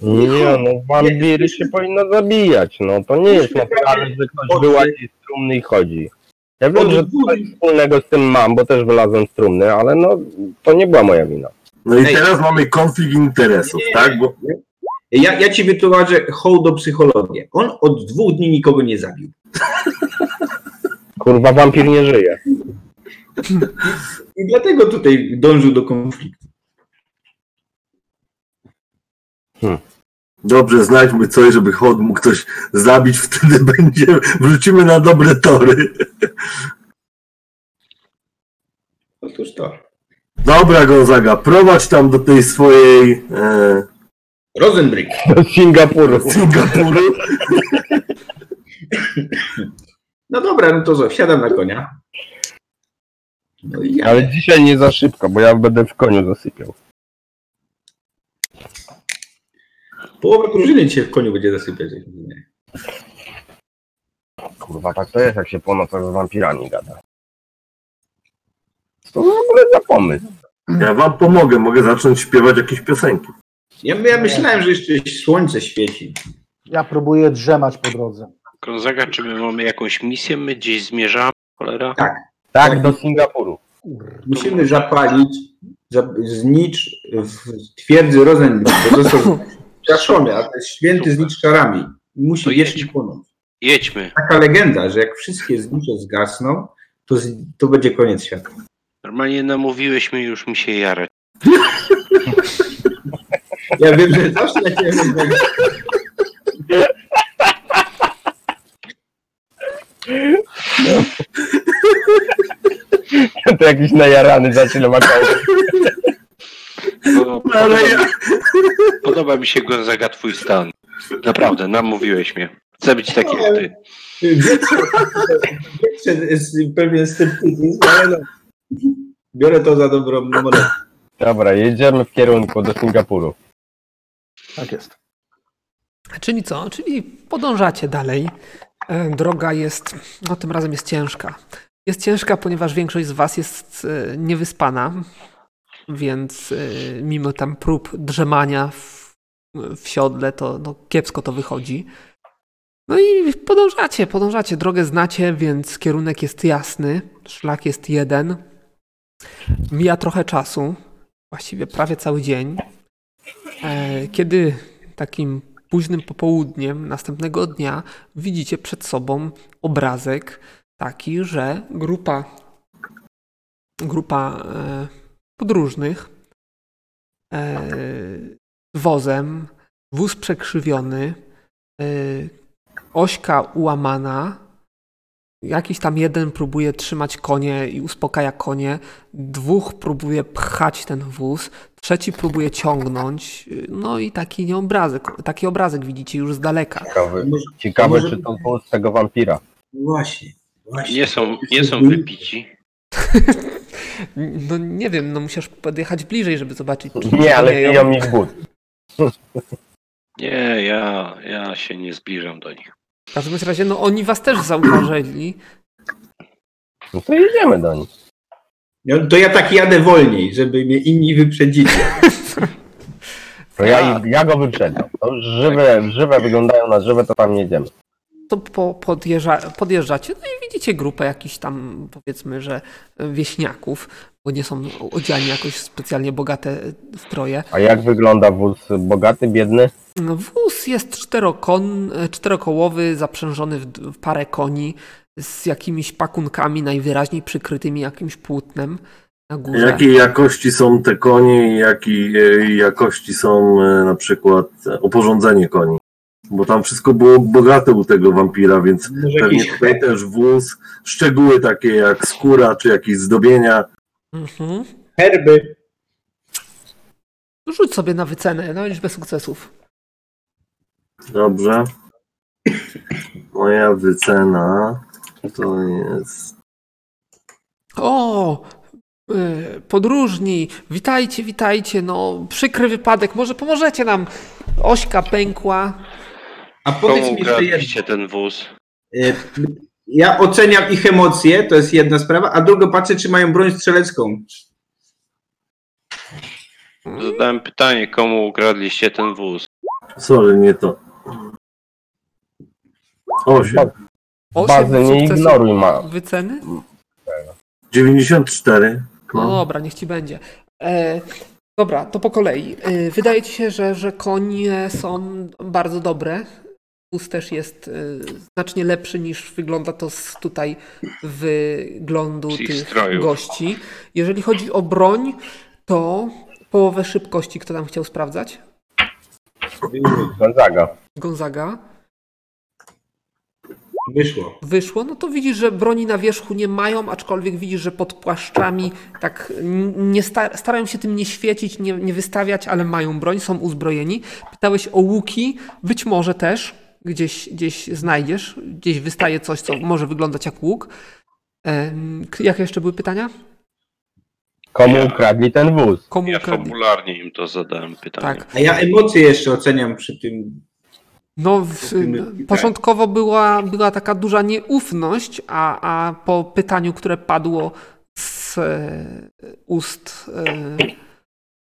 Speaker 4: Nie, no wampiry się powinno zabijać, no to nie jest naturalne, że ktoś wyłazi z trumny i chodzi. Ja wiem, że coś wspólnego z tym mam, bo też wylazłem z trumny, ale no to nie była moja wina.
Speaker 3: No i
Speaker 6: Ej.
Speaker 3: teraz mamy konflikt interesów, tak? Bo
Speaker 6: Ja, ja ci wytłumaczę hołdopsychologię. On od dwóch dni nikogo nie zabił.
Speaker 4: Kurwa, wampir nie żyje.
Speaker 6: I dlatego tutaj dążył do konfliktu.
Speaker 3: Dobrze, znajdźmy coś, żeby Hod mógł ktoś zabić, wtedy będzie, wrócimy na dobre tory.
Speaker 6: Otóż to.
Speaker 3: Dobra, Gonzaga, prowadź tam do tej swojej e,
Speaker 6: Rosenbrick.
Speaker 4: Z Singapuru.
Speaker 3: Singapuru.
Speaker 6: No dobra, no to co, wsiadam na konia. No i ja.
Speaker 4: Ale dzisiaj nie za szybko, bo ja będę w koniu zasypiał.
Speaker 6: Połowa drużyny dzisiaj w koniu będzie zasypiać. jak nie.
Speaker 4: Kurwa, tak to jest, jak się po nocach z wampirami gada. Co to w ogóle za pomysł?
Speaker 3: Ja wam pomogę, mogę zacząć śpiewać jakieś piosenki.
Speaker 6: Ja, ja myślałem, że jeszcze słońce świeci.
Speaker 5: Ja próbuję drzemać po drodze.
Speaker 2: Gonzaga, czy my mamy jakąś misję? My gdzieś zmierzamy, cholera.
Speaker 4: Tak, do Singapuru.
Speaker 6: Musimy zapalić za, znicz w twierdzy Rosenbrick, bo został zgaszony, a to jest święty znicz czarami.
Speaker 2: To
Speaker 6: Musi
Speaker 2: jedź.
Speaker 6: jeszcze płonąć.
Speaker 2: Jedźmy.
Speaker 6: Taka legenda, że jak wszystkie znicze zgasną, to, z, to będzie koniec świata.
Speaker 2: Normalnie namówiłeś mnie, już mi się jarać.
Speaker 6: Ja wiem, że zawsze na ciebie będę.
Speaker 4: To jakiś najarany zaczyna makał.
Speaker 1: No,
Speaker 2: Bo Podoba, podoba mi się Gonzaga twój stan. Naprawdę, namówiłeś mnie. Chcę być taki jak ty.
Speaker 6: Wiecie, jest pewien sceptycyzm, ale no. Biorę to za dobrą monetę.
Speaker 4: Dobra, jedziemy w kierunku do Singapuru.
Speaker 5: Tak jest.
Speaker 1: Czyli co? Czyli podążacie dalej. E, Droga jest, no tym razem jest ciężka. Jest ciężka, ponieważ większość z Was jest e, niewyspana, więc e, mimo tam prób drzemania w, w siodle, to no, kiepsko to wychodzi. No i podążacie, podążacie. Drogę znacie, więc kierunek jest jasny, szlak jest jeden. Mija trochę czasu, właściwie prawie cały dzień. E, Kiedy takim późnym popołudniem następnego dnia widzicie przed sobą obrazek taki, że grupa grupa e, podróżnych e, z wozem, wóz przekrzywiony, e, ośka ułamana, jakiś tam jeden próbuje trzymać konie i uspokaja konie, dwóch próbuje pchać ten wóz, trzeci próbuje ciągnąć, y, no i taki nie obrazek, taki obrazek widzicie już z daleka.
Speaker 4: Ciekawe,
Speaker 6: Może-
Speaker 4: ciekawe
Speaker 6: może-
Speaker 4: czy to było z tego wampira.
Speaker 6: Właśnie, właśnie.
Speaker 2: Nie są, nie są wypici.
Speaker 1: No nie wiem, no musisz podjechać bliżej, żeby zobaczyć. czy
Speaker 4: Nie, ale
Speaker 1: istnieją.
Speaker 4: piją mi w but.
Speaker 2: Nie, ja, ja się nie zbliżam do nich.
Speaker 1: W każdym razie, no oni was też zauważyli.
Speaker 4: No to jedziemy do nich.
Speaker 6: No, to ja tak jadę wolniej, żeby mnie inni wyprzedzili.
Speaker 4: To ja, ich- ja go wyprzedzam. To już żywe, żywe wyglądają na żywe, to tam nie jedziemy.
Speaker 1: To po, podjeżdża, podjeżdżacie, no i widzicie grupę jakichś tam, powiedzmy, że wieśniaków, bo nie są odziani jakoś w specjalnie bogate stroje.
Speaker 4: A jak wygląda wóz? Bogaty, biedny?
Speaker 1: No, Wóz jest czterokon, czterokołowy, zaprzężony w, d- w parę koni, z jakimiś pakunkami najwyraźniej przykrytymi jakimś płótnem na górze.
Speaker 3: Jakiej jakości są te konie i jakiej e, jakości są e, na przykład e, oporządzenie koni? Bo tam wszystko było bogate u tego wampira, więc
Speaker 6: Może
Speaker 3: pewnie
Speaker 6: jakiś
Speaker 3: tutaj też wóz, szczegóły takie jak skóra czy jakieś zdobienia.
Speaker 1: Mhm.
Speaker 6: herby.
Speaker 1: Rzuć sobie na wycenę, na liczbę sukcesów.
Speaker 3: Dobrze. Moja wycena to jest.
Speaker 1: O, y, podróżni, witajcie, witajcie. No, przykry wypadek, może pomożecie nam. Ośka pękła.
Speaker 6: A powiedz
Speaker 2: Komu
Speaker 6: mi jeszcze jedno.
Speaker 2: ukradliście ten wóz?
Speaker 6: Y, Ja oceniam ich emocje, to jest jedna sprawa, a druga patrzę, czy mają broń strzelecką.
Speaker 1: Hmm?
Speaker 2: Zadałem pytanie, komu ukradliście ten wóz?
Speaker 3: Sorry, nie to. Osiem.
Speaker 1: Osiem
Speaker 4: Bazy, nie
Speaker 1: sukcesów
Speaker 4: ignoruj ma.
Speaker 1: Wyceny?
Speaker 3: 94.
Speaker 1: No
Speaker 3: No.
Speaker 1: dobra, niech ci będzie. E, dobra, to po kolei. E, wydaje ci się, że, że konie są bardzo dobre. pus też jest y, znacznie lepszy niż wygląda to z tutaj wyglądu
Speaker 2: Z ich
Speaker 1: tych
Speaker 2: strojów.
Speaker 1: gości. Jeżeli chodzi o broń, to połowę szybkości, kto tam chciał sprawdzać?
Speaker 4: Gonzaga.
Speaker 1: Gonzaga.
Speaker 6: Wyszło.
Speaker 1: wyszło, no to widzisz, że broni na wierzchu nie mają, aczkolwiek widzisz, że pod płaszczami tak n- nie sta- starają się tym nie świecić, nie, nie wystawiać, ale mają broń, są uzbrojeni. Pytałeś o łuki, być może też gdzieś, gdzieś znajdziesz, gdzieś wystaje coś, co może wyglądać jak łuk. Em, k- Jakie jeszcze były pytania?
Speaker 4: Komu ukradli ten wóz?
Speaker 1: Komu
Speaker 2: Ja
Speaker 1: ukradli?
Speaker 2: fabularnie im to zadałem pytanie.
Speaker 1: Tak.
Speaker 6: A ja emocje jeszcze oceniam przy tym.
Speaker 1: No, w,
Speaker 6: Mówimy-
Speaker 1: początkowo była, była taka duża nieufność, a, a po pytaniu, które padło z e, ust,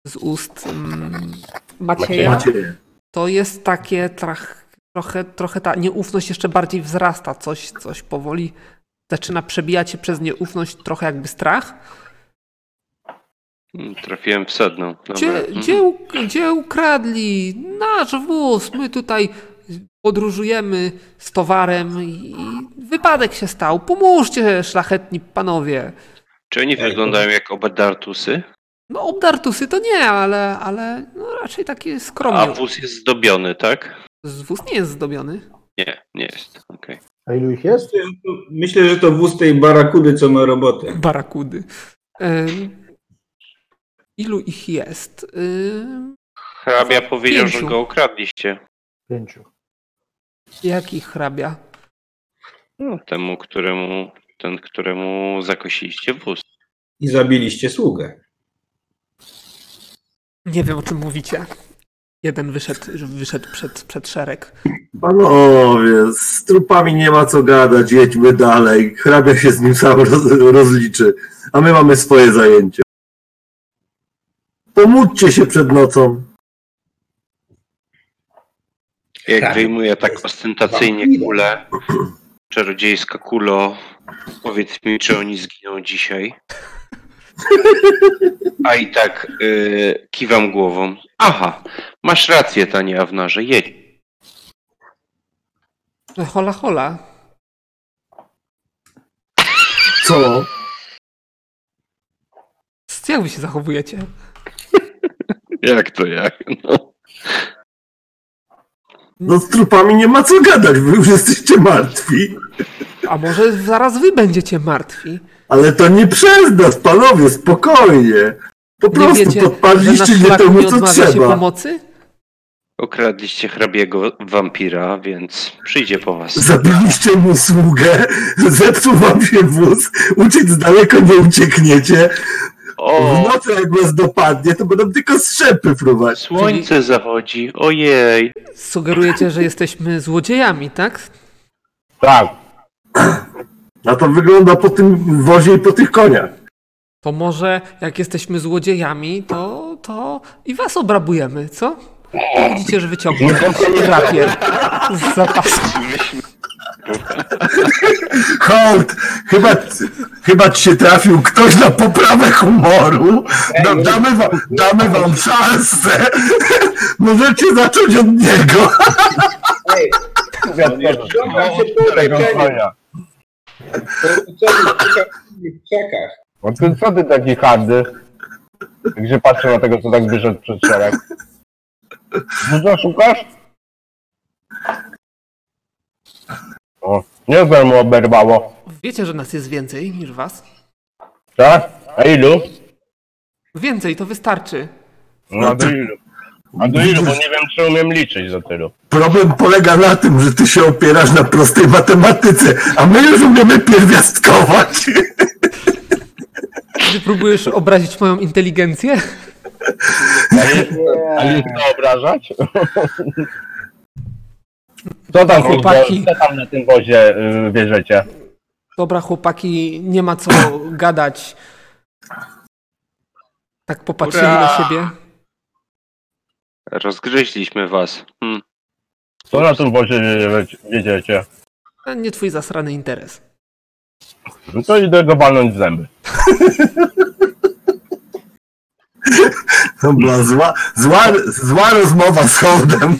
Speaker 1: e, z ust mm, Macieja,
Speaker 3: Macie.
Speaker 1: to jest takie trach, trochę, trochę ta nieufność jeszcze bardziej wzrasta. Coś, coś powoli zaczyna przebijać się przez nieufność, trochę jakby strach.
Speaker 2: Mm, Trafiłem w sedno. Dobra.
Speaker 1: Gdzie,
Speaker 2: Mhm.
Speaker 1: gdzie, uk- gdzie ukradli nasz wóz? My tutaj podróżujemy z towarem i i wypadek się stał. Pomóżcie, szlachetni panowie.
Speaker 2: Czy oni wyglądają jak obedartusy?
Speaker 1: No, obdartusy to nie, ale, ale no, raczej takie
Speaker 2: A
Speaker 1: skromnie.
Speaker 2: wóz jest zdobiony, tak?
Speaker 1: Z- Wóz nie jest zdobiony.
Speaker 2: Nie, nie jest. Okej.
Speaker 5: A ilu ich jest?
Speaker 6: Myślę, że to- Myślę, że to wóz tej barakudy, co ma robotę.
Speaker 1: Barakudy. Ym, Ilu ich jest? Ym,
Speaker 2: Hrabia powiedział, że
Speaker 1: Pięciu.
Speaker 2: go okradliście.
Speaker 5: Pięciu.
Speaker 1: Jaki hrabia?
Speaker 2: No, temu, któremu, ten, któremu zakosiliście wóz.
Speaker 6: I zabiliście sługę.
Speaker 1: Nie wiem, o czym mówicie. Jeden wyszedł, wyszedł przed, przed szereg.
Speaker 3: Panowie, z trupami nie ma co gadać, jedźmy dalej. Hrabia się z nim sam roz, rozliczy, a my mamy swoje zajęcie. Pomódźcie się przed nocą.
Speaker 2: Jak
Speaker 6: Tak.
Speaker 2: wyjmuje tak ostentacyjnie kulę, czarodziejska kulo, powiedz mi, czy oni zginą dzisiaj? A i tak y, kiwam głową. Aha, masz rację, tanie Awnarze, jedź.
Speaker 1: No, Hola, hola.
Speaker 3: Co?
Speaker 1: Jak wy się zachowujecie?
Speaker 2: Jak to jak? No.
Speaker 3: No z trupami nie ma co gadać, wy już jesteście martwi.
Speaker 1: A może zaraz wy będziecie martwi?
Speaker 3: Ale to nie przez nas, panowie, spokojnie. Po
Speaker 1: Nie
Speaker 3: prostu
Speaker 1: wiecie, że na
Speaker 3: podpadliście nie
Speaker 1: szlaku
Speaker 3: temu,
Speaker 1: nie
Speaker 3: co
Speaker 1: odmawia się
Speaker 3: trzeba.
Speaker 1: pomocy?
Speaker 2: Okradliście hrabiego wampira, więc przyjdzie po was.
Speaker 3: Zabiliście mu sługę, zepsuł wam się wóz, uciec daleko nie uciekniecie. W
Speaker 2: O,
Speaker 3: nocy jak was dopadnie, to będą tylko strzepy fruwać.
Speaker 2: słońce zachodzi, ojej.
Speaker 1: Sugerujecie, że jesteśmy złodziejami, tak?
Speaker 4: Tak.
Speaker 3: A to wygląda po tym wozie i po tych koniach.
Speaker 1: To może jak jesteśmy złodziejami, to, to i was obrabujemy, co? Widzicie, że wyciągnął rapier z zapasu.
Speaker 3: Holt! Chyba, chyba ci się trafił ktoś na poprawę humoru. Da, damy, wam, damy wam szansę. Możecie zacząć od niego.
Speaker 4: No,
Speaker 6: To jest co ty w krzakach.
Speaker 4: No ty, co ty taki hardy? Gdzie patrzę na tego, co tak wyszedł przed szereg. Dużo No szukasz? O, niezłe mu oberwało.
Speaker 1: Wiecie, że nas jest więcej niż was?
Speaker 4: Tak? A ilu?
Speaker 1: Więcej, to wystarczy.
Speaker 4: No a do ilu? A do ilu, bo nie wiem, czy umiem liczyć do tylu.
Speaker 3: Problem polega na tym, że ty się opierasz na prostej matematyce, a my już umiemy pierwiastkować.
Speaker 1: Ty próbujesz obrazić moją inteligencję?
Speaker 4: Ale jest to obrażać? Co tam, kurde,
Speaker 1: Chłopaki.
Speaker 4: No, co tam na tym wozie y, bierzecie?
Speaker 1: Dobra, chłopaki, nie ma co gadać. Tak popatrzyli na siebie.
Speaker 2: Rozgryźliśmy was. Hmm.
Speaker 4: Co na tym wozie y, bierzecie?
Speaker 1: A nie twój zasrany interes.
Speaker 4: No to idę go walnąć w zęby.
Speaker 3: To była zła, zła, zła rozmowa z Holdem.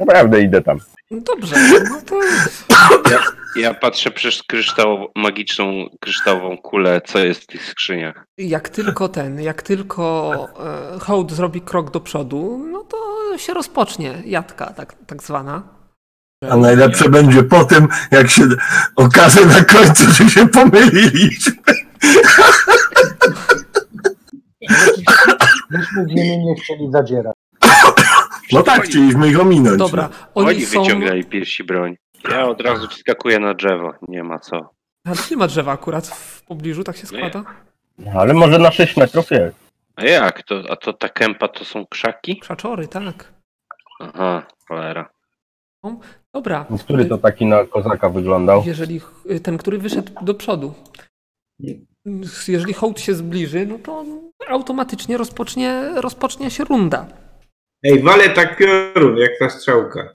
Speaker 4: naprawdę idę tam.
Speaker 1: Dobrze, no to
Speaker 2: Ja patrzę przez kryształ, magiczną kryształową kulę, co jest w tych skrzyniach.
Speaker 1: jak tylko ten, jak tylko e, hołd zrobi krok do przodu, no to się rozpocznie jatka tak, tak zwana.
Speaker 3: A najlepsze będzie po tym, jak się okaże na końcu, że się pomyliliśmy.
Speaker 5: Myśmy z nimi nie chcieli zadzierać.
Speaker 3: No tak, chcieliśmy ich ominąć.
Speaker 1: Dobra,
Speaker 2: Oni,
Speaker 1: oni, są...
Speaker 2: wyciągali piersi broń. Ja od razu wskakuję na drzewo, nie ma co.
Speaker 1: Ale nie ma drzewa akurat w pobliżu, tak się składa?
Speaker 4: Ale może na 6 metrów jest.
Speaker 2: A jak? To, a to ta kępa to są krzaki?
Speaker 1: Krzaczory, tak.
Speaker 2: Aha, cholera.
Speaker 1: Dobra,
Speaker 4: Który to taki na kozaka wyglądał?
Speaker 1: jeżeli ch- ten, który wyszedł do przodu, jeżeli hołd się zbliży, no to automatycznie rozpocznie, rozpocznie się runda.
Speaker 6: Ej, wale tak piorun, jak ta strzałka.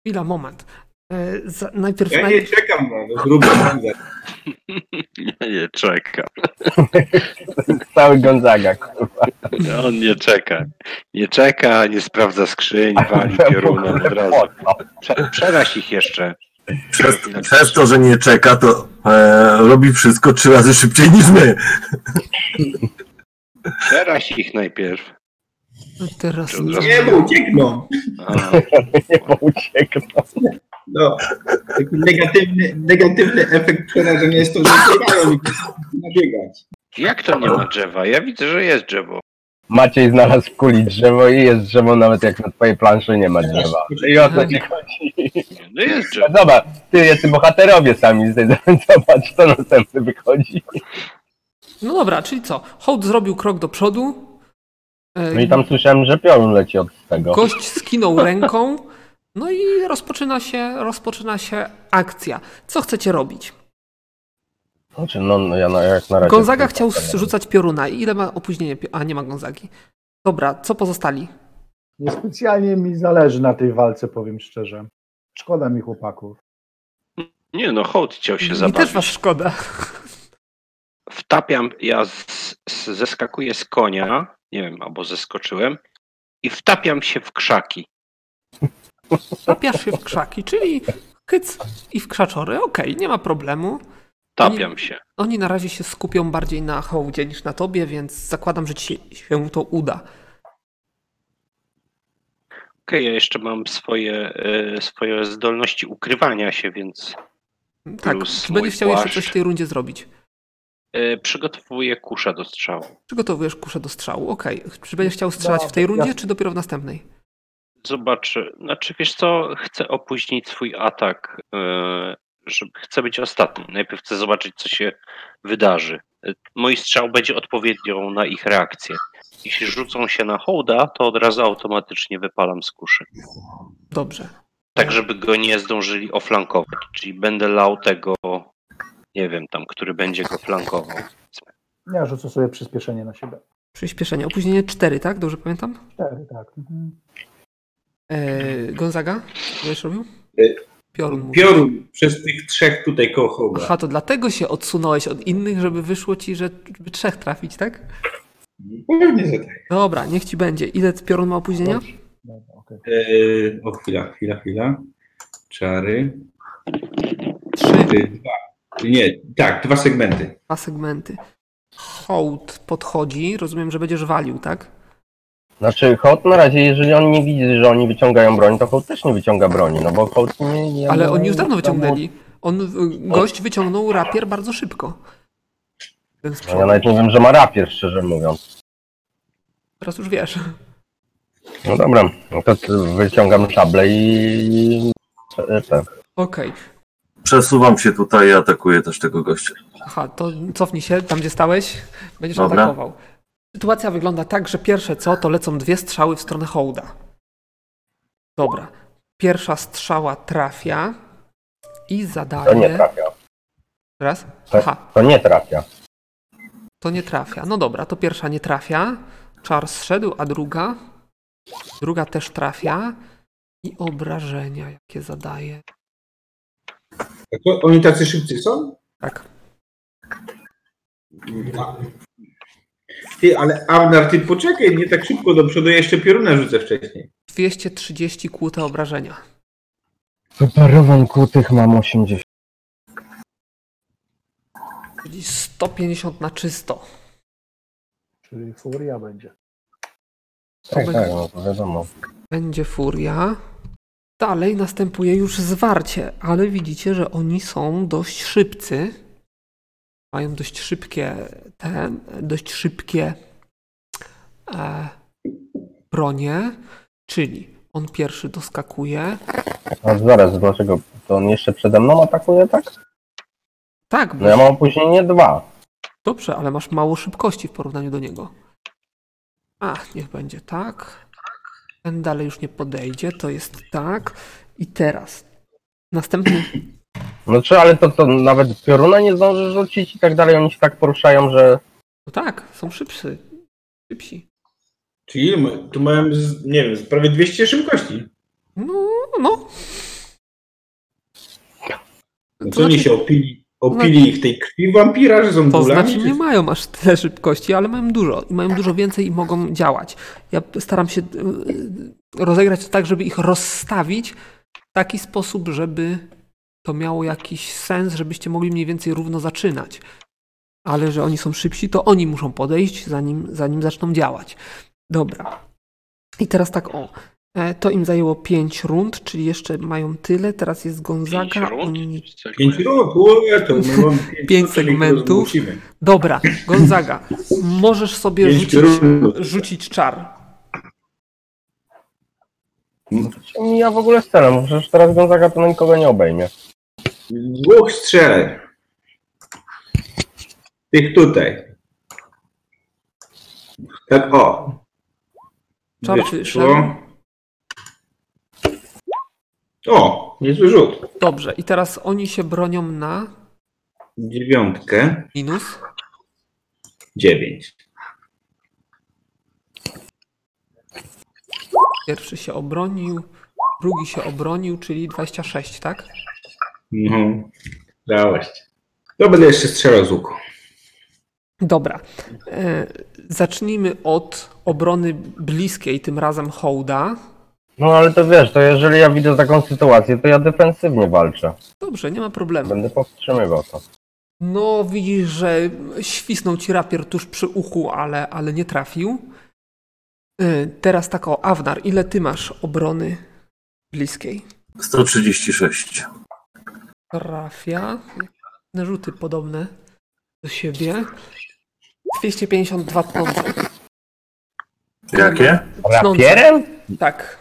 Speaker 1: Chwila, moment. E, za- Najpierw,
Speaker 6: Ja nie
Speaker 1: najpierw
Speaker 6: czekam no, na grubą
Speaker 2: Ja nie czekam.
Speaker 4: Cały Gonzaga. kurwa.
Speaker 2: On nie czeka. Nie czeka, nie sprawdza skrzyń, wali piorunem od razu. Prze- przeraź ich jeszcze.
Speaker 3: Przez, przez to, że nie czeka, to e, robi wszystko trzy razy szybciej niż my.
Speaker 2: Przeraź ich najpierw.
Speaker 1: teraz...
Speaker 2: Czy od razu-
Speaker 6: Nie, bo uciekną.
Speaker 2: A,
Speaker 4: Nie bo uciekną.
Speaker 6: No. Taki negatywny, negatywny efekt przerażenia jest to, że uciekają i nabiegać.
Speaker 2: jak to nie ma drzewa? Ja widzę, że jest drzewo.
Speaker 4: Maciej znalazł w kuli drzewo i jest drzewo nawet jak na twojej planszy nie ma drzewa. I o co ci chodzi?
Speaker 2: No jest drzewo.
Speaker 4: Zobacz, ty jesteś bohaterowie sami. Zobacz, kto następny wychodzi.
Speaker 1: No dobra, czyli co? Hołd zrobił krok do przodu. e,
Speaker 4: No i tam słyszałem, że piorun leci od tego.
Speaker 1: Gość skinął ręką. No i rozpoczyna się, rozpoczyna się akcja. Co chcecie robić?
Speaker 4: Znaczy, no, no ja na, jak na razie...
Speaker 1: Gonzaga chciał rzucać pioruna. Ile ma opóźnienie? pio- A, nie ma Gonzagi. Dobra, co pozostali?
Speaker 5: Niespecjalnie mi zależy na tej walce, powiem szczerze. Szkoda mi chłopaków.
Speaker 2: Nie no, hołd chciał się
Speaker 1: Mi też
Speaker 2: zabawić.
Speaker 1: was szkoda.
Speaker 2: Wtapiam, ja z, z, zeskakuję z konia, nie wiem, albo zeskoczyłem i wtapiam się w krzaki.
Speaker 1: Tapiasz się w krzaki, czyli kyc i w krzaczory. Okej, nie ma problemu.
Speaker 2: Tapiam się.
Speaker 1: Oni na razie się skupią bardziej na hołdzie niż na tobie, więc zakładam, że ci się- się to uda.
Speaker 2: Okej, ja jeszcze mam swoje, e, swoje zdolności ukrywania się, więc
Speaker 1: Tak,
Speaker 2: Plus
Speaker 1: czy będziesz
Speaker 2: mój
Speaker 1: chciał jeszcze
Speaker 2: płaszcz.
Speaker 1: coś w tej rundzie zrobić?
Speaker 2: e, przygotowuję kusza do strzału.
Speaker 1: Przygotowujesz kuszę do strzału, okej. Czy będziesz chciał strzelać
Speaker 5: Dobra,
Speaker 1: w tej rundzie,
Speaker 5: jasne.
Speaker 1: czy dopiero w następnej?
Speaker 2: Zobaczę, znaczy wiesz co, chcę opóźnić swój atak, e, żeby, chcę być ostatni. Najpierw chcę zobaczyć, co się wydarzy. E, Mój strzał będzie odpowiedzią na ich reakcję. Jeśli rzucą się na hołda, to od razu automatycznie wypalam z kuszy.
Speaker 1: Dobrze.
Speaker 2: Tak, żeby go nie zdążyli oflankować. Czyli będę lał tego, nie wiem tam, który będzie go flankował.
Speaker 5: Ja rzucę sobie przyspieszenie na siebie.
Speaker 1: Przyspieszenie. Opóźnienie 4, tak? Dobrze pamiętam?
Speaker 5: Cztery, tak. Mhm.
Speaker 1: Eee, Gonzaga? Co będziesz robił?
Speaker 6: Y,
Speaker 1: Piorun mówi.
Speaker 6: Piorun przez tych trzech tutaj koło hołda.
Speaker 1: Aha, to dlatego się odsunąłeś od innych, żeby wyszło ci, że żeby trzech trafić, tak?
Speaker 6: Pewnie, że tak.
Speaker 1: Dobra, niech ci będzie. Ile piorun ma opóźnienia?
Speaker 5: Dobra, okej.
Speaker 6: Eee, o, chwila, chwila, chwila. Czary.
Speaker 1: Trzy,
Speaker 6: Ty, dwa. Nie, tak, dwa segmenty.
Speaker 1: dwa segmenty. Hołd podchodzi. Rozumiem, że będziesz walił, tak?
Speaker 4: Znaczy, hołd na razie, jeżeli on nie widzi, że oni wyciągają broń, to hołd też nie wyciąga broni, no bo hołd nie... nie
Speaker 1: Ale
Speaker 4: nie-
Speaker 1: oni już dawno
Speaker 4: nie-
Speaker 1: wyciągnęli. On, y, gość wyciągnął rapier bardzo szybko. Ten z
Speaker 4: No, ja
Speaker 1: przodu.
Speaker 4: nawet nie wiem, że ma rapier, szczerze mówiąc.
Speaker 1: Teraz już wiesz.
Speaker 4: No dobra, no to wyciągam szablę i... i- te.
Speaker 1: Okej.
Speaker 3: Przesuwam się tutaj i atakuję też tego gościa.
Speaker 1: Aha, to cofnij się tam, gdzie stałeś. Będziesz
Speaker 3: Dobra.
Speaker 1: atakował. Sytuacja wygląda tak, że pierwsze co, to lecą dwie strzały w stronę hołda. Dobra. Pierwsza strzała trafia i
Speaker 4: To nie
Speaker 1: zadaje...
Speaker 4: trafia,
Speaker 1: Raz?
Speaker 4: Tak.
Speaker 1: Aha,
Speaker 4: to nie trafia.
Speaker 1: to nie trafia. No dobra, to pierwsza nie trafia. Czar zszedł, a druga... Druga też trafia. I obrażenia, jakie zadaje.
Speaker 6: A to Oni tacy szybcy są?
Speaker 1: Tak.
Speaker 6: A- Ty, ale Arnar, ty poczekaj, nie tak szybko do przodu, ja jeszcze pioruna rzucę wcześniej.
Speaker 1: 230 kłute obrażenia.
Speaker 4: Superową kutych mam 80.
Speaker 1: Czyli 150 na czysto.
Speaker 5: Czyli furia będzie.
Speaker 4: Tak, tak, no to wiadomo.
Speaker 1: Będzie furia. Dalej następuje już zwarcie, ale widzicie, że oni są dość szybcy. Mają dość szybkie te, dość szybkie e, bronie, czyli on pierwszy doskakuje.
Speaker 4: A zaraz, dlaczego? To on jeszcze przede mną atakuje, tak?
Speaker 1: Tak, bo
Speaker 4: No ja mam opóźnienie 2.
Speaker 1: Dobrze, ale masz mało szybkości w porównaniu do niego. A, niech będzie tak. Ten dalej już nie podejdzie, to jest tak. I teraz. Następny.
Speaker 4: No czy, ale to, to nawet pioruna nie zdąży rzucić i tak dalej, oni się tak poruszają, że...
Speaker 1: No tak, są szybsi. Szybsi.
Speaker 6: Czyli my- tu miałem, z, nie wiem, z prawie 200 szybkości.
Speaker 1: No, no.
Speaker 6: No
Speaker 1: To
Speaker 6: Co oni
Speaker 1: znaczy-
Speaker 6: się opili? Opili ich tej krwi wampira, że są
Speaker 1: To
Speaker 6: gulami?
Speaker 1: znaczy nie mają aż tyle szybkości, ale mają dużo i mają dużo więcej i mogą działać. Ja staram się y, rozegrać to tak, żeby ich rozstawić w taki sposób, żeby to miało jakiś sens, żebyście mogli mniej więcej równo zaczynać. Ale że oni są szybsi, to oni muszą podejść, zanim, zanim zaczną działać. Dobra. I teraz tak o. E, To im zajęło 5 rund, czyli jeszcze mają tyle. Teraz jest
Speaker 2: Pięć
Speaker 1: Gonzaga.
Speaker 2: rund?
Speaker 1: Oni...
Speaker 2: Coś
Speaker 6: Pięć
Speaker 2: powiem.
Speaker 6: rok, ue, to my mamy pięć,
Speaker 1: Pięć
Speaker 6: rok, czyli
Speaker 1: segmentów.
Speaker 6: to zmusimy.
Speaker 1: Dobra, Gonzaga, możesz sobie
Speaker 6: Pięć
Speaker 1: rzucić,
Speaker 6: rund.
Speaker 1: rzucić czar.
Speaker 4: Mi ja w ogóle z celem, bo przecież teraz Gonzaga to na nikogo nie obejmie.
Speaker 6: Dwóch strzelek. Tych tutaj. Tak, o.
Speaker 1: Czar wyszedł.
Speaker 6: O, niezły rzut.
Speaker 1: Dobrze, i teraz oni się bronią na
Speaker 6: Dziewiątkę.
Speaker 1: minus.
Speaker 6: Dziewięć.
Speaker 1: Pierwszy się obronił, drugi się obronił, czyli 26, tak?
Speaker 6: No, dałeś. To będę jeszcze strzelał z łuku.
Speaker 1: Dobra. E, zacznijmy od obrony bliskiej, tym razem hołda.
Speaker 4: No ale to wiesz, to jeżeli ja widzę taką sytuację, to ja defensywnie walczę.
Speaker 1: Dobrze, nie ma problemu.
Speaker 4: Będę powstrzymywał to.
Speaker 1: No, widzisz, że świsnął ci rapier tuż przy uchu, ale, ale nie trafił. E, teraz tak o, Awnar, ile ty masz obrony bliskiej?
Speaker 3: 136.
Speaker 1: Trafia. Narzuty podobne do siebie. 252 pące.
Speaker 3: Jakie?
Speaker 4: Rapierem?
Speaker 1: Tak.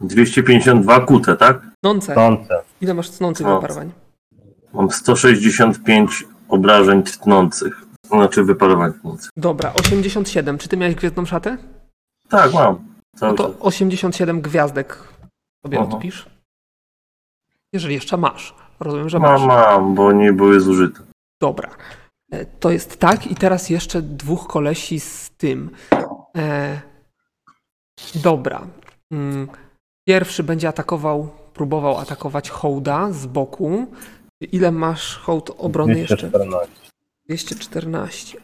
Speaker 3: 252 kute, tak?
Speaker 1: Cnące.
Speaker 4: Tące.
Speaker 1: Ile masz cnących
Speaker 3: Cnące.
Speaker 1: wyparowań?
Speaker 3: Mam 165 obrażeń tnących. Znaczy wyparowań tnących.
Speaker 1: Dobra, 87. Czy ty miałeś gwiezdną szatę?
Speaker 3: Tak, mam.
Speaker 1: No
Speaker 3: Cały
Speaker 1: to 87 gwiazdek sobie
Speaker 3: Aha.
Speaker 1: odpisz. Jeżeli jeszcze masz. Rozumiem, że
Speaker 3: czas.
Speaker 1: masz.
Speaker 3: mam, mam, bo nie były zużyte.
Speaker 1: Dobra. E, To jest tak i teraz jeszcze dwóch kolesi z tym. E, dobra. Mm, Pierwszy będzie atakował, próbował atakować hołda z boku. Ile masz hołd obrony jeszcze?
Speaker 4: 214.
Speaker 1: 214.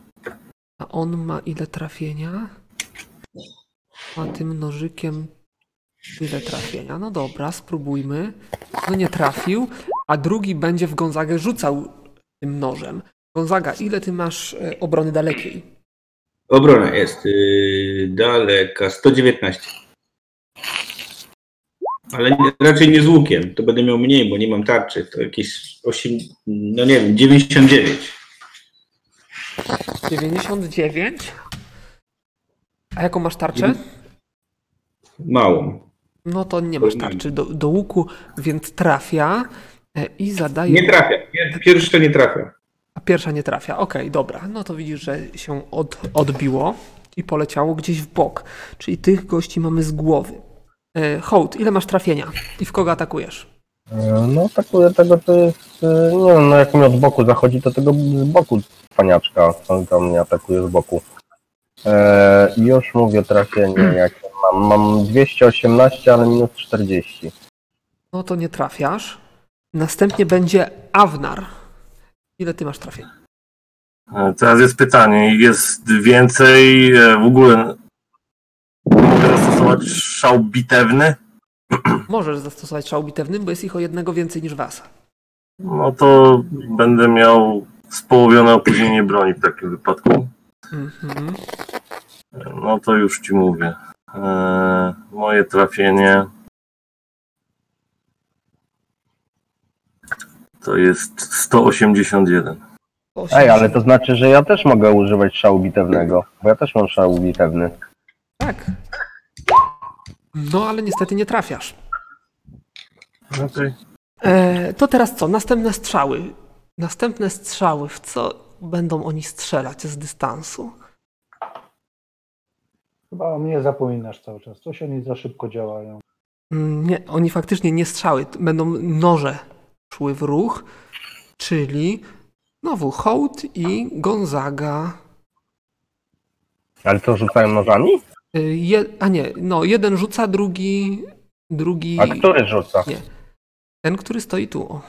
Speaker 1: A on ma ile trafienia? Ma tym nożykiem tyle trafienia. No dobra, spróbujmy. No nie trafił, a drugi będzie w Gonzagę rzucał tym nożem. Gonzaga, ile ty masz e, obrony dalekiej?
Speaker 6: Obrona jest yy, daleka, 119. Ale nie, raczej nie z łukiem, to będę miał mniej, bo nie mam tarczy. To jakieś 8, no nie wiem, 99.
Speaker 1: 99. A jaką masz tarczę?
Speaker 6: Małą.
Speaker 1: No to nie masz tarczy do, do łuku, więc trafia e, i zadaje.
Speaker 6: Nie trafia, pier- pierwsza nie trafia.
Speaker 1: A pierwsza nie trafia. Okej, dobra. No to widzisz, że się od, odbiło i poleciało gdzieś w bok. Czyli tych gości mamy z głowy. E, Hołd, ile masz trafienia i w kogo atakujesz?
Speaker 4: E, No atakuje tego, to jest, e, nie wiem, no jak mi od boku zachodzi, to tego z boku paniaczka, on tam mnie atakuje z boku. E, już mówię trafienie, jakie mam. Mam 218, ale minus 40.
Speaker 1: No to nie trafiasz. Następnie będzie Awnar. Ile ty masz trafienia?
Speaker 3: E, Teraz jest pytanie, jest więcej e, w ogóle. Mogę zastosować szał bitewny,
Speaker 1: Możesz zastosować szał bitewny, bo jest ich o jednego więcej niż was.
Speaker 3: no to będę miał społowione opóźnienie broni w takim wypadku.
Speaker 1: Mhm.
Speaker 3: No to już ci mówię. Eee, moje trafienie to jest 181.
Speaker 4: Ej, ale to znaczy, że ja też mogę używać szału bitewnego, bo ja też mam szał bitewny.
Speaker 1: Tak. No, ale niestety nie trafiasz.
Speaker 3: Okej.
Speaker 1: E, to teraz co? Następne strzały. Następne strzały. W co będą oni strzelać z dystansu?
Speaker 5: Chyba o mnie zapominasz cały czas. Coś oni za szybko działają.
Speaker 1: Mm, Nie, oni faktycznie nie strzały. t- Będą noże szły w ruch, czyli znowu Hołd i Gonzaga.
Speaker 4: Ale to rzucają nożami?
Speaker 1: Y, Je, a nie, no jeden rzuca, drugi... drugi
Speaker 4: A który rzuca?
Speaker 1: Ten, który stoi tu. O,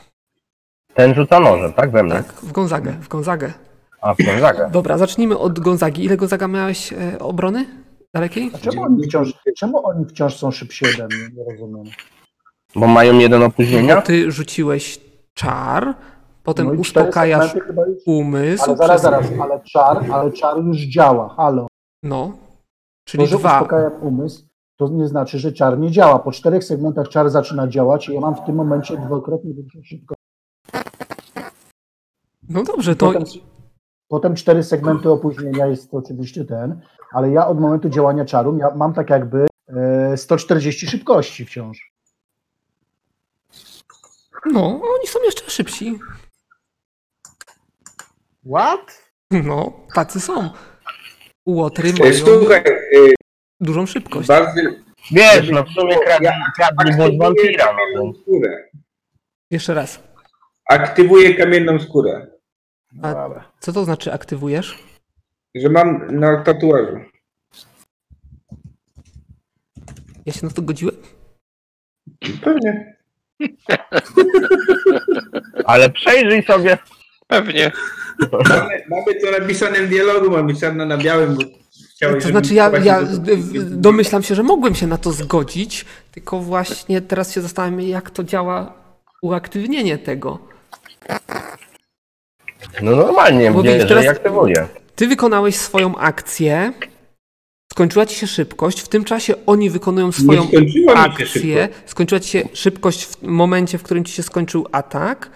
Speaker 4: Ten rzuca nożem, tak? We mnie?
Speaker 1: tak, w Gonzagę, w Gonzagę.
Speaker 4: A, w Gonzagę.
Speaker 1: Dobra, zacznijmy od Gonzagi. Ile Gonzaga miałeś e, obrony dalekiej?
Speaker 5: A czemu oni wciąż, czemu oni wciąż są szybsi ode mnie? Nie rozumiem.
Speaker 4: Bo mają jeden
Speaker 1: Bo
Speaker 4: opóźnienia?
Speaker 1: ty rzuciłeś czar, potem
Speaker 5: No i cztery
Speaker 1: uspokajasz
Speaker 5: segmenty chyba już-
Speaker 1: umysł.
Speaker 5: Ale zaraz,
Speaker 1: przez-
Speaker 5: zaraz, ale czar, ale czar już działa. Halo.
Speaker 1: No, czyli
Speaker 5: To, że
Speaker 1: dwa.
Speaker 5: uspokajam umysł, to nie znaczy, że czar nie działa. Po czterech segmentach czar zaczyna działać i ja mam w tym momencie dwukrotnie większą szybkość.
Speaker 1: No dobrze, to
Speaker 5: Potem, potem cztery segmenty opóźnienia jest to oczywiście ten, ale ja od momentu działania czaru ja mam tak jakby e, 140 szybkości wciąż.
Speaker 1: no, oni są jeszcze szybsi.
Speaker 5: What?
Speaker 1: No, tacy są. Łotry
Speaker 6: E,
Speaker 1: mają
Speaker 6: Słuchaj, e,
Speaker 1: dużą szybkość.
Speaker 6: Bazyl,
Speaker 4: Wiesz, no w sumie kradli,
Speaker 6: Ja-
Speaker 4: kradli głos
Speaker 6: aktywuję
Speaker 4: wampira. No.
Speaker 6: kamienną skórę.
Speaker 1: Jeszcze raz.
Speaker 6: Aktywuję kamienną skórę,
Speaker 1: A co to znaczy aktywujesz?
Speaker 6: że mam na tatuażu.
Speaker 1: Ja się na to godziłem?
Speaker 6: Pewnie.
Speaker 4: Ale przejrzyj sobie.
Speaker 2: Pewnie.
Speaker 6: Mamy, mamy to napisane w dialogu, mamy czarno na białym. bo Chciałeś,
Speaker 1: To
Speaker 6: żebym
Speaker 1: znaczy, ja,
Speaker 6: właśnie
Speaker 1: ja
Speaker 6: to-
Speaker 1: w- domyślam się, że mogłem się na to zgodzić, tylko właśnie teraz się zastanawiam, jak to działa uaktywnienie tego.
Speaker 4: No normalnie,
Speaker 1: Bo widzisz,
Speaker 4: wiesz, że
Speaker 1: teraz-
Speaker 4: jak aktywuję.
Speaker 1: Ty wykonałeś swoją akcję, skończyła ci się szybkość, w tym czasie oni wykonują swoją
Speaker 6: Nie skończyło mi się
Speaker 1: akcję,
Speaker 6: szybko.
Speaker 1: skończyła ci się szybkość w momencie, w którym ci się skończył atak,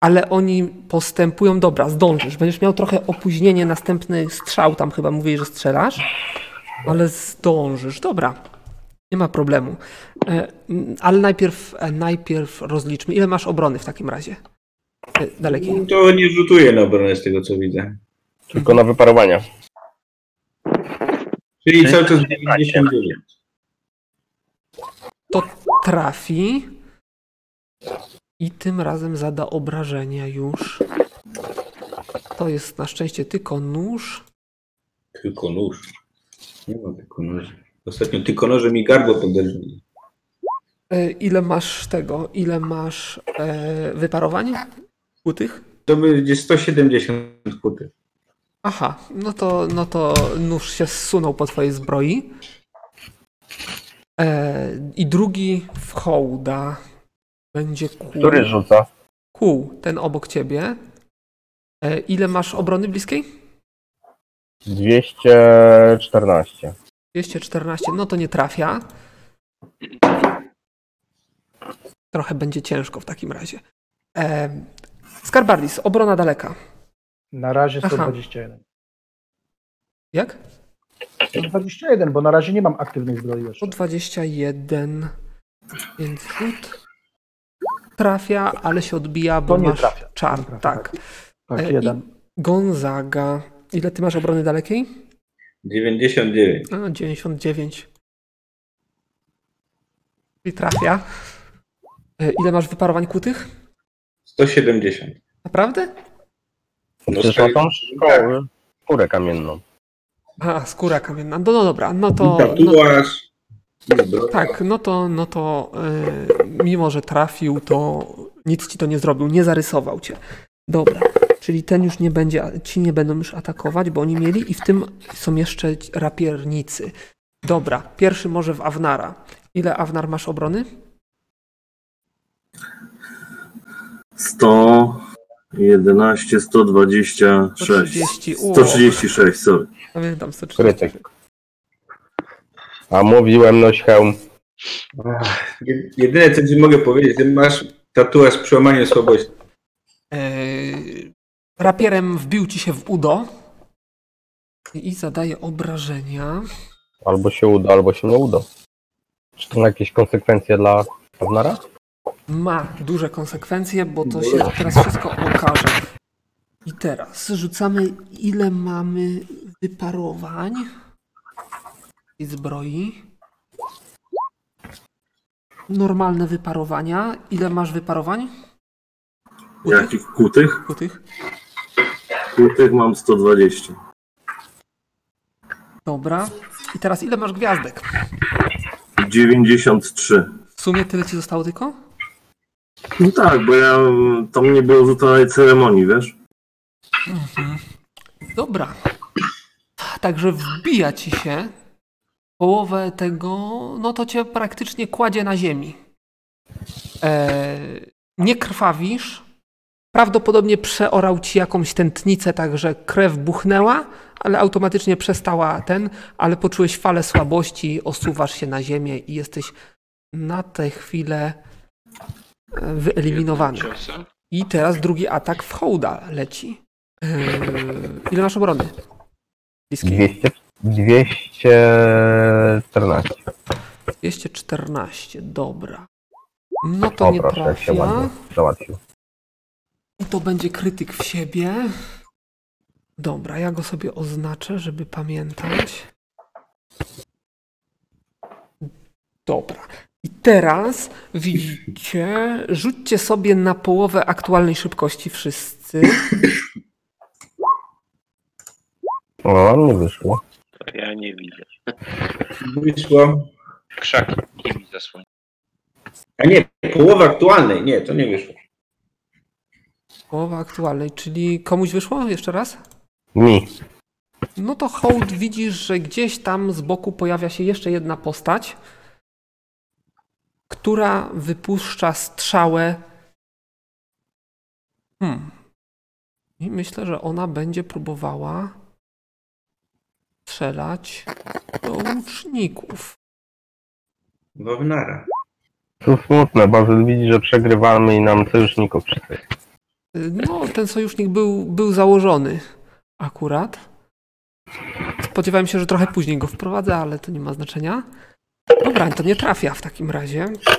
Speaker 1: ale oni postępują, dobra, zdążysz, będziesz miał trochę opóźnienie, następny strzał tam chyba mówili, że strzelasz, ale zdążysz, dobra, nie ma problemu. E, m, Ale najpierw, e, najpierw rozliczmy, ile masz obrony w takim razie? E, Dalekiej.
Speaker 6: To nie rzutuje na obronę z tego, co widzę.
Speaker 4: Tylko na wyparowania.
Speaker 6: Czyli
Speaker 4: Czyli
Speaker 6: cały czas
Speaker 4: 19.
Speaker 6: 99.
Speaker 1: To trafi. I tym razem zada obrażenia już. To jest na szczęście tylko nóż.
Speaker 6: Tylko nóż. Nie ma tylko noży. Ostatnio tylko noże mi gardło poderżyli.
Speaker 1: E, Ile masz tego? Ile masz e, wyparowań? Płutych?
Speaker 6: To będzie 170 kuty.
Speaker 1: Aha, no to, no to nóż się zsunął po twojej zbroi. E, I drugi w hołda będzie kół.
Speaker 4: Który rzuca?
Speaker 1: Kół, ten obok ciebie. E, ile masz obrony bliskiej?
Speaker 4: 214.
Speaker 1: 214, no to nie trafia. Trochę będzie ciężko w takim razie. E, Skarbardis, obrona daleka.
Speaker 5: Na razie
Speaker 1: Aha.
Speaker 5: 121.
Speaker 1: Jak?
Speaker 5: 121, bo na razie nie mam aktywnej zbroi
Speaker 1: E,
Speaker 5: jeszcze.
Speaker 1: 121, więc rzut. Trafia, ale się odbija, bo
Speaker 5: To nie
Speaker 1: masz
Speaker 5: trafia.
Speaker 1: czar.
Speaker 5: Nie trafia,
Speaker 1: tak. E,
Speaker 5: Tak,
Speaker 1: i
Speaker 5: jeden.
Speaker 1: Gonzaga. Ile ty masz obrony dalekiej?
Speaker 6: 99.
Speaker 1: A, 99. I trafia. E, Ile masz wyparowań kłutych?
Speaker 6: 170.
Speaker 1: Naprawdę?
Speaker 6: No Tak.
Speaker 4: Przecież ma
Speaker 6: stoi-
Speaker 4: tą szkołę, skórę kamienną.
Speaker 1: A, skóra kamienna. No, no dobra, no to. No,
Speaker 6: Tatuaż. Dobra.
Speaker 1: tak, no to, no to y, mimo, że trafił, to nic ci to nie zrobił, nie zarysował cię. Dobra, czyli ten już nie będzie, ci nie będą już atakować, bo oni mieli i w tym są jeszcze rapiernicy. Dobra, pierwszy może w Awnara. Ile Awnar masz obrony?
Speaker 3: 111, 126.
Speaker 1: 130. O,
Speaker 3: 136, sorry.
Speaker 1: Pamiętam 130.
Speaker 4: Krytyk. A mówiłem, noś hełm.
Speaker 6: Ach, je- Jedyne, co ci mogę powiedzieć, ty masz tatuaż przełamanie słabości.
Speaker 1: Eee, rapierem wbił ci się w udo i i zadaje obrażenia.
Speaker 4: Albo się uda, albo się nie uda. Czy to ma jakieś konsekwencje dla Awnara?
Speaker 1: Ma duże konsekwencje, bo to się teraz wszystko okaże. I teraz rzucamy, ile mamy wyparowań i zbroi. Normalne wyparowania. Ile masz wyparowań? Kutych?
Speaker 3: Jakich kutych?
Speaker 1: Kutych?
Speaker 3: Kutych mam 120.
Speaker 1: Dobra. I teraz ile masz gwiazdek?
Speaker 3: 93.
Speaker 1: W sumie tyle ci zostało tylko?
Speaker 3: No tak, bo ja tam nie było rzucanej ceremonii, wiesz?
Speaker 1: Dobra. Także wbija ci się połowę tego, no to cię praktycznie kładzie na ziemi. E, nie krwawisz. Prawdopodobnie przeorał ci jakąś tętnicę, także krew buchnęła, ale automatycznie przestała ten, ale poczułeś falę słabości, osuwasz się na ziemię i jesteś na tę chwilę e, wyeliminowany.
Speaker 2: Jednym ciosem.
Speaker 1: I teraz drugi atak w hołda leci. Yy, ile masz obrony? Bliskiej.
Speaker 4: 200, 214.
Speaker 1: 214, dobra. No to
Speaker 4: O
Speaker 1: nie
Speaker 4: proszę, jak się
Speaker 1: trafia.
Speaker 4: ładnie załatwił.
Speaker 1: I to będzie krytyk w siebie. Dobra, ja go sobie oznaczę, żeby pamiętać. Dobra. I teraz widzicie, rzućcie sobie na połowę aktualnej szybkości wszyscy.
Speaker 4: No, nie wyszło.
Speaker 2: To ja nie widzę.
Speaker 6: Wyszło.
Speaker 2: Krzaki nie mi zasłonił.
Speaker 6: A nie, połowa aktualnej. Nie, to nie wyszło.
Speaker 1: Połowa aktualnej, czyli komuś wyszło? Jeszcze raz?
Speaker 4: Mi.
Speaker 1: No to hołd widzisz, że gdzieś tam z boku pojawia się jeszcze jedna postać, która wypuszcza strzałę. Hmm. I myślę, że ona będzie próbowała strzelać do łuczników.
Speaker 6: Wawnara.
Speaker 4: To smutne, Bazyl widzi, że przegrywamy i nam sojuszników przysyła.
Speaker 1: Y, No, ten sojusznik był, był założony akurat. Spodziewałem się, że trochę później go wprowadzę, ale to nie ma znaczenia. Dobra, to nie trafia w takim razie.
Speaker 4: Co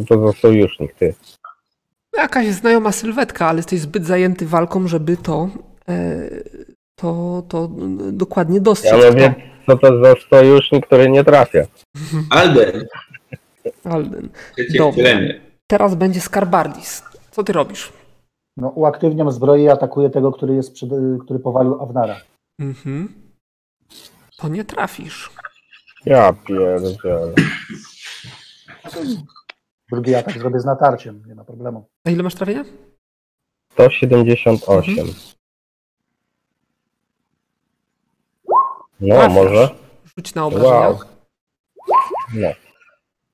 Speaker 4: No to za sojusznik, ty?
Speaker 1: Jakaś znajoma sylwetka, ale jesteś zbyt zajęty walką, żeby to, e, to, to mm, dokładnie dostrzec.
Speaker 4: Ja
Speaker 1: kto-
Speaker 4: mówię, co to za sojusznik, który nie trafia.
Speaker 6: Alden,
Speaker 1: Alden.
Speaker 6: trzecie
Speaker 1: Dobra.
Speaker 6: wcielenie.
Speaker 1: Teraz będzie Skarbardis. Co ty robisz?
Speaker 5: No, uaktywniam zbroję i atakuję tego, który, jest przed, y, który powalił Awnara.
Speaker 1: Mhm. To nie trafisz.
Speaker 4: Ja pierdzielę.
Speaker 5: Drugi atak zrobię z natarciem, nie ma problemu.
Speaker 1: A ile masz trafienia?
Speaker 4: 178.
Speaker 1: Mhm.
Speaker 4: No,
Speaker 1: Trafiasz.
Speaker 4: może.
Speaker 1: Rzuć na obrażenia.
Speaker 4: Wow. No,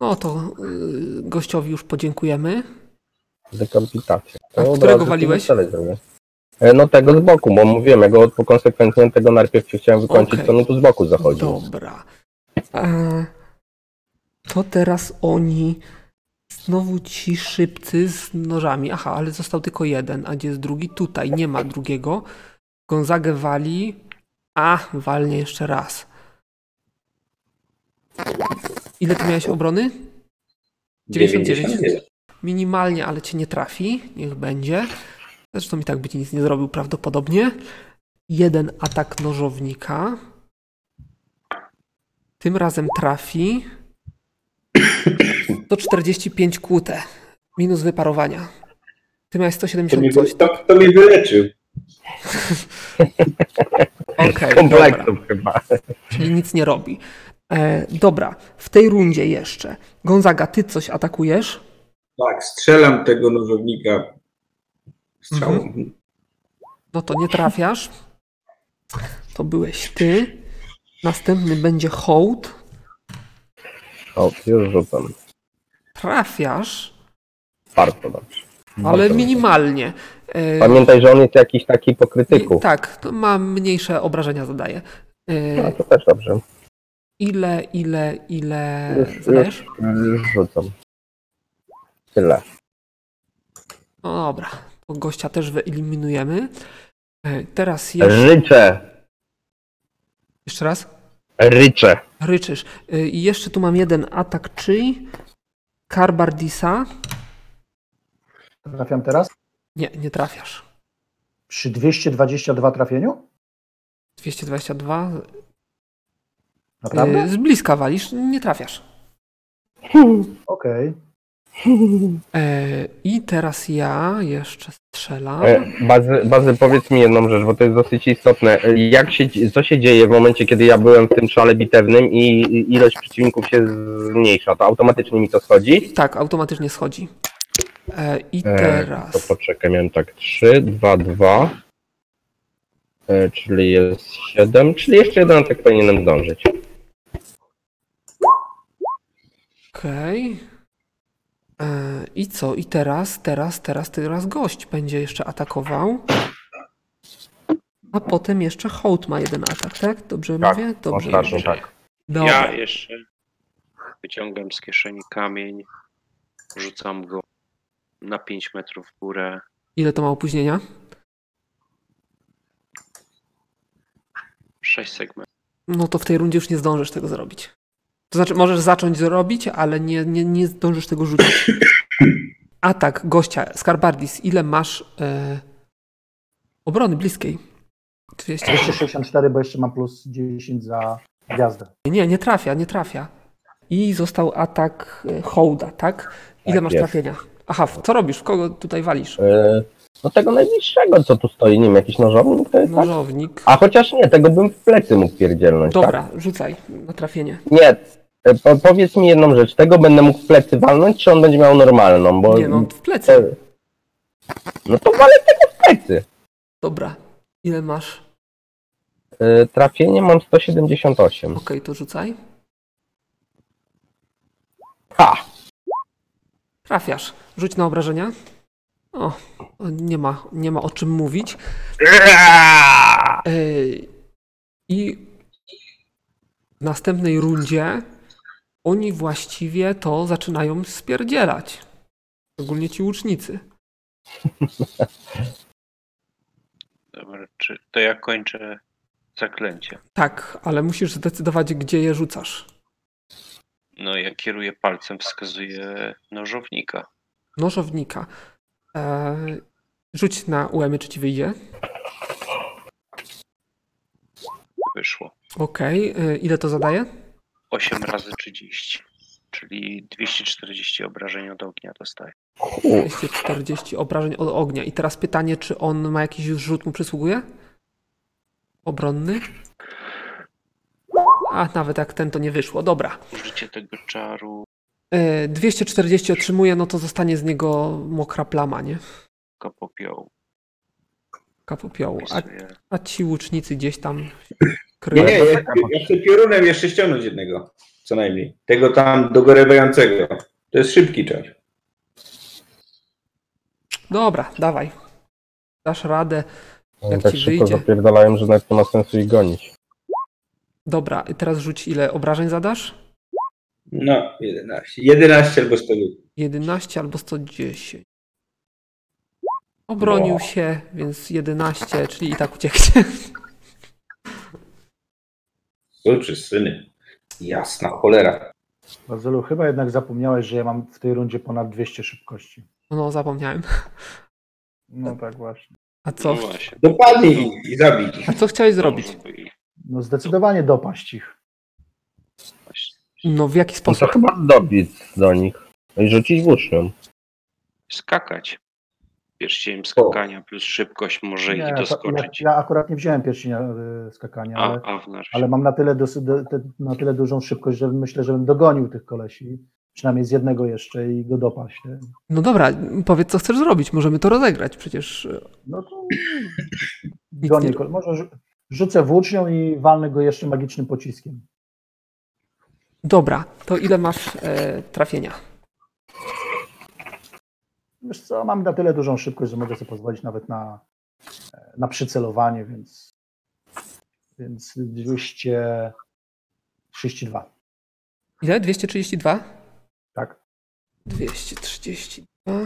Speaker 1: No to y, gościowi już podziękujemy.
Speaker 4: dekapitacja.
Speaker 1: A
Speaker 4: od
Speaker 1: którego
Speaker 4: razu się
Speaker 1: waliłeś?
Speaker 4: wcale zrobię. E, No tego z boku, bo mówiłem, ja go od konsekwentnie tego najpierw się chciałem wykończyć,
Speaker 1: Okej.
Speaker 4: to no tu z boku zachodzi.
Speaker 1: Dobra. E, to teraz oni. Znowu ci szybcy z nożami. Aha, ale został tylko jeden. A gdzie jest drugi? Tutaj nie ma drugiego. Gonzagę wali. A, walnie jeszcze raz. Ile ty miałeś obrony? 99. Minimalnie, ale cię nie trafi. Niech będzie. Zresztą mi tak by ci nic nie zrobił prawdopodobnie. Jeden atak nożownika. Tym razem trafi. To 45 kłute. Minus wyparowania. Ty miałeś
Speaker 6: To mnie,
Speaker 1: 170 coś.
Speaker 6: to, to mnie wyleczył.
Speaker 1: Okej, dobra.
Speaker 4: Kompleksów chyba.
Speaker 1: Czyli nic nie robi. E, dobra, w tej rundzie jeszcze. Gonzaga, ty coś atakujesz?
Speaker 6: Tak, strzelam tego nożownika strzałą.
Speaker 1: No to nie trafiasz. To byłeś ty. Następny będzie hołd.
Speaker 4: O, już rzucam.
Speaker 1: Trafiasz,
Speaker 4: Bardzo dobrze.
Speaker 1: ale
Speaker 4: Bardzo
Speaker 1: minimalnie.
Speaker 4: dobrze.
Speaker 1: E,
Speaker 4: Pamiętaj, że on jest jakiś taki po krytyku.
Speaker 1: Tak, to ma mniejsze obrażenia zadaje. E,
Speaker 4: No to też dobrze.
Speaker 1: Ile, ile, ile
Speaker 4: Już,
Speaker 1: zadajesz?
Speaker 4: Już rzucam. Tyle.
Speaker 1: No dobra, to gościa też wyeliminujemy. E, Teraz jeszcze,
Speaker 4: Ryczę!
Speaker 1: jeszcze raz.
Speaker 4: Ryczę!
Speaker 1: Ryczysz. E, I jeszcze tu mam jeden atak, czyli Carbardisa.
Speaker 5: Trafiam teraz?
Speaker 1: Nie, nie trafiasz.
Speaker 5: Przy 222 trafieniu?
Speaker 1: 222.
Speaker 5: Naprawdę?
Speaker 2: Y-
Speaker 1: E, Z bliska walisz, nie trafiasz.
Speaker 5: Okej.
Speaker 1: E, I teraz ja jeszcze strzelam.
Speaker 4: E, Bazy, bazy, powiedz mi jedną rzecz, bo to jest dosyć istotne. E, Jak się, dzie- co się dzieje w momencie, kiedy ja byłem w tym szale bitewnym i i ilość przeciwników się zmniejsza? To automatycznie mi to schodzi?
Speaker 1: Tak, automatycznie schodzi. E, I
Speaker 4: E, To
Speaker 1: teraz.
Speaker 4: poczekaj, miałem tak 3, 2, 2, e, czyli jest 7, czyli jeszcze jeden tak powinienem zdążyć.
Speaker 1: Okej. E, I co? I teraz, teraz, teraz, teraz gość będzie jeszcze atakował. A potem jeszcze hołd ma jeden atak, tak? Dobrze
Speaker 4: Tak,
Speaker 1: mówię? Dobrze.
Speaker 4: Ostatnio tak.
Speaker 1: Dobra.
Speaker 2: Ja jeszcze wyciągam z kieszeni kamień, rzucam go na 5 metrów w górę.
Speaker 1: Ile to ma opóźnienia?
Speaker 2: 6 segmentów.
Speaker 1: No to w tej rundzie już nie zdążysz tego zrobić. To znaczy, możesz zacząć zrobić, ale nie, nie, nie zdążysz tego rzucić. Atak gościa, Skarbardis, ile masz e, obrony bliskiej? 200.
Speaker 5: 264, bo jeszcze mam plus 10 za gwiazdę.
Speaker 1: Nie, nie trafia, nie trafia. I został atak e, hołda, tak? Ile
Speaker 4: Tak
Speaker 1: masz
Speaker 4: jest.
Speaker 1: trafienia? Aha, w co robisz? W kogo tutaj walisz?
Speaker 4: E, No tego najbliższego, co tu stoi, nie wiem, jakiś nożownik to jest tak?
Speaker 1: Nożownik.
Speaker 4: A chociaż nie, tego bym w plecy mógł pierdzielnąć, tak?
Speaker 1: No. Dobra, rzucaj na trafienie.
Speaker 4: Nie. e, Po, powiedz mi jedną rzecz, tego będę mógł w plecy walnąć, czy on będzie miał normalną? Bo
Speaker 1: Nie no, w plecy.
Speaker 4: E, No to walę tego w plecy.
Speaker 1: Dobra. Ile masz?
Speaker 4: E, Trafienie mam 178.
Speaker 1: Okej, to rzucaj.
Speaker 4: Ha!
Speaker 1: Trafiasz. Rzuć na obrażenia. O, o, nie ma, nie ma o czym mówić. Yy, I w następnej rundzie oni właściwie to zaczynają spierdzielać. Szczególnie ci łucznicy.
Speaker 2: Dobra, czy to ja kończę zaklęcie.
Speaker 1: Tak, ale musisz zdecydować, gdzie je rzucasz.
Speaker 2: No ja kieruję palcem, wskazuję nożownika.
Speaker 1: Nożownika. Eee, rzuć na uemy, czy ci wyjdzie.
Speaker 2: Wyszło.
Speaker 1: Okej, yy, ile to zadaje?
Speaker 2: 8 razy 30, czyli 240 obrażeń od ognia dostaję.
Speaker 1: 240 obrażeń od ognia. I teraz pytanie, czy on ma jakiś rzut mu przysługuje? Obronny? A, nawet jak ten to nie wyszło. Dobra.
Speaker 2: Użycie tego czaru
Speaker 1: E, 240 otrzymuje, no to zostanie z niego mokra plama, nie?
Speaker 2: go popiołu.
Speaker 1: Taka popiołu. A,
Speaker 2: Wpisuję.
Speaker 1: a ci łucznicy gdzieś tam się
Speaker 6: Nie, No nie,
Speaker 1: kryją.
Speaker 6: ja, ja chcę piorunem jeszcze ściągnąć jednego, co najmniej. Tego tam dogorewającego. To jest szybki czar.
Speaker 1: Dobra, dawaj. Dasz radę. Jak
Speaker 4: tak
Speaker 1: ci
Speaker 4: szybko
Speaker 1: wyjdzie?
Speaker 4: zapierdalałem, że nawet nie ma sensu ich gonić.
Speaker 1: Dobra, i teraz rzuć ile obrażeń zadasz?
Speaker 6: No, 11. 11 albo 100.
Speaker 1: 11 albo 110. Obronił
Speaker 4: No.
Speaker 1: się, więc 11, czyli i tak ucieknie.
Speaker 6: Oczy, syny. Jasna cholera.
Speaker 5: Bazelu, chyba jednak zapomniałeś, że ja mam w tej rundzie ponad 200 szybkości.
Speaker 1: No, zapomniałem.
Speaker 5: No tak właśnie.
Speaker 1: A co?
Speaker 2: No właśnie,
Speaker 6: Dopadnij ich i zabij ich.
Speaker 1: A co chciałeś zrobić?
Speaker 2: może by i
Speaker 5: No zdecydowanie dopaść ich.
Speaker 2: właśnie
Speaker 1: No, w jaki
Speaker 4: No
Speaker 1: sposób?
Speaker 4: to chyba dobić do nich. no I rzucić włócznią.
Speaker 2: Skakać. Pierścieniem skakania plus szybkość może
Speaker 5: Nie,
Speaker 2: ich
Speaker 5: to- ja,
Speaker 2: doskoczyć.
Speaker 5: ja akurat nie wziąłem pierścienia y, skakania,
Speaker 2: A,
Speaker 5: ale,
Speaker 2: a w nasz.
Speaker 5: ale mam na tyle, dosy, do, te, na tyle dużą szybkość, że myślę, że bym dogonił tych kolesi. Przynajmniej z jednego jeszcze i go dopaść. nie?
Speaker 1: No dobra, powiedz, co chcesz zrobić. Możemy to rozegrać. Przecież e,
Speaker 5: No to
Speaker 1: nikt nie...
Speaker 5: gonię. kole- Może, rzu- Rzucę włócznią i walnę go jeszcze magicznym pociskiem.
Speaker 1: Dobra, to ile masz e, trafienia?
Speaker 5: Wiesz co, mam na tyle dużą szybkość, że mogę sobie pozwolić nawet na, e, na przycelowanie, więc, więc 232.
Speaker 1: Ile? 232?
Speaker 5: Tak.
Speaker 1: 232.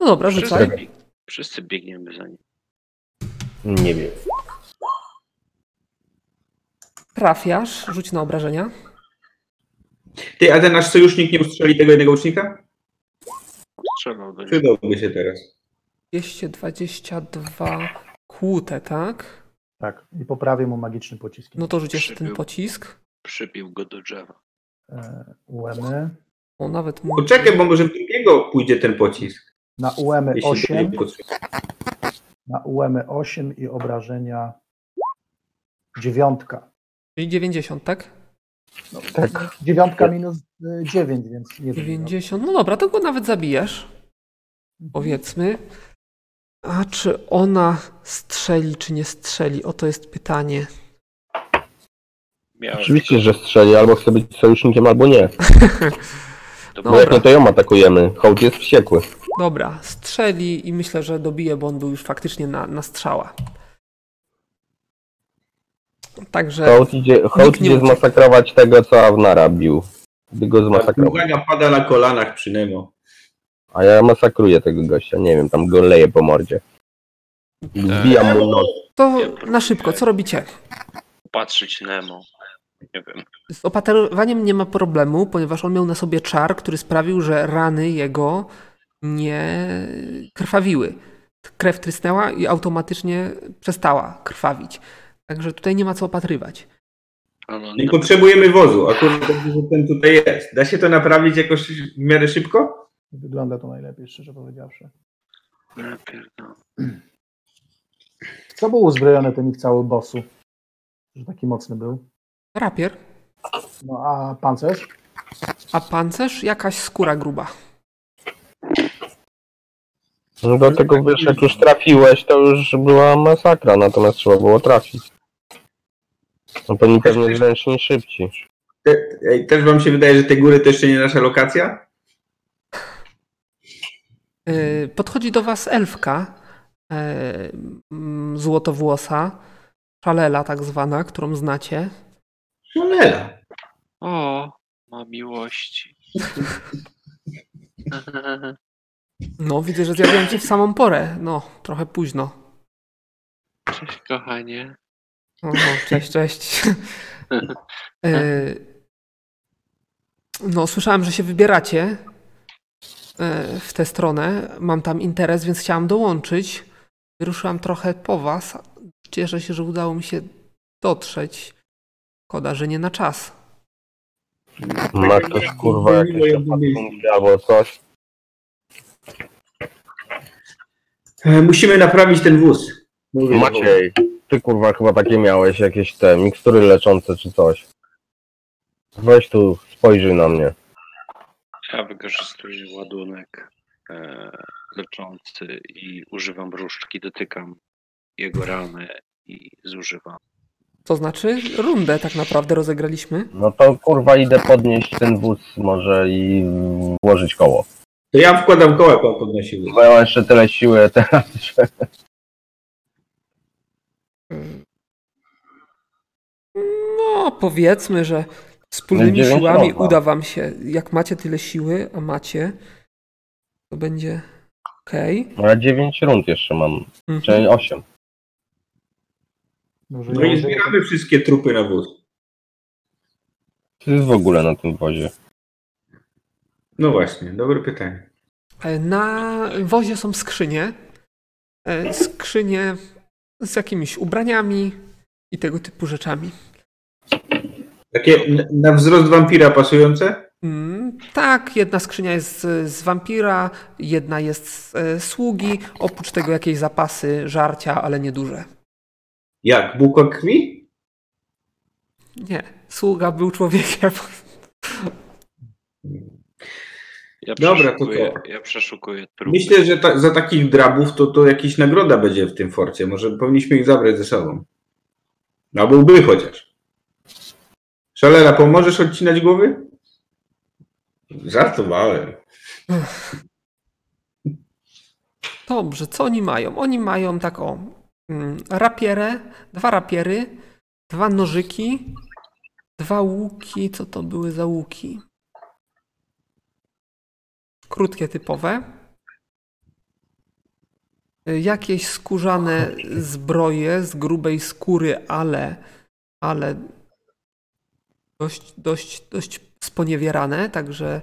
Speaker 1: No dobra,
Speaker 2: Wszyscy,
Speaker 1: rzucaj.
Speaker 2: bieg- wszyscy biegniemy za nim.
Speaker 4: Nie wiem.
Speaker 1: Trafiasz, rzuć na obrażenia.
Speaker 6: Ty, a ten nasz sojusznik nie ustrzeli tego jednego łucznika?
Speaker 2: Strzelał do niego.
Speaker 6: Przydałby się teraz.
Speaker 1: 222 kłute, tak?
Speaker 5: Tak. I poprawię mu magicznym pociskiem.
Speaker 1: No to rzuć jeszcze ten
Speaker 2: Przybił.
Speaker 1: pocisk.
Speaker 2: Przybił go do drzewa.
Speaker 5: E, UEMy.
Speaker 1: O, nawet mu...
Speaker 6: Poczekaj, bo może w drugiego pójdzie ten pocisk.
Speaker 5: Na UEMy
Speaker 6: Jeśli
Speaker 5: 8.
Speaker 6: będzie potrzebny.
Speaker 5: Na UEMy 8 i obrażenia dziewiątka.
Speaker 1: Czyli 90, tak?
Speaker 5: No, Dziewiątka minus y, dziewięć, więc nie wiem.
Speaker 1: 90. No dobra, to go nawet zabijesz. Powiedzmy. A czy ona strzeli, czy nie strzeli? Oto jest pytanie.
Speaker 2: Miałem
Speaker 4: Oczywiście, że strzeli, albo chce być sojusznikiem, albo nie.
Speaker 2: to
Speaker 5: No.
Speaker 4: Bo jak
Speaker 1: Dobra.
Speaker 4: nie, to ją atakujemy. Hołd jest wściekły.
Speaker 1: Dobra, strzeli i myślę, że dobije, bo on był już faktycznie na, na strzała. Także
Speaker 4: Hołd idzie, hołd
Speaker 1: Tak. Nikt nie
Speaker 4: idzie
Speaker 1: uciekł.
Speaker 4: zmasakrować tego, co Avnara bił. By go zmasakrować.
Speaker 6: Uwaga, pada na kolanach przy Nemo.
Speaker 4: A ja masakruję tego gościa, nie wiem, tam go leję po mordzie. Zbijam mu nos.
Speaker 1: to na szybko, co robicie?
Speaker 2: patrzeć Nemo. Nie wiem.
Speaker 1: Z opaterowaniem nie ma problemu, ponieważ on miał na sobie czar, który sprawił, że rany jego nie krwawiły. Krew trysnęła i automatycznie przestała krwawić. Także tutaj nie ma co opatrywać.
Speaker 2: Ale on
Speaker 6: Nie
Speaker 2: tam-
Speaker 6: potrzebujemy wozu, akurat dobrze, że ten tutaj jest. Da się to naprawić jakoś w miarę szybko?
Speaker 5: no. Wygląda to najlepiej, szczerze powiedziawszy.
Speaker 2: Ja pierdolę.
Speaker 5: W Co był uzbrojony ten ich cały bossu? Że taki mocny był.
Speaker 1: Rapier,
Speaker 5: No a pancerz?
Speaker 1: a pancerz jakaś skóra gruba.
Speaker 4: No do tego wiesz, jak już trafiłeś, to już była masakra, natomiast trzeba było trafić. No to mi pewnie zręcznie szybciej.
Speaker 6: Te- ej, Też wam się wydaje, że te góry to jeszcze nie nasza lokacja?
Speaker 1: Yy, Podchodzi do was elfka yy, mm, złotowłosa, szalela tak zwana, którą znacie.
Speaker 6: Szalena.
Speaker 2: O, ma miłości.
Speaker 1: No, widzę, że zjawiłem się w samą porę. No, trochę późno.
Speaker 2: Cześć kochanie.
Speaker 1: O, no, cześć, cześć. Yy, No, słyszałem, że się wybieracie yy, w tę stronę. Mam tam interes, więc chciałam dołączyć. Ruszyłam trochę po was. Cieszę się, że udało mi się dotrzeć. Szkoda, że nie na czas.
Speaker 4: Ma ktoś kurwa jakieś funkcje albo coś.
Speaker 6: E, Musimy naprawić ten wóz. Mówię,
Speaker 4: Maciej, ty kurwa chyba takie miałeś, jakieś te mikstury leczące czy coś. Weź tu, spojrzyj na mnie.
Speaker 2: Ja wykorzystuję ładunek e, leczący i używam różdżki, dotykam jego rany i zużywam.
Speaker 1: To znaczy, rundę tak naprawdę rozegraliśmy.
Speaker 4: No to kurwa idę podnieść ten wóz może i włożyć koło.
Speaker 6: To ja wkładam koła, bo on podnosi wóz.
Speaker 4: Bo ja mam jeszcze tyle siły teraz, że...
Speaker 1: No, powiedzmy, że wspólnymi
Speaker 4: Będzie
Speaker 1: siłami
Speaker 4: rękowa.
Speaker 1: uda wam się. Jak macie tyle siły, a macie, to będzie okej.
Speaker 4: No ja 9 rund jeszcze mam,
Speaker 1: Mhm.
Speaker 4: czyli 8.
Speaker 5: Może
Speaker 6: No i zbieramy wszystkie trupy na wóz.
Speaker 4: Co jest w ogóle na tym wozie?
Speaker 6: No właśnie, dobre pytanie.
Speaker 1: E, Na wozie są skrzynie. E, Skrzynie z jakimiś ubraniami i tego typu rzeczami.
Speaker 6: Takie n- na wzrost wampira pasujące?
Speaker 1: Mm, Tak, jedna skrzynia jest z, z wampira, jedna jest z e, sługi, oprócz tego jakieś zapasy żarcia, ale nieduże.
Speaker 6: Jak? Bułka krwi?
Speaker 1: Nie, sługa był człowiekiem.
Speaker 2: Ja
Speaker 6: Dobra, to
Speaker 2: przeszukuję,
Speaker 6: to.
Speaker 2: ja przeszukuję trupy.
Speaker 6: Myślę, że ta, za takich drabów to, to jakaś nagroda będzie w tym forcie. Może powinniśmy ich zabrać ze sobą. No albo łby chociaż. Szalera, pomożesz odcinać głowy? Żartowałem.
Speaker 1: Dobrze, co oni mają? Oni mają taką mm, rapierę, dwa rapiery, dwa nożyki, dwa łuki. Co to były za łuki? Krótkie, typowe. Y, Jakieś skórzane zbroje z grubej skóry, ale, ale dość, dość, dość sponiewierane, także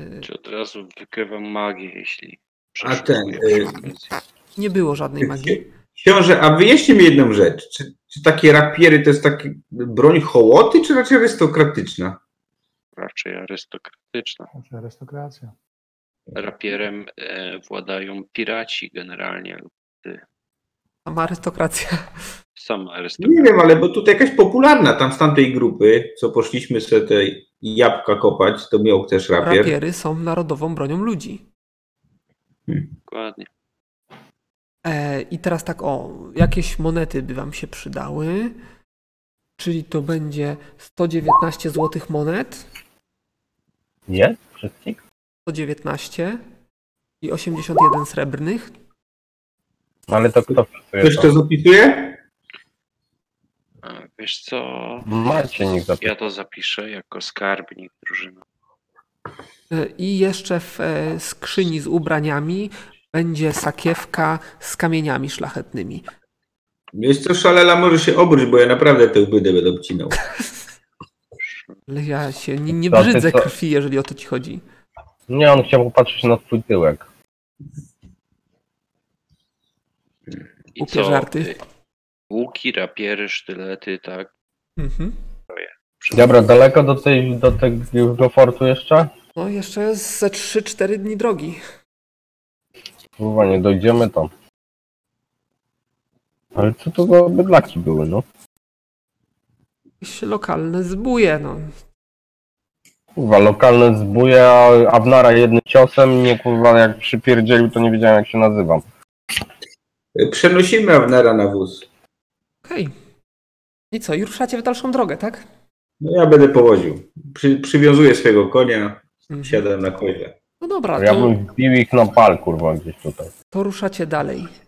Speaker 1: y,
Speaker 2: Czy od razu wykrywam magię, jeśli
Speaker 6: A ten,
Speaker 2: przeszukuję
Speaker 6: y,
Speaker 2: frekwencję.
Speaker 1: nie było żadnej magii.
Speaker 6: Książę, a wyjaśnij mi jedną rzecz. Czy, czy takie rapiery to jest taki broń hołoty, czy raczej arystokratyczna?
Speaker 2: Raczej arystokratyczna.
Speaker 5: Znaczy arystokracja.
Speaker 2: Rapierem e, władają piraci generalnie, lub
Speaker 1: Tam arystokracja.
Speaker 2: sama arystokracja.
Speaker 6: Nie wiem, ale bo tutaj jakaś popularna, tam z tamtej grupy, co poszliśmy sobie te jabłka kopać, to miał też rapier.
Speaker 1: Rapiery są narodową bronią ludzi.
Speaker 2: Dokładnie.
Speaker 1: E, I teraz tak, o, jakieś monety by Wam się przydały. Czyli to będzie 119 złotych monet,
Speaker 4: Nie? Wszystkich?
Speaker 1: 119 i 81 srebrnych.
Speaker 4: No, Ale to kto wpisuje
Speaker 6: Ktoś
Speaker 4: to?
Speaker 6: to zapisuje?
Speaker 2: A, wiesz co?
Speaker 4: Macie niech zapisuje.
Speaker 2: Ja to zapiszę jako skarbnik drużyny.
Speaker 1: E, I jeszcze w e, skrzyni z ubraniami będzie sakiewka z kamieniami szlachetnymi.
Speaker 6: Wiesz co, szalela, może się obróć, bo ja naprawdę te łby będę obcinał.
Speaker 1: Ale ja się nie, nie
Speaker 4: To ty
Speaker 1: brzydzę
Speaker 4: co?
Speaker 1: krwi, jeżeli o to Ci chodzi.
Speaker 4: Nie, on chciał popatrzeć na twój tyłek.
Speaker 2: I
Speaker 1: Głupie żarty.
Speaker 2: Y, Łuki, rapiery, sztylety, tak.
Speaker 1: Mhm.
Speaker 4: Dobra, daleko do, tej, do tego fortu jeszcze?
Speaker 1: No jeszcze jest ze 3-4 dni drogi.
Speaker 4: Kurwa, nie dojdziemy tam. Ale co to za bydlaki były, no?
Speaker 1: Jakieś lokalne zbóje, no.
Speaker 4: Kurwa, lokalne zbóje, a Awnara jednym ciosem, nie kurwa, jak przypierdzielił, to nie wiedziałem jak się nazywam.
Speaker 6: E, Przenosimy Avnera na wóz.
Speaker 1: Okej. I co, i ruszacie w dalszą drogę, tak?
Speaker 6: No ja będę powoził. Przy, przywiązuję swojego konia,
Speaker 1: Mhm.
Speaker 6: siadam na koźle.
Speaker 1: No dobra,
Speaker 4: Ja
Speaker 1: to,
Speaker 4: bym wbił ich na pal, kurwa, gdzieś tutaj.
Speaker 1: to ruszacie dalej.